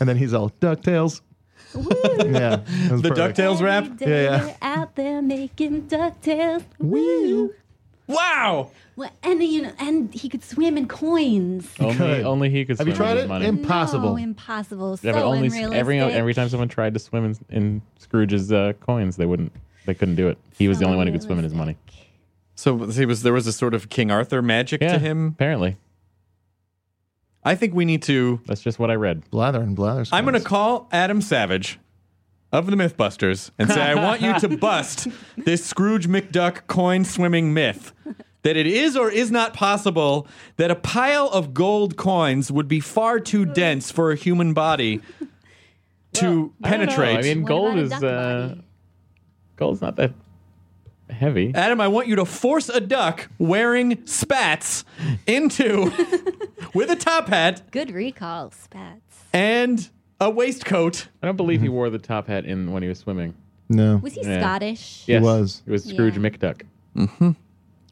[SPEAKER 6] and then he's all Ducktales. yeah, it was
[SPEAKER 3] the
[SPEAKER 6] perfect.
[SPEAKER 3] DuckTales rap?
[SPEAKER 7] Every day
[SPEAKER 6] Yeah, yeah.
[SPEAKER 7] you're out there making ducktails.
[SPEAKER 6] Woo.
[SPEAKER 7] Woo.
[SPEAKER 3] Wow!
[SPEAKER 7] Well, and you know, and he could swim in coins.
[SPEAKER 6] could.
[SPEAKER 8] Only, only he could
[SPEAKER 6] Have
[SPEAKER 8] swim
[SPEAKER 6] you tried
[SPEAKER 8] with his
[SPEAKER 6] it?
[SPEAKER 8] money.
[SPEAKER 6] Im- Impossible.
[SPEAKER 7] No, impossible.
[SPEAKER 8] yeah, but
[SPEAKER 7] so
[SPEAKER 8] only
[SPEAKER 7] unrealistic.
[SPEAKER 8] every every time someone tried to swim in, in Scrooge's uh, coins, they wouldn't. They couldn't do it. He was the
[SPEAKER 7] So
[SPEAKER 8] only one who could swim in his money.
[SPEAKER 7] unrealistic.
[SPEAKER 3] So he was there was a sort of King Arthur magic
[SPEAKER 8] Yeah,
[SPEAKER 3] to him.
[SPEAKER 8] Apparently,
[SPEAKER 3] I think we need to.
[SPEAKER 8] that's just what I read.
[SPEAKER 6] Blather and blather.
[SPEAKER 3] I'm going to call Adam Savage of the Mythbusters and say I want you to bust this Scrooge McDuck coin swimming myth that it is or is not possible that a pile of gold coins would be far too dense for a human body to
[SPEAKER 8] I don't know.
[SPEAKER 3] penetrate.
[SPEAKER 8] I mean,
[SPEAKER 7] What
[SPEAKER 8] gold
[SPEAKER 7] about a
[SPEAKER 8] is
[SPEAKER 7] duck
[SPEAKER 8] uh,
[SPEAKER 7] body?
[SPEAKER 8] gold's not that heavy.
[SPEAKER 3] Adam, I want you to force a duck wearing spats into with a top hat
[SPEAKER 7] Good recall, Spats.
[SPEAKER 3] and a waistcoat.
[SPEAKER 8] I don't believe he
[SPEAKER 6] Mm-hmm.
[SPEAKER 8] wore the top hat in when he was swimming.
[SPEAKER 6] No,
[SPEAKER 7] Was he
[SPEAKER 8] Yeah.
[SPEAKER 7] Scottish?
[SPEAKER 8] Yes,
[SPEAKER 6] was.
[SPEAKER 8] It was Scrooge
[SPEAKER 7] Yeah.
[SPEAKER 8] McDuck.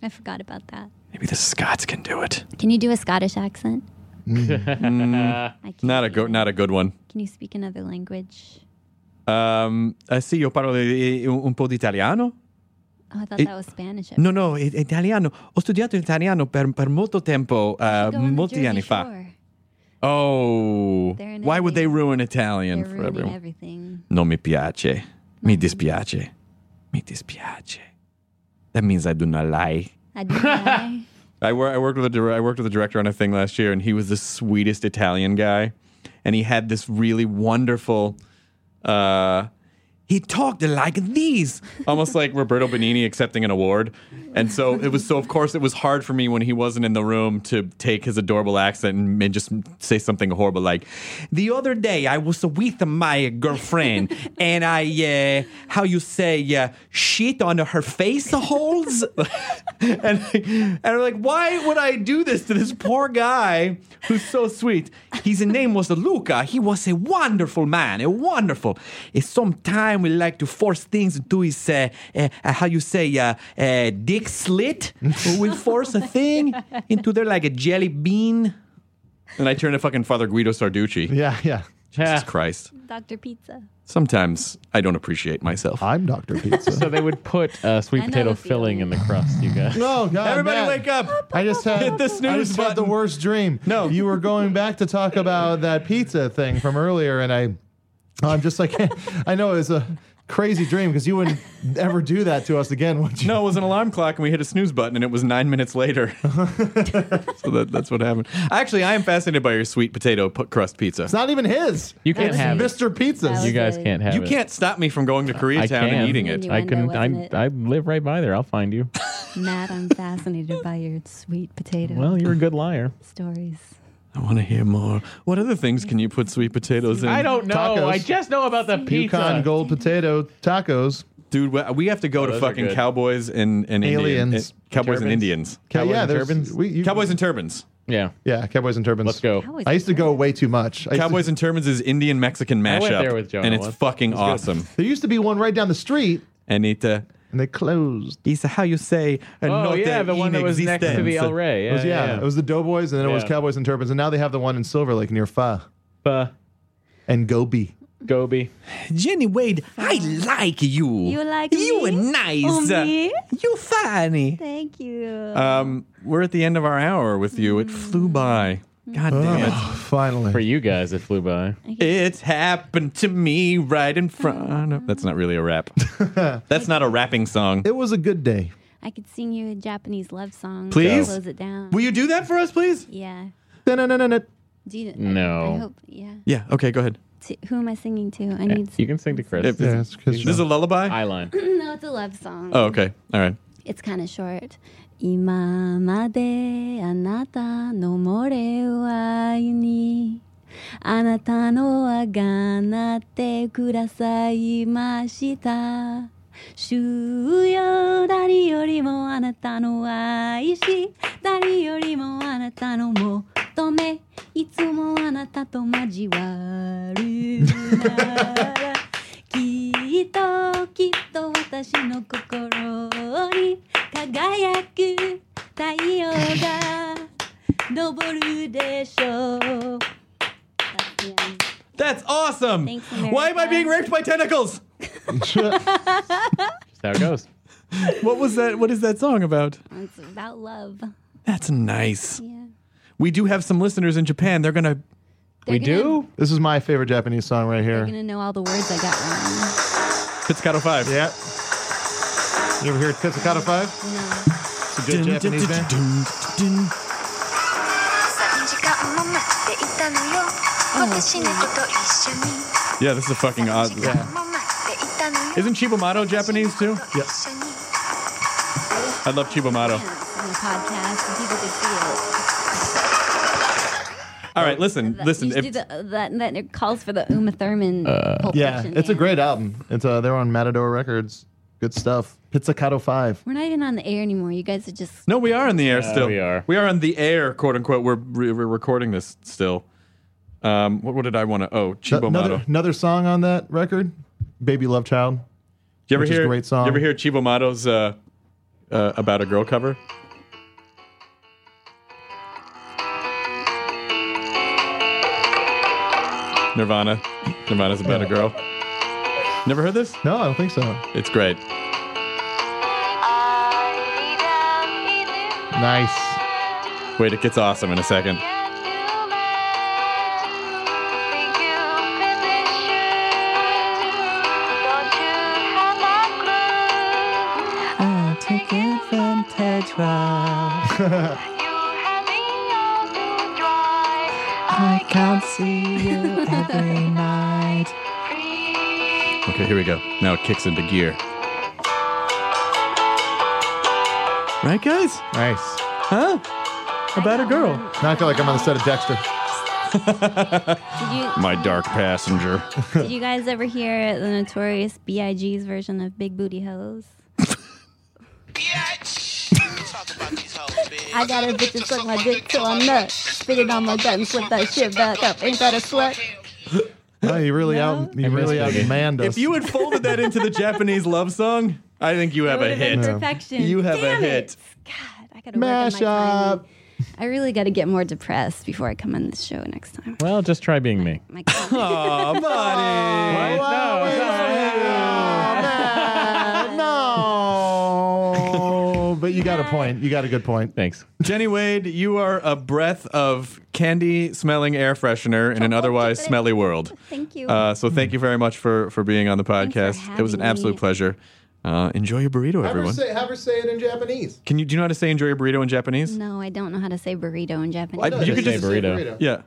[SPEAKER 7] I forgot about that.
[SPEAKER 3] Maybe the Scots can do it.
[SPEAKER 7] Can you do a Scottish accent? I can't
[SPEAKER 3] Not a
[SPEAKER 7] do
[SPEAKER 3] go-
[SPEAKER 7] it.
[SPEAKER 3] not a good one.
[SPEAKER 7] Can you speak another language?
[SPEAKER 3] Um, uh, sì, io parlo eh, un un po' di italiano.
[SPEAKER 7] Oh, I thought
[SPEAKER 3] It-
[SPEAKER 7] that was Spanish.
[SPEAKER 3] No, no, i- italiano. Ho studiato italiano per, per molto tempo, uh,
[SPEAKER 7] Go on the
[SPEAKER 3] molti
[SPEAKER 7] Jersey
[SPEAKER 3] anni fa.
[SPEAKER 7] Shore.
[SPEAKER 3] Oh,
[SPEAKER 7] They're in
[SPEAKER 3] why would they
[SPEAKER 7] Italy.
[SPEAKER 3] ruin
[SPEAKER 7] They're
[SPEAKER 3] Italian for
[SPEAKER 7] ruining Mm-hmm.
[SPEAKER 3] everyone?
[SPEAKER 7] everything.
[SPEAKER 3] Non mi piace. Mi dispiace. Mi dispiace. That means I do not lie.
[SPEAKER 7] I do lie.
[SPEAKER 3] I, wor- I worked with a dir- I worked with a director on a thing last year, and he was the sweetest Italian guy, and he had this really wonderful. Uh, he talked like these, almost like Roberto Benigni accepting an award, and so it was. So of course, it was hard for me when he wasn't in the room to take his adorable accent and, and just say something horrible like, "The other day I was with my girlfriend, and I, uh, how you say, uh, shit on her face holes." and, and I'm like, why would I do this to this poor guy who's so sweet? His name was Luca. He was a wonderful man, a wonderful. Uh, Sometimes we like to force things into his, uh, uh, how you say, uh, uh, dick slit. we force a thing into there like a jelly bean. And I turn to fucking Father Guido Sarducci.
[SPEAKER 6] Yeah, yeah.
[SPEAKER 3] Jesus Christ.
[SPEAKER 7] Dr. Pizza.
[SPEAKER 3] Sometimes I don't appreciate myself.
[SPEAKER 6] I'm Doctor Pizza.
[SPEAKER 8] So they would put uh, sweet
[SPEAKER 7] I know
[SPEAKER 8] potato
[SPEAKER 7] the feeling.
[SPEAKER 8] filling in the crust, you guys.
[SPEAKER 6] no, God,
[SPEAKER 3] Everybody
[SPEAKER 6] Matt.
[SPEAKER 3] wake up.
[SPEAKER 6] I just had
[SPEAKER 3] Hit the snooze
[SPEAKER 6] I just had the
[SPEAKER 3] button.
[SPEAKER 6] worst dream.
[SPEAKER 3] No.
[SPEAKER 6] you were going back to talk about that pizza thing from earlier, and I, I'm just like, I know it was a crazy dream because you wouldn't ever do that to us again, would you?
[SPEAKER 3] No, it was an alarm clock, and we hit a snooze button, and it was nine minutes later. so that, that's what happened. Actually, I am fascinated by your sweet potato pu- crust pizza.
[SPEAKER 6] It's not even his.
[SPEAKER 8] You can't
[SPEAKER 7] That
[SPEAKER 8] have
[SPEAKER 7] was-
[SPEAKER 8] it.
[SPEAKER 6] Mr. Pizza's.
[SPEAKER 7] That
[SPEAKER 8] You
[SPEAKER 7] was
[SPEAKER 8] guys
[SPEAKER 7] a-
[SPEAKER 8] can't have
[SPEAKER 3] You
[SPEAKER 8] it.
[SPEAKER 3] can't stop me from going to
[SPEAKER 8] I
[SPEAKER 3] Koreatown
[SPEAKER 8] can.
[SPEAKER 3] and eating it.
[SPEAKER 7] Innuendo,
[SPEAKER 8] I couldn't.
[SPEAKER 7] wasn't
[SPEAKER 8] I
[SPEAKER 7] it?
[SPEAKER 8] I live right by there. I'll find you.
[SPEAKER 7] Matt, I'm fascinated by your sweet potato
[SPEAKER 8] Well, you're a good liar.
[SPEAKER 7] stories.
[SPEAKER 3] I want to hear more. What other things can you put sweet potatoes in?
[SPEAKER 8] I don't know.
[SPEAKER 6] Tacos.
[SPEAKER 8] I just know about the pizza.
[SPEAKER 6] Yukon gold potato tacos.
[SPEAKER 3] Dude, we- we have to go to
[SPEAKER 8] Oh, those are
[SPEAKER 3] fucking
[SPEAKER 8] good.
[SPEAKER 3] cowboys and, and Indian-
[SPEAKER 6] Aliens.
[SPEAKER 3] and- cowboys and
[SPEAKER 8] Turbans.
[SPEAKER 3] Indians.
[SPEAKER 8] Cowboys
[SPEAKER 6] yeah,
[SPEAKER 8] and
[SPEAKER 6] there's-
[SPEAKER 8] turbans?
[SPEAKER 6] We, you,
[SPEAKER 3] Cowboys and turbans.
[SPEAKER 8] Yeah.
[SPEAKER 6] Yeah, cowboys and turbans.
[SPEAKER 8] Let's go.
[SPEAKER 7] How is
[SPEAKER 6] I used to go way too much. I used to-
[SPEAKER 3] Cowboys and turbans is Indian Mexican mashup,
[SPEAKER 8] went there with Jonah
[SPEAKER 3] and it's
[SPEAKER 8] once.
[SPEAKER 3] fucking
[SPEAKER 8] It was good.
[SPEAKER 3] awesome.
[SPEAKER 6] there used to be one right down the street,
[SPEAKER 3] Anita,
[SPEAKER 6] and they closed.
[SPEAKER 3] is how you say. uh,
[SPEAKER 8] Oh yeah, the one that was next to the El Rey.
[SPEAKER 6] It
[SPEAKER 8] Yeah,
[SPEAKER 6] was, yeah, it was the Doughboys, and then it was
[SPEAKER 8] Yeah.
[SPEAKER 6] Cowboys and Turbans, and now they have the one in Silver Lake near Pho
[SPEAKER 8] Uh,
[SPEAKER 6] and Gobi.
[SPEAKER 8] Gobi.
[SPEAKER 3] Jenny Wade, I like you.
[SPEAKER 7] You like
[SPEAKER 3] You
[SPEAKER 7] me?
[SPEAKER 3] are nice.
[SPEAKER 7] Oh, me?
[SPEAKER 3] You funny.
[SPEAKER 7] Thank you.
[SPEAKER 3] Um, we're at the end of our hour with you. It flew by. God
[SPEAKER 8] Oh.
[SPEAKER 3] damn it.
[SPEAKER 6] Oh, Finally,
[SPEAKER 8] For you guys, it flew by.
[SPEAKER 3] It's happened to me right in front of. That's not really a rap. That's not a rapping song.
[SPEAKER 6] it was a good day.
[SPEAKER 7] I could sing you a Japanese love song.
[SPEAKER 3] Please?
[SPEAKER 7] Close it down.
[SPEAKER 3] Will you do that for us, please?
[SPEAKER 7] yeah.
[SPEAKER 6] Da-na-na-na-na.
[SPEAKER 7] Do you, I-
[SPEAKER 8] No.
[SPEAKER 7] I hope, yeah.
[SPEAKER 3] Yeah, okay, go ahead.
[SPEAKER 7] To, who am I singing to? I need.
[SPEAKER 8] You can sing to Chris.
[SPEAKER 3] If-
[SPEAKER 6] Yeah, it's a kiss
[SPEAKER 3] This is a
[SPEAKER 6] show.
[SPEAKER 3] lullaby?
[SPEAKER 8] Eye line.
[SPEAKER 7] No, it's a love song.
[SPEAKER 3] Oh, okay. All right.
[SPEAKER 7] It's kind of short. 今まであなたの漏れは愛にあなたのあがなってくださいました主よ誰よりもあなたの愛し誰よりもあなたの求めいつもあなたと交わるならきっときっと私の心に輝く太陽が昇るでしょう That's the end.
[SPEAKER 5] That's awesome.
[SPEAKER 7] Thanks,
[SPEAKER 5] Why am I
[SPEAKER 7] America.
[SPEAKER 5] being raped by tentacles?
[SPEAKER 9] That's how it goes.
[SPEAKER 5] What was that? What is that song about?
[SPEAKER 7] It's about love.
[SPEAKER 5] That's nice.
[SPEAKER 7] Yeah.
[SPEAKER 5] We do have some listeners in Japan. They're gonna.
[SPEAKER 9] we
[SPEAKER 7] They're gonna-
[SPEAKER 9] do.
[SPEAKER 6] This is my favorite Japanese song right here.
[SPEAKER 7] You're gonna know all the words I got wrong.
[SPEAKER 5] Pizzicato Five.
[SPEAKER 6] Yeah. You ever hear Pizzicato Five? It's a good Japanese band.
[SPEAKER 5] That's
[SPEAKER 10] 時間も待っていたのよ私のこと一緒に
[SPEAKER 5] Yeah, this is a fucking odd.
[SPEAKER 10] 時間も待っていたのよ
[SPEAKER 5] Isn't Chibomato Japanese too?
[SPEAKER 10] 一緒に
[SPEAKER 5] I love Chibomato.
[SPEAKER 7] Dance on the podcast, and people could see it.
[SPEAKER 5] All right, listen,
[SPEAKER 7] That-
[SPEAKER 5] listen.
[SPEAKER 7] you
[SPEAKER 5] If, Uh,
[SPEAKER 7] should do the, that, that it calls for the Uma Thurman. Pulp
[SPEAKER 6] Yeah,
[SPEAKER 7] Fiction
[SPEAKER 6] it's a
[SPEAKER 7] dance.
[SPEAKER 6] great album. It's uh, they're on Matador Records. Good stuff. Pizzicato Five.
[SPEAKER 7] We're not even on the air anymore. You guys are just.
[SPEAKER 5] no, we are in the air
[SPEAKER 9] Yeah,
[SPEAKER 5] still.
[SPEAKER 9] we are.
[SPEAKER 5] We are on the air, quote unquote. We're, re- we're recording this still. Um, what, what did I want to? Oh,
[SPEAKER 6] Th-
[SPEAKER 5] Chibomato.
[SPEAKER 6] Another, another song on that record, "Baby Love Child."
[SPEAKER 5] you ever
[SPEAKER 6] which is
[SPEAKER 5] hear?
[SPEAKER 6] a great song.
[SPEAKER 5] You ever hear Chibomato's uh, uh, about a girl cover? Nirvana. Nirvana's about a girl. Never heard this?
[SPEAKER 6] No, I don't think so.
[SPEAKER 5] It's great.
[SPEAKER 6] Nice.
[SPEAKER 5] Wait, it gets awesome in a second. Okay, here we go. Now it kicks into gear. Right, guys?
[SPEAKER 6] Nice.
[SPEAKER 5] Huh? About a girl.
[SPEAKER 6] Now I feel like I'm on the set of Dexter.
[SPEAKER 7] Did you,
[SPEAKER 5] My dark passenger.
[SPEAKER 7] did you guys ever hear the notorious B.I.G.'s version of Big Booty Hoes? I got a bitch to suck my dick till I'm nuts. Spit it on my gut and flip that shit back up. Ain't that a slut?
[SPEAKER 6] Oh, you really out. You really
[SPEAKER 9] missed it.
[SPEAKER 6] outmanned us.
[SPEAKER 5] If you had folded that into the Japanese love song, I think you have a
[SPEAKER 7] Would've been
[SPEAKER 5] hit.
[SPEAKER 7] Perfection.
[SPEAKER 5] You have a
[SPEAKER 7] Damn it.
[SPEAKER 5] hit.
[SPEAKER 7] God, I gotta
[SPEAKER 6] Mash
[SPEAKER 7] work on my
[SPEAKER 6] up.
[SPEAKER 7] timing. I really got to get more depressed before I come on this show next time.
[SPEAKER 9] Well, just try being me.
[SPEAKER 7] My God.
[SPEAKER 5] Aw, buddy.
[SPEAKER 6] no, but you got a point. You got a good point.
[SPEAKER 9] Thanks.
[SPEAKER 5] Jenny Wade, you are a breath of candy smelling air freshener in an otherwise smelly world.
[SPEAKER 7] Thank you.
[SPEAKER 5] Uh, so thank you very much for, for being on the
[SPEAKER 7] for
[SPEAKER 5] podcast. It was an
[SPEAKER 7] having
[SPEAKER 5] absolute
[SPEAKER 7] me.
[SPEAKER 5] pleasure. Uh, enjoy your burrito, everyone.
[SPEAKER 6] have her say it in Japanese.
[SPEAKER 5] Can you do you know how to say enjoy your burrito in Japanese?
[SPEAKER 7] no, I don't know how to say burrito in Japanese.
[SPEAKER 5] I know. You could
[SPEAKER 9] just say burrito.
[SPEAKER 5] Yeah.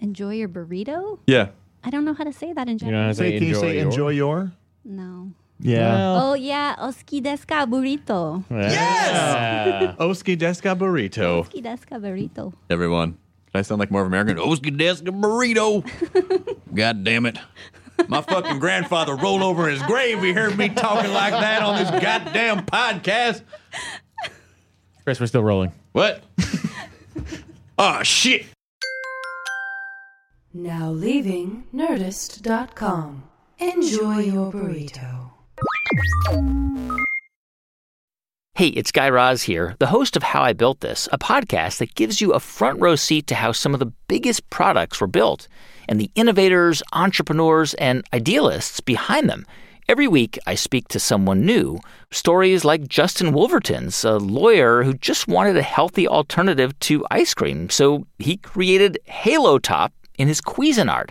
[SPEAKER 7] Enjoy your burrito?
[SPEAKER 5] Yeah.
[SPEAKER 7] I don't know how to say that in
[SPEAKER 9] You know how to
[SPEAKER 7] Japanese.
[SPEAKER 9] say
[SPEAKER 6] Say, can you say enjoy your?
[SPEAKER 7] No.
[SPEAKER 6] Yeah.
[SPEAKER 7] Oh yeah, oski desu ka burrito.
[SPEAKER 8] Uh.
[SPEAKER 9] Yes.
[SPEAKER 5] Oski deska burrito.
[SPEAKER 7] Oski desu ka burrito.
[SPEAKER 5] Everyone. Did I sound like more of an American? Oh, Oski deska burrito. God damn it. My fucking grandfather rolled over in his grave. He heard me talking like that on this goddamn podcast.
[SPEAKER 9] Chris, we're still rolling.
[SPEAKER 5] What? oh shit.
[SPEAKER 4] Now leaving Nerdist.com. Enjoy your burrito.
[SPEAKER 8] Hey, it's Guy Raz here, the host of How I Built This, a podcast that gives you a front row seat to how some of the biggest products were built and the innovators, entrepreneurs, and idealists behind them. Every week, I speak to someone new. Stories like Justin Wolverton's, a lawyer who just wanted a healthy alternative to ice cream, so he created Halo Top in his Cuisinart.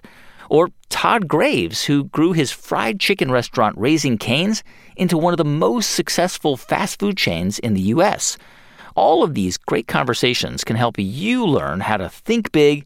[SPEAKER 8] Or Todd Graves, who grew his fried chicken restaurant Raising Canes into one of the most successful fast food chains in the U.S. All of these great conversations can help you learn how to think big,